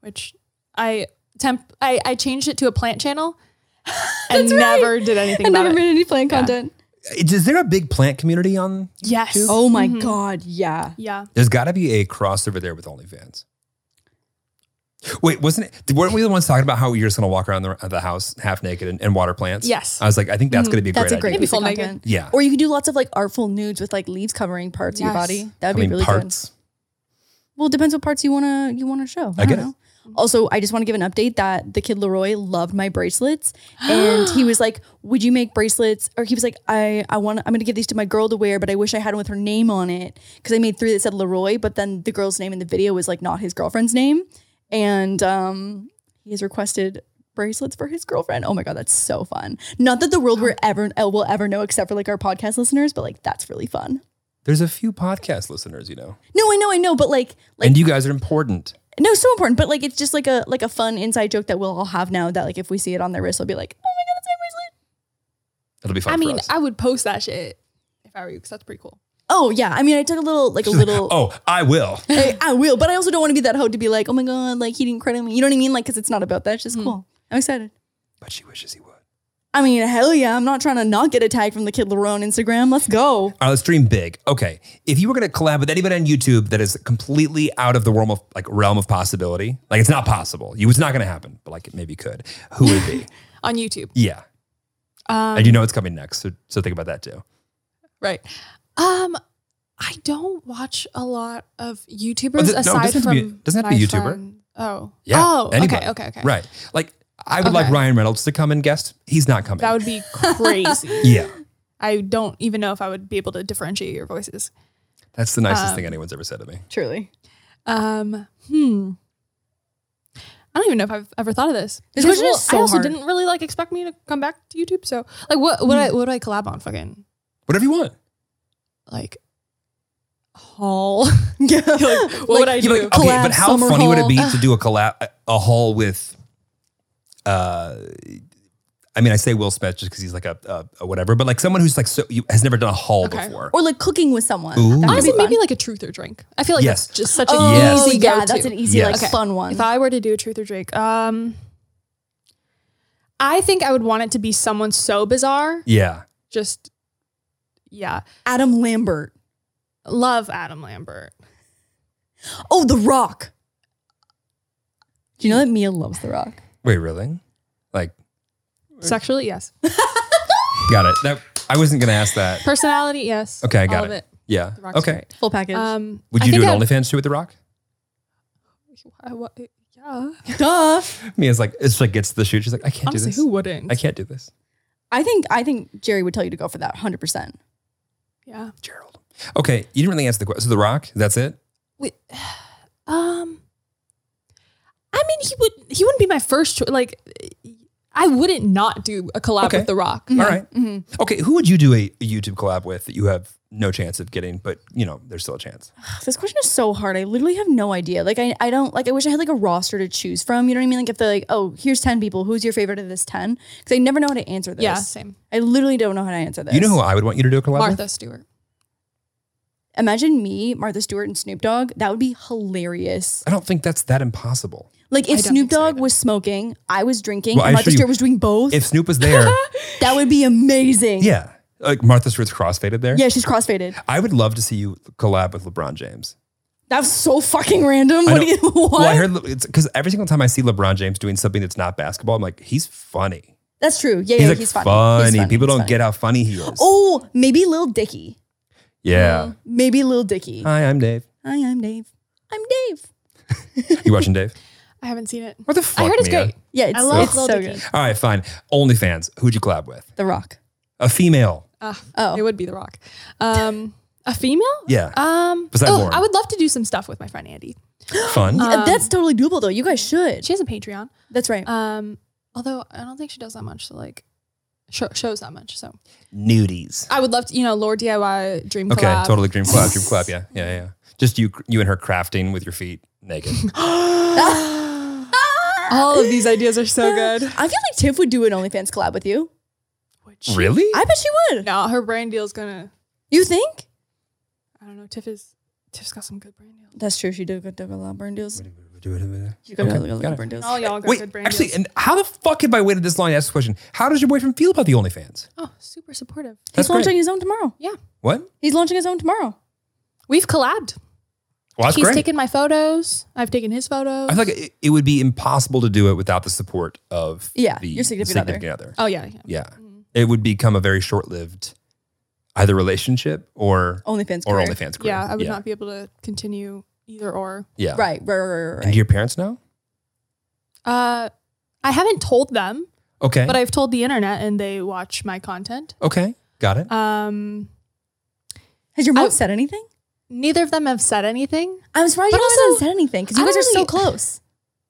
Speaker 4: which I temp I, I changed it to a plant channel and
Speaker 2: That's right.
Speaker 4: never did anything
Speaker 2: I
Speaker 4: about
Speaker 2: never
Speaker 4: it.
Speaker 2: made any plant content.
Speaker 1: Is there a big plant community on?
Speaker 4: Yes.
Speaker 2: Oh my
Speaker 1: Mm-hmm.
Speaker 2: god, yeah.
Speaker 4: Yeah.
Speaker 1: There's got to be a crossover there with OnlyFans. Wait, wasn't it? Weren't we the ones talking about how you're just gonna walk around the, the house half naked and, and water plants?
Speaker 4: Yes.
Speaker 1: I was like, I think that's gonna be a
Speaker 2: Mm-hmm. That's
Speaker 1: great.
Speaker 2: a great
Speaker 1: idea.
Speaker 2: piece of
Speaker 4: full naked.
Speaker 2: content.
Speaker 1: Yeah.
Speaker 2: Or you could do lots of like artful nudes with like leaves covering parts of your
Speaker 4: Yes.
Speaker 2: body.
Speaker 1: I
Speaker 2: That'd be
Speaker 1: mean,
Speaker 2: really good.
Speaker 1: parts.
Speaker 2: Well, it depends what parts you wanna you wanna show.
Speaker 1: I get
Speaker 2: don't
Speaker 1: it.
Speaker 2: know. Also, I just want to give an update that the kid Leroy loved my bracelets, and he was like, "Would you make bracelets?" Or he was like, "I I want I'm going to give these to my girl to wear, but I wish I had one with her name on it because I made three that said Leroy, but then the girl's name in the video was like not his girlfriend's name, and um, he has requested." Bracelets for his girlfriend. Oh my god, that's so fun! Not that the world will ever uh, will ever know, except for like our podcast listeners, but like that's really fun.
Speaker 1: There's a few podcast listeners, you know,
Speaker 2: No, I know, I know, but like, like
Speaker 1: and you guys are important.
Speaker 2: no, so important. But like, it's just like a like a fun inside joke that we'll all have now. That like, if we see it on their wrist, we'll be like, "Oh my god, it's my bracelet!"
Speaker 1: It'll be fun.
Speaker 4: I
Speaker 1: for
Speaker 4: mean,
Speaker 1: us.
Speaker 4: I would post that shit if I were you, because that's pretty cool.
Speaker 2: Oh yeah, I mean, I took a little like a little.
Speaker 1: oh, I will.
Speaker 2: I, I will, but I also don't want to be that hoe to be like, "Oh my god, like he didn't credit me." You know what I mean? Like, because it's not about that. It's just
Speaker 4: Hmm.
Speaker 2: cool. I'm excited.
Speaker 1: But she wishes he would.
Speaker 2: I mean, hell yeah, I'm not trying to not get a tag from the kid Leroy on Instagram. Let's go.
Speaker 1: All right, let's dream big. Okay, if you were going to collab with anybody on YouTube that is completely out of the realm of like realm of possibility, like it's not possible, you it's not going to happen, but like it maybe could. Who would it be?
Speaker 4: On YouTube.
Speaker 1: yeah,
Speaker 4: Um,
Speaker 1: and you know it's coming next, so, so think about that too.
Speaker 4: Right. Um, I don't watch a lot of YouTubers
Speaker 1: doesn't
Speaker 4: aside
Speaker 1: have to
Speaker 4: from
Speaker 1: be- doesn't have to be
Speaker 4: my
Speaker 1: a YouTuber.
Speaker 4: friend- Oh.
Speaker 1: Yeah,
Speaker 4: Oh,
Speaker 1: anybody.
Speaker 4: okay, okay, okay.
Speaker 1: Right, like I would like
Speaker 4: Okay.
Speaker 1: Ryan Reynolds to come and guest. He's not coming.
Speaker 4: That would be crazy.
Speaker 1: yeah,
Speaker 4: I don't even know if I would be able to differentiate your voices.
Speaker 1: that's the nicest
Speaker 4: Um,
Speaker 1: thing anyone's ever said to me.
Speaker 2: Truly,
Speaker 4: Um, hmm. I don't even know if I've ever thought of this.
Speaker 2: This
Speaker 4: Because,
Speaker 2: question is so
Speaker 4: I also
Speaker 2: hard.
Speaker 4: didn't really like expect me to come back to YouTube. So, like, what what I,
Speaker 2: Hmm.
Speaker 4: what do I collab on? Fucking
Speaker 1: Whatever you want.
Speaker 4: like haul.
Speaker 2: yeah.
Speaker 4: what would I
Speaker 1: Yeah, but, like,
Speaker 4: do?
Speaker 1: okay,
Speaker 2: Collab,
Speaker 1: but how
Speaker 2: summer
Speaker 1: funny would it
Speaker 2: haul.
Speaker 1: be to do a collab, a, a haul with? Uh, I mean, I say Will Smith just because he's like a, a, a whatever, but like someone who's like so you, has never done a haul
Speaker 4: Okay.
Speaker 1: before.
Speaker 2: or like cooking with someone.
Speaker 1: Ooh.
Speaker 2: That could be
Speaker 4: Honestly,
Speaker 2: fun.
Speaker 4: maybe like a truth or drink. I feel like
Speaker 1: Yes.
Speaker 4: that's just such an
Speaker 2: oh
Speaker 1: Yes.
Speaker 4: easy
Speaker 2: yeah,
Speaker 4: go-to.
Speaker 2: that's an easy
Speaker 1: Yes.
Speaker 2: like fun one.
Speaker 4: If I were to do a truth or drink, um, I think I would want it to be someone so bizarre.
Speaker 1: yeah,
Speaker 4: Just yeah,
Speaker 2: Adam Lambert.
Speaker 4: love Adam Lambert.
Speaker 2: Oh, The Rock. Do you know that Mia loves The Rock?
Speaker 1: wait, really? Like,
Speaker 4: Sexually, yes.
Speaker 1: got it. That I wasn't gonna ask that.
Speaker 4: Personality, yes.
Speaker 1: Okay, I got
Speaker 4: All of
Speaker 1: it. Yeah.
Speaker 4: Rock's
Speaker 1: Okay.
Speaker 4: great.
Speaker 2: Full package.
Speaker 4: Um,
Speaker 1: Would
Speaker 4: I
Speaker 1: you do
Speaker 4: think
Speaker 1: an
Speaker 4: I-
Speaker 1: OnlyFans shoot with The Rock?
Speaker 4: I wa- yeah.
Speaker 2: Duh.
Speaker 1: Mia's like, it's like gets the shoot. She's like, I can't do
Speaker 4: Honestly,
Speaker 1: this.
Speaker 4: who wouldn't?
Speaker 1: I can't do this.
Speaker 2: I think I think Jerry would tell you to go for that 100%.
Speaker 4: Yeah.
Speaker 1: Gerald. Okay, you didn't really answer the question. So The Rock, that's it.
Speaker 4: Wait, um, I mean, he would. He wouldn't be my first choice. Like, I wouldn't not do a collab
Speaker 1: Okay.
Speaker 4: with The Rock.
Speaker 2: Mm-hmm.
Speaker 1: All right. Okay. Who would you do a, a YouTube collab with that you have no chance of getting, but you know, there's still a chance?
Speaker 2: This question is so hard. I literally have no idea. Like I, I don't like I wish I had like a roster to choose from. You know what I mean? Like if they're like, oh, here's 10 people, who's your favorite of this 10? Because I never know how to answer this.
Speaker 4: Yeah, same.
Speaker 2: I literally don't know how to answer this.
Speaker 1: You know who I would want you to do a collab with?
Speaker 4: Martha Stewart.
Speaker 2: Imagine me, Martha Stewart, and Snoop Dogg. That would be hilarious.
Speaker 1: I don't think that's that impossible.
Speaker 2: Like
Speaker 4: I
Speaker 2: if
Speaker 4: don't
Speaker 2: Snoop
Speaker 4: think so
Speaker 2: Dogg
Speaker 4: either.
Speaker 2: was smoking, I was drinking,
Speaker 1: Well, I
Speaker 2: and Martha
Speaker 1: assure you,
Speaker 2: Stewart was doing both.
Speaker 1: If Snoop was there,
Speaker 2: that would be amazing.
Speaker 1: yeah. Like Martha Stewart's crossfaded there.
Speaker 2: Yeah, she's crossfaded.
Speaker 1: I would love to see you collab with LeBron James.
Speaker 2: That was so fucking random.
Speaker 1: I
Speaker 2: What do
Speaker 1: know-
Speaker 2: you what?
Speaker 1: Well, I heard because every single time I see LeBron James doing something that's not basketball, I'm like, he's funny.
Speaker 2: That's true. Yeah,
Speaker 1: He's
Speaker 2: yeah,
Speaker 1: like
Speaker 2: he's funny.
Speaker 1: funny.
Speaker 2: He's funny.
Speaker 1: People
Speaker 2: He's
Speaker 1: don't
Speaker 2: funny.
Speaker 1: get how funny he is.
Speaker 2: Oh, maybe Lil Dicky.
Speaker 1: yeah.
Speaker 2: Maybe Lil Dicky.
Speaker 1: Hi, I'm Dave.
Speaker 2: Hi, I'm Dave. I'm Dave.
Speaker 1: You watching Dave?
Speaker 4: I haven't seen it.
Speaker 1: What the fuck?
Speaker 4: I heard it's
Speaker 1: Mia?
Speaker 4: great.
Speaker 2: Yeah, it's,
Speaker 5: I love
Speaker 2: it's
Speaker 5: Lil
Speaker 2: so
Speaker 5: Dicky.
Speaker 2: good.
Speaker 1: All right, fine. OnlyFans. Who'd you collab with?
Speaker 2: The Rock.
Speaker 1: A female.
Speaker 4: Ah,
Speaker 2: Oh.
Speaker 4: It would be The Rock. Um, a female?
Speaker 1: Yeah.
Speaker 4: Um,
Speaker 1: Besides
Speaker 4: oh,
Speaker 1: Lauren.
Speaker 4: I would love to do some stuff with my friend Andy.
Speaker 1: Fun.
Speaker 4: uh,
Speaker 2: Yeah, That's totally doable though. You guys should.
Speaker 4: Um, She has a Patreon.
Speaker 2: That's right.
Speaker 4: Um, although I don't think she does that much. So like, show, shows that much. So
Speaker 1: Nudies.
Speaker 4: I would love to, you know, Lord DIY dream collab.
Speaker 1: Okay, totally. Dream collab. Dream collab. Yeah, yeah, yeah. Just you, you and her crafting with your feet naked.
Speaker 4: All of these ideas are so good.
Speaker 2: I feel like Tiff would do an OnlyFans collab with you.
Speaker 1: really?
Speaker 2: I bet she would.
Speaker 4: No, her brand deal's gonna.
Speaker 2: You think?
Speaker 4: I don't know. Tiff is. Tiff's got some good brand deals.
Speaker 2: That's true. She did do a lot of burn deals. She got
Speaker 1: Okay,
Speaker 2: a lot
Speaker 1: got
Speaker 2: of
Speaker 1: it.
Speaker 2: burn deals.
Speaker 4: All y'all got
Speaker 1: Wait,
Speaker 4: good brand
Speaker 1: actually,
Speaker 4: deals.
Speaker 1: and how the fuck have I waited this long to ask this question? How does your boyfriend feel about the OnlyFans?
Speaker 4: Oh, super supportive.
Speaker 2: He's
Speaker 1: That's
Speaker 2: launching
Speaker 1: great.
Speaker 2: his own tomorrow.
Speaker 4: Yeah,
Speaker 1: What?
Speaker 2: He's launching his own tomorrow.
Speaker 4: we've collabed.
Speaker 1: Well, that's
Speaker 4: He's
Speaker 1: great.
Speaker 4: taken my photos. I've taken his photos.
Speaker 1: I feel like it, it would be impossible to do it without the support of
Speaker 2: Yeah,
Speaker 1: the,
Speaker 2: your
Speaker 1: the
Speaker 2: significant other.
Speaker 1: other.
Speaker 4: oh yeah, yeah.
Speaker 1: Yeah, it would become a very short-lived either relationship or
Speaker 2: OnlyFans.
Speaker 1: or
Speaker 2: career.
Speaker 1: OnlyFans. Career.
Speaker 4: Yeah, I would not be able to continue either or.
Speaker 1: Yeah,
Speaker 2: Right, right, right, right,
Speaker 1: And
Speaker 2: right.
Speaker 1: do your parents know?
Speaker 4: Uh, I haven't told them,
Speaker 1: Okay,
Speaker 4: but I've told the internet, and they watch my content.
Speaker 1: okay, got it.
Speaker 4: Um,
Speaker 2: Has your mom
Speaker 4: I-
Speaker 2: said anything?
Speaker 4: neither of them have said anything.
Speaker 2: I'm surprised
Speaker 4: But
Speaker 2: you guys
Speaker 4: also-
Speaker 2: haven't said anything because you
Speaker 4: I
Speaker 2: guys
Speaker 4: don't
Speaker 2: are so
Speaker 4: really-
Speaker 2: close.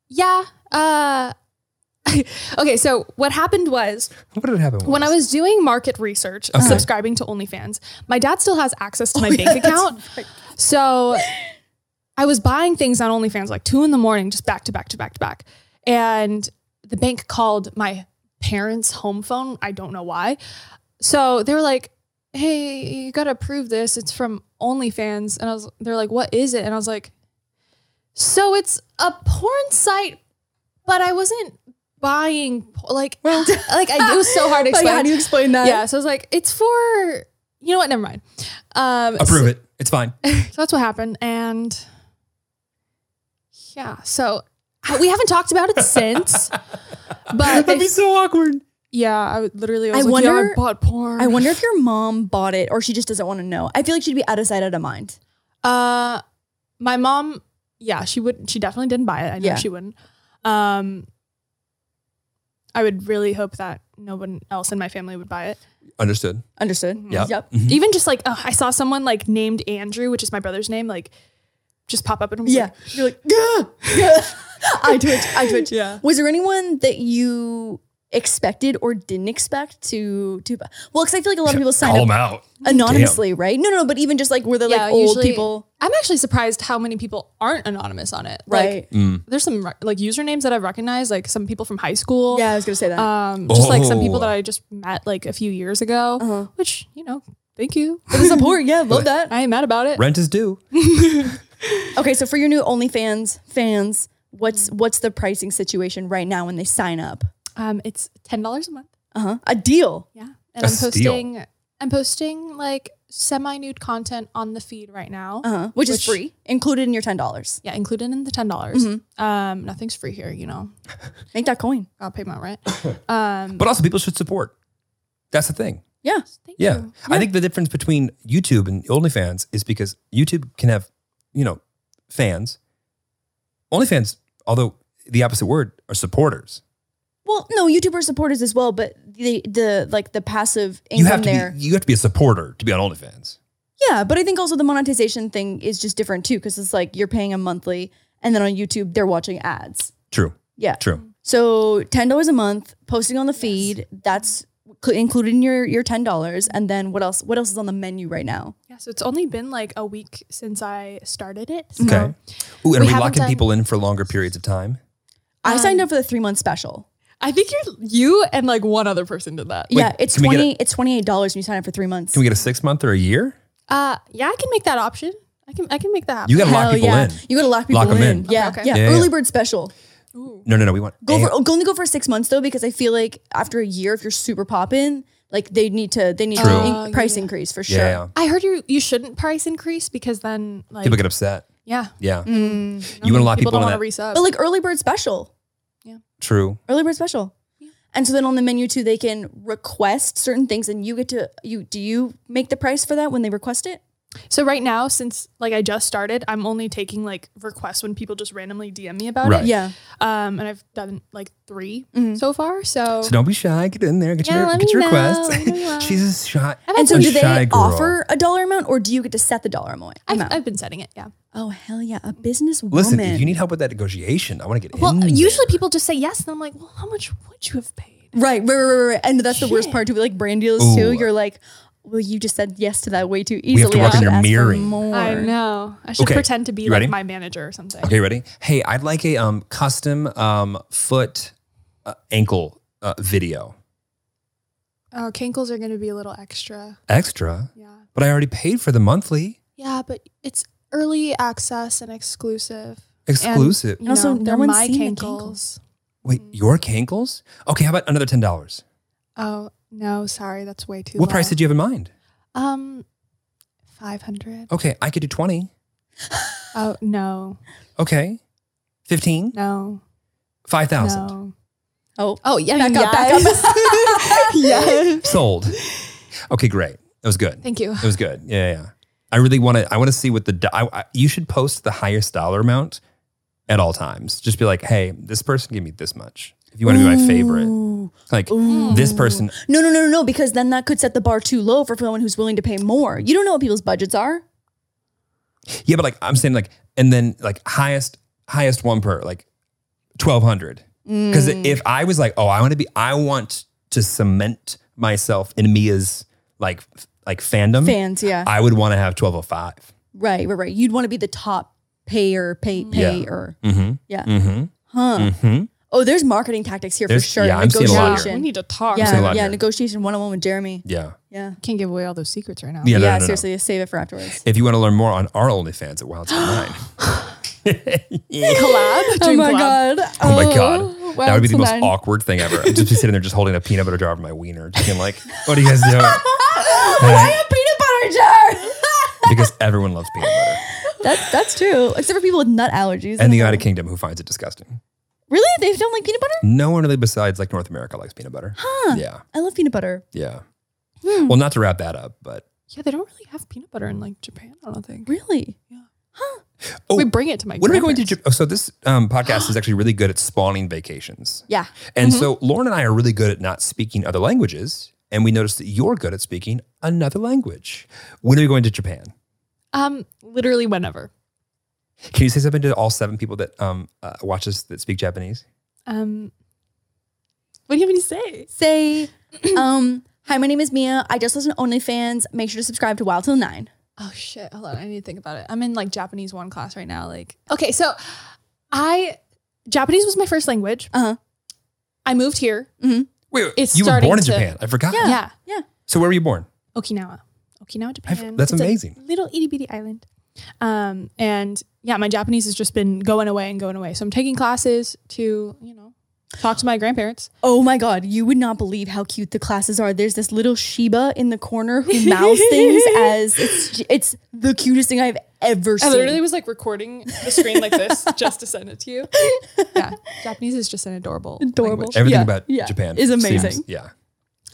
Speaker 4: Yeah. Uh, okay. So what happened was
Speaker 1: what did happen
Speaker 4: when I was doing market research, subscribing to OnlyFans, my dad still has access to my bank account. So I was buying things on OnlyFans like two in the morning, just back to back to back to back. And the bank called my parents' home phone. I don't know why. So they were like, Hey, you gotta approve this. It's from OnlyFans. And I was they're like, What is it? And I was like, So it's a porn site, but I wasn't buying po- like like I it was so hard to
Speaker 2: Like,
Speaker 4: explain.
Speaker 2: how do you explain that?
Speaker 4: Yeah, so I was like, it's for you know what? Never mind. Um,
Speaker 1: approve it. It's fine.
Speaker 4: So, so that's what happened, and yeah, so I- we haven't talked about it since. But
Speaker 1: That'd be
Speaker 4: if-
Speaker 1: so awkward.
Speaker 4: yeah, I would literally. I,
Speaker 2: I
Speaker 4: was like, yeah,
Speaker 2: wonder-
Speaker 4: I bought porn.
Speaker 2: I wonder if your mom bought it or she just doesn't want to know. I feel like she'd be out of sight, out of mind.
Speaker 4: Uh, my mom, yeah, she would. She definitely didn't buy it. I know
Speaker 2: Yeah.
Speaker 4: she wouldn't. Um, I would really hope that no one else in my family would buy it.
Speaker 1: Understood.
Speaker 2: Understood.
Speaker 1: Yeah.
Speaker 2: Yep.
Speaker 1: Mhm.
Speaker 4: Even just like oh, I saw someone like named Andrew, which is my brother's name, like just pop up and was
Speaker 2: Yeah.
Speaker 4: like,
Speaker 2: You're like, "Gah, gah." I twitch. I twitch.
Speaker 4: Yeah.
Speaker 2: Was there anyone that you expected or didn't expect to to? Well, because I feel like a lot of people sign
Speaker 1: Call him
Speaker 2: up
Speaker 1: out.
Speaker 2: anonymously, right? No, no, no, but even just like were they
Speaker 4: Yeah,
Speaker 2: like old
Speaker 4: usually-
Speaker 2: people,
Speaker 4: I'm actually surprised how many people aren't anonymous on it. Like,
Speaker 2: right?
Speaker 1: Mm.
Speaker 4: there's some re- like usernames that I've recognized, like some people from high school.
Speaker 2: yeah, I was gonna say that.
Speaker 4: Um, just like some people
Speaker 1: Oh.
Speaker 4: that I just met like a few years ago,
Speaker 2: Uh-huh.
Speaker 4: which you know, thank you.
Speaker 2: the support, yeah, love that.
Speaker 4: I ain't mad about it.
Speaker 1: Rent is due.
Speaker 2: Okay, so for your new OnlyFans fans, what's what's the pricing situation right now when they sign up?
Speaker 4: Um, it's ten dollars a month.
Speaker 2: Uh huh. A deal.
Speaker 4: Yeah, and
Speaker 1: A
Speaker 4: i I'm
Speaker 1: steal.
Speaker 4: posting. I'm posting like semi-nude content on the feed right now.
Speaker 2: Uh huh. Which, is
Speaker 4: Which-
Speaker 2: free, included in your ten dollars.
Speaker 4: Yeah, included in the ten dollars. Um, nothing's free here, you know.
Speaker 2: Make that coin.
Speaker 4: I'll pay my rent. Um,
Speaker 1: But also, people should support. That's the thing.
Speaker 2: Yeah.
Speaker 4: thank
Speaker 1: Yeah.
Speaker 4: you.
Speaker 1: I think the difference between YouTube and OnlyFans is because YouTube can have, you know, fans. OnlyFans, although the opposite word, are supporters.
Speaker 2: Well, no, YouTuber supporters as well, but the the like the passive income
Speaker 1: You have to
Speaker 2: there.
Speaker 1: be you have to be a supporter to be on OnlyFans.
Speaker 2: Yeah, but I think also the monetization thing is just different too, because it's like you're paying a monthly, and then on YouTube they're watching ads.
Speaker 1: True.
Speaker 2: Yeah.
Speaker 1: True.
Speaker 2: So ten dollars a month, posting on the feed. That's cl- included in your your ten dollars. And then what else? What else is on the menu right now?
Speaker 4: Yeah, so it's only been like a week since I started it. So
Speaker 1: Okay. Ooh, and
Speaker 4: Mm-hmm. We
Speaker 1: are we
Speaker 4: haven't
Speaker 1: locking
Speaker 4: done-
Speaker 1: people in for longer periods of time?
Speaker 4: Um,
Speaker 2: I signed up for the three month special.
Speaker 4: I think you you and like one other person did that.
Speaker 2: yeah, it's
Speaker 1: can we get
Speaker 2: twenty. it's twenty eight dollars when you sign up for three months.
Speaker 1: Can we get a six month or a year?
Speaker 4: Uh, yeah, I can make that option. I can I can make that happen.
Speaker 1: You got to lock
Speaker 2: Hell
Speaker 1: people
Speaker 2: yeah.
Speaker 1: in.
Speaker 2: You gotta lock people
Speaker 1: Lock 'em
Speaker 2: in.
Speaker 1: in.
Speaker 2: Yeah,
Speaker 4: Okay, okay.
Speaker 2: yeah.
Speaker 1: Yeah,
Speaker 2: Early
Speaker 1: yeah.
Speaker 2: bird special.
Speaker 1: No, no, no. We want
Speaker 2: Go
Speaker 1: and-
Speaker 2: for only go for six months though, because I feel like after a year, if you're super popping, like they need to they need
Speaker 1: True.
Speaker 2: to
Speaker 4: Oh,
Speaker 2: in-
Speaker 4: yeah,
Speaker 2: price
Speaker 4: yeah.
Speaker 2: increase for
Speaker 1: Yeah,
Speaker 2: sure.
Speaker 1: yeah.
Speaker 4: I heard you you shouldn't price increase because then like
Speaker 1: People get upset.
Speaker 4: yeah
Speaker 1: Yeah. You want to lock people,
Speaker 4: mm, people don't
Speaker 1: in
Speaker 4: want
Speaker 1: that.
Speaker 4: to resub.
Speaker 2: But uh, like early bird special,
Speaker 1: True.
Speaker 2: early bird special. And so then on the menu too, they can request certain things, and you get to you. Do you make the price for that when they request it?
Speaker 4: so right now since like I just started, I'm only taking like requests when people just randomly DM me about
Speaker 1: Right.
Speaker 4: it.
Speaker 2: Yeah, Mm-hmm.
Speaker 4: Um, and I've done like 3 so far. So,
Speaker 1: So don't be shy. Get in there. Get
Speaker 4: Yeah,
Speaker 1: your
Speaker 4: let
Speaker 1: get
Speaker 4: me
Speaker 1: your
Speaker 4: know.
Speaker 1: request.
Speaker 4: Let me know.
Speaker 1: She's a shy.
Speaker 2: and so
Speaker 1: a
Speaker 2: do they
Speaker 1: shy girl.
Speaker 2: offer a dollar amount, or do you get to set the dollar amount?
Speaker 4: I've,
Speaker 2: amount?
Speaker 4: I've been setting it. Yeah.
Speaker 2: oh hell yeah, a business woman.
Speaker 1: Listen, if you need help with that negotiation, I want to get
Speaker 4: Well,
Speaker 1: in. there.
Speaker 4: usually people just say yes, and I'm like, well, how much would you have paid?
Speaker 2: Right, right, right, right, right. And that's the worst part too. Like brand deals too.
Speaker 1: Ooh.
Speaker 2: You're like, well, you just said yes to that way too easily.
Speaker 1: have to
Speaker 2: I
Speaker 1: work on
Speaker 2: should
Speaker 1: your
Speaker 2: ask for
Speaker 1: mirroring.
Speaker 2: More.
Speaker 4: I know. I should
Speaker 1: Okay.
Speaker 4: pretend to be
Speaker 1: You
Speaker 4: like
Speaker 1: ready?
Speaker 4: my manager or something.
Speaker 1: Okay, ready? Hey, I'd like a um custom um foot uh, ankle uh, video
Speaker 4: Oh, cankles are going to be a little extra.
Speaker 1: extra,
Speaker 4: Yeah.
Speaker 1: but I already paid for the monthly
Speaker 4: Yeah, but it's early access and exclusive.
Speaker 1: exclusive.
Speaker 4: You
Speaker 2: And also,
Speaker 4: know,
Speaker 2: no
Speaker 4: they're
Speaker 2: one's
Speaker 4: my
Speaker 2: seen the
Speaker 4: cankles.
Speaker 1: Wait,
Speaker 4: Mm-hmm.
Speaker 1: your cankles? Okay, how about another ten dollars?
Speaker 4: Oh, no, sorry. That's way too
Speaker 1: What price did you have in mind?
Speaker 4: you? Um, 500.
Speaker 1: Okay, I could do twenty.
Speaker 4: Oh, no.
Speaker 1: Okay, fifteen,
Speaker 4: No.
Speaker 1: five thousand.
Speaker 4: No.
Speaker 2: Oh,
Speaker 4: Oh, yeah.
Speaker 2: back up, back up. yes.
Speaker 1: Sold. Okay, great. That was good.
Speaker 4: Thank you.
Speaker 1: It was good. Yeah, yeah. I really want to. I want to see what the. do- I, I- you should post the highest dollar amount at all times. Just be like, hey, this person gave me this much. If you want to be my favorite, like this person.
Speaker 2: No, no, no, no, no, because then that could set the bar too low for someone who's willing to pay more. You don't know what people's budgets are.
Speaker 1: Mm-hmm. Yeah, but like I'm saying, like, and then like highest, highest one per like twelve hundred. Because
Speaker 2: Mm.
Speaker 1: if I was like, oh, I want to be, I want to cement myself in Mia's like, f- like fandom.
Speaker 2: Fans, yeah.
Speaker 1: I would want to have twelve oh five.
Speaker 2: right, right, right. You'd want to be the top payer, pay,
Speaker 1: Yeah.
Speaker 2: payer.
Speaker 1: Mm-hmm.
Speaker 2: Yeah.
Speaker 1: Mm-hmm.
Speaker 2: Huh.
Speaker 1: Mm-hmm.
Speaker 2: Oh, there's marketing tactics here
Speaker 1: There's-
Speaker 2: for sure.
Speaker 1: yeah, I'm seeing a lot here.
Speaker 4: We need to talk.
Speaker 1: seeing a
Speaker 2: Yeah,
Speaker 1: lot
Speaker 2: yeah,
Speaker 1: here.
Speaker 2: negotiation one on one with Jeremy.
Speaker 1: Yeah.
Speaker 2: Yeah.
Speaker 4: Can't give away all those secrets right now.
Speaker 1: Yeah. no, no, no, no.
Speaker 2: seriously, save it for afterwards.
Speaker 1: If you want to learn more on our OnlyFans at Wild Side Nine.
Speaker 4: Collab.
Speaker 2: Oh
Speaker 4: Dream
Speaker 2: my
Speaker 4: collab.
Speaker 2: god.
Speaker 1: oh my god. that would be the most
Speaker 2: awkward.
Speaker 1: awkward thing ever. I'd just be sitting there just holding a peanut butter jar of my wiener, just being like, what do you guys do?
Speaker 2: Why a peanut butter jar?
Speaker 1: because everyone loves peanut butter.
Speaker 2: that's that's true. Except for people with nut allergies. Oh
Speaker 1: And the United Kingdom who finds it disgusting.
Speaker 2: Really? They don't like peanut butter?
Speaker 1: No one really besides like North America likes peanut butter.
Speaker 2: Huh.
Speaker 1: Yeah.
Speaker 2: I love peanut butter.
Speaker 1: Yeah.
Speaker 4: Hmm.
Speaker 1: Well, not to wrap that up, but
Speaker 4: Yeah, they don't really have peanut butter in like Japan. I don't think.
Speaker 2: Really?
Speaker 1: oh,
Speaker 4: we bring it to my.
Speaker 1: when are we going to
Speaker 4: grandparents.
Speaker 1: Japan? Oh, so this um, podcast is actually really good at spawning vacations.
Speaker 2: Yeah.
Speaker 1: And
Speaker 4: Mm-hmm.
Speaker 1: so Lauren and I are really good at not speaking other languages. And we noticed that you're good at speaking another language. When are you going to Japan?
Speaker 4: Um, literally whenever.
Speaker 1: Can you say something to all seven people that um, uh, watch us that speak Japanese?
Speaker 4: Um, what do you have me to say?
Speaker 2: Say, um, hi, my name is Mia. I just listen to OnlyFans. Make sure to subscribe to Wild Till Nine.
Speaker 4: Oh shit! Hold on, I need to think about it. I'm in like Japanese one class right now. Like, okay, so I Japanese was my first language.
Speaker 2: Uh-huh.
Speaker 4: I moved here.
Speaker 1: Wait, wait,
Speaker 4: It's
Speaker 1: you were
Speaker 4: starting
Speaker 1: born in
Speaker 4: to-
Speaker 1: Japan. I forgot.
Speaker 2: Yeah.
Speaker 4: Yeah,
Speaker 1: So where were you born?
Speaker 4: Okinawa, Okinawa,
Speaker 1: I've-
Speaker 4: Japan.
Speaker 1: that's
Speaker 4: It's a
Speaker 1: amazing.
Speaker 4: little itty bitty island. Um, and yeah, my Japanese has just been going away and going away. So I'm taking classes to you know talk to my grandparents.
Speaker 2: Oh my God, you would not believe how cute the classes are. There's this little Shiba in the corner who mouths things as it's, it's the cutest thing I've ever
Speaker 4: I
Speaker 2: seen.
Speaker 4: literally was like recording the screen like this just to send it to you. Yeah, Japanese is just an adorable,
Speaker 2: Adorable.
Speaker 4: language.
Speaker 1: Everything
Speaker 2: Yeah,
Speaker 1: about
Speaker 2: yeah.
Speaker 1: Japan
Speaker 2: Is amazing.
Speaker 1: seems- yeah.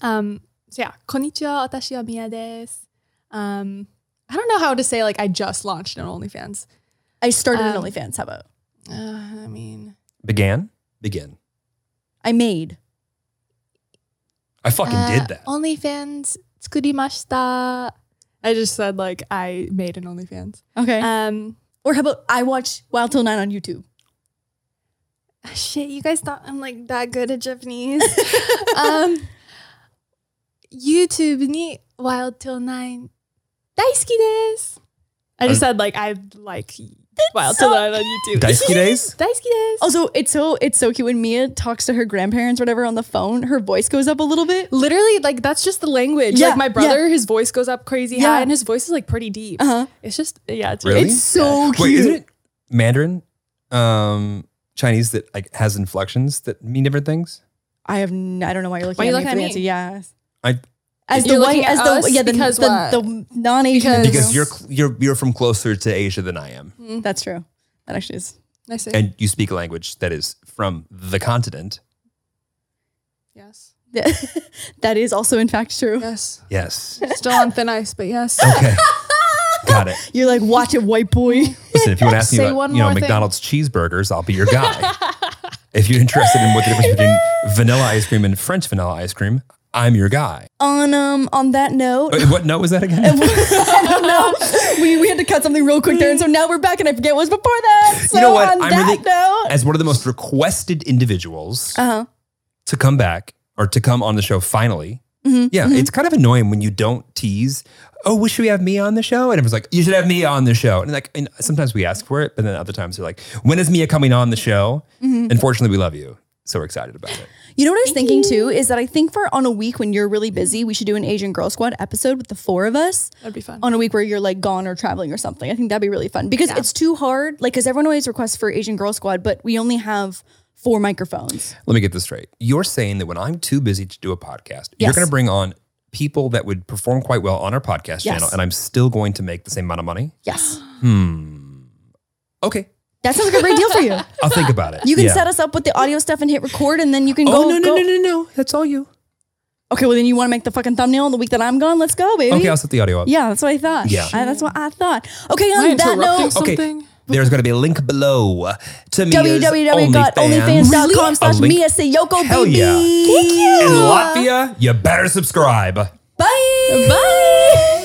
Speaker 4: Um, so yeah, konnichiwa, watashi wa Mia desu. Um, I don't know how to say like I just launched an OnlyFans.
Speaker 2: I started an
Speaker 4: Um,
Speaker 2: OnlyFans. How about
Speaker 4: Uh, I mean,
Speaker 1: Began? Begin.
Speaker 2: I made?
Speaker 1: I fucking
Speaker 4: uh,
Speaker 1: did that.
Speaker 4: OnlyFans tsukurimashita. I just said like I made an OnlyFans.
Speaker 2: Okay.
Speaker 4: Um,
Speaker 2: or how about I watch Wild Till Nine on YouTube?
Speaker 4: ah, shit, you guys thought I'm like that good at Japanese. um, YouTube ni wild till nine. Daisuki desu. I just said like I like wild till nine on YouTube.
Speaker 1: Daisuki days?
Speaker 4: Daisuki desu.
Speaker 2: Also, it's so it's so cute when Mia talks to her grandparents, or whatever, on the phone. Her voice goes up a little bit.
Speaker 4: Literally, like that's just the language.
Speaker 2: Yeah,
Speaker 4: like my brother, his voice goes up crazy
Speaker 2: Yeah.
Speaker 4: high, and his voice is like pretty deep.
Speaker 2: Uh-huh.
Speaker 4: It's just yeah, it's
Speaker 1: Really?
Speaker 2: It's so cute.
Speaker 1: Wait, isn't it Mandarin? Um, Chinese that like has inflections that mean different things?
Speaker 2: I have n- I don't know why you're looking
Speaker 4: Why
Speaker 2: at
Speaker 4: you
Speaker 2: me
Speaker 4: looking
Speaker 2: for the
Speaker 4: at
Speaker 2: answer.
Speaker 4: me?
Speaker 2: Yeah.
Speaker 1: I
Speaker 2: As
Speaker 4: You're
Speaker 2: the
Speaker 4: looking
Speaker 2: white, as
Speaker 4: at
Speaker 2: the
Speaker 4: us
Speaker 2: yeah, the,
Speaker 4: because
Speaker 2: the,
Speaker 4: what?
Speaker 2: the non-Asian
Speaker 4: Because-
Speaker 1: because you're cl- you're you're from closer to Asia than I am,
Speaker 2: That's true. That actually is.
Speaker 4: I see.
Speaker 1: and you speak a language that is from the continent.
Speaker 4: yes,
Speaker 2: that is also in fact true.
Speaker 4: yes.
Speaker 1: Yes.
Speaker 4: Still on thin ice, but yes.
Speaker 1: Okay. Got it.
Speaker 2: You're like, watch it, white boy.
Speaker 1: Listen, if you want to ask me
Speaker 4: Say
Speaker 1: about
Speaker 4: one
Speaker 1: you know
Speaker 4: more thing.
Speaker 1: McDonald's cheeseburgers, I'll be your guy. if you're interested in what the difference between vanilla ice cream and French vanilla ice cream, I'm your guy.
Speaker 2: on um on that note.
Speaker 1: Wait, What note was that again?
Speaker 2: I don't know. We, we had to cut something real quick there, and so now we're back, and I forget what was before that. So
Speaker 1: you know what?
Speaker 2: on
Speaker 1: I'm
Speaker 2: that
Speaker 1: really
Speaker 2: note,
Speaker 1: as one of the most requested individuals
Speaker 2: Uh-huh.
Speaker 1: to come back or to come on the show finally.
Speaker 2: Mm-hmm.
Speaker 1: Yeah, it's kind of annoying when you don't tease. Oh, well, should we have me on the show? And everyone's like, "You should have me on the show." And like, and sometimes we ask for it, but then other times they're like, "When is Mia coming on the show?"
Speaker 2: Mm-hmm.
Speaker 1: Unfortunately, we love you, so we're excited about it.
Speaker 2: you know what I was thinking too is that I think for on a week when you're really busy, we should do an Asian Girl Squad episode with the four of us
Speaker 4: That'd be fun.
Speaker 2: on a week where you're like gone or traveling or something. I think that'd be really fun because it's too hard. Like, because everyone always requests for Asian Girl Squad, but we only have four microphones.
Speaker 1: Let me get this straight. You're saying that when I'm too busy to do a podcast, you're
Speaker 2: Yes.
Speaker 1: going to bring on people that would perform quite well on our podcast channel, and I'm still going to make the same amount of money?
Speaker 2: Yes,
Speaker 1: Hmm. Okay,
Speaker 2: that sounds like a great deal for you.
Speaker 1: I'll think about it.
Speaker 2: You can
Speaker 1: Yeah.
Speaker 2: set us up with the audio stuff and hit record, and then you can
Speaker 1: Oh
Speaker 2: go.
Speaker 1: no, no,
Speaker 2: go-
Speaker 1: no, no, no! That's all you.
Speaker 2: Okay, well then you want to make the fucking thumbnail on the week that I'm gone. Let's go, baby.
Speaker 1: Okay, I'll set the audio up.
Speaker 2: Yeah, that's what I thought.
Speaker 1: Yeah.
Speaker 2: I- that's what I thought. Okay,
Speaker 4: Am I
Speaker 2: on that
Speaker 4: interrupting
Speaker 2: note,
Speaker 1: Okay.
Speaker 4: something?
Speaker 1: There's going to be a link below to Mia's
Speaker 2: www.onlyfans.com slash
Speaker 1: A link-
Speaker 2: Mia Sayoko,
Speaker 1: Hell
Speaker 2: baby.
Speaker 1: yeah.
Speaker 2: Thank you.
Speaker 1: In Latvia, you better subscribe.
Speaker 2: Bye. Bye.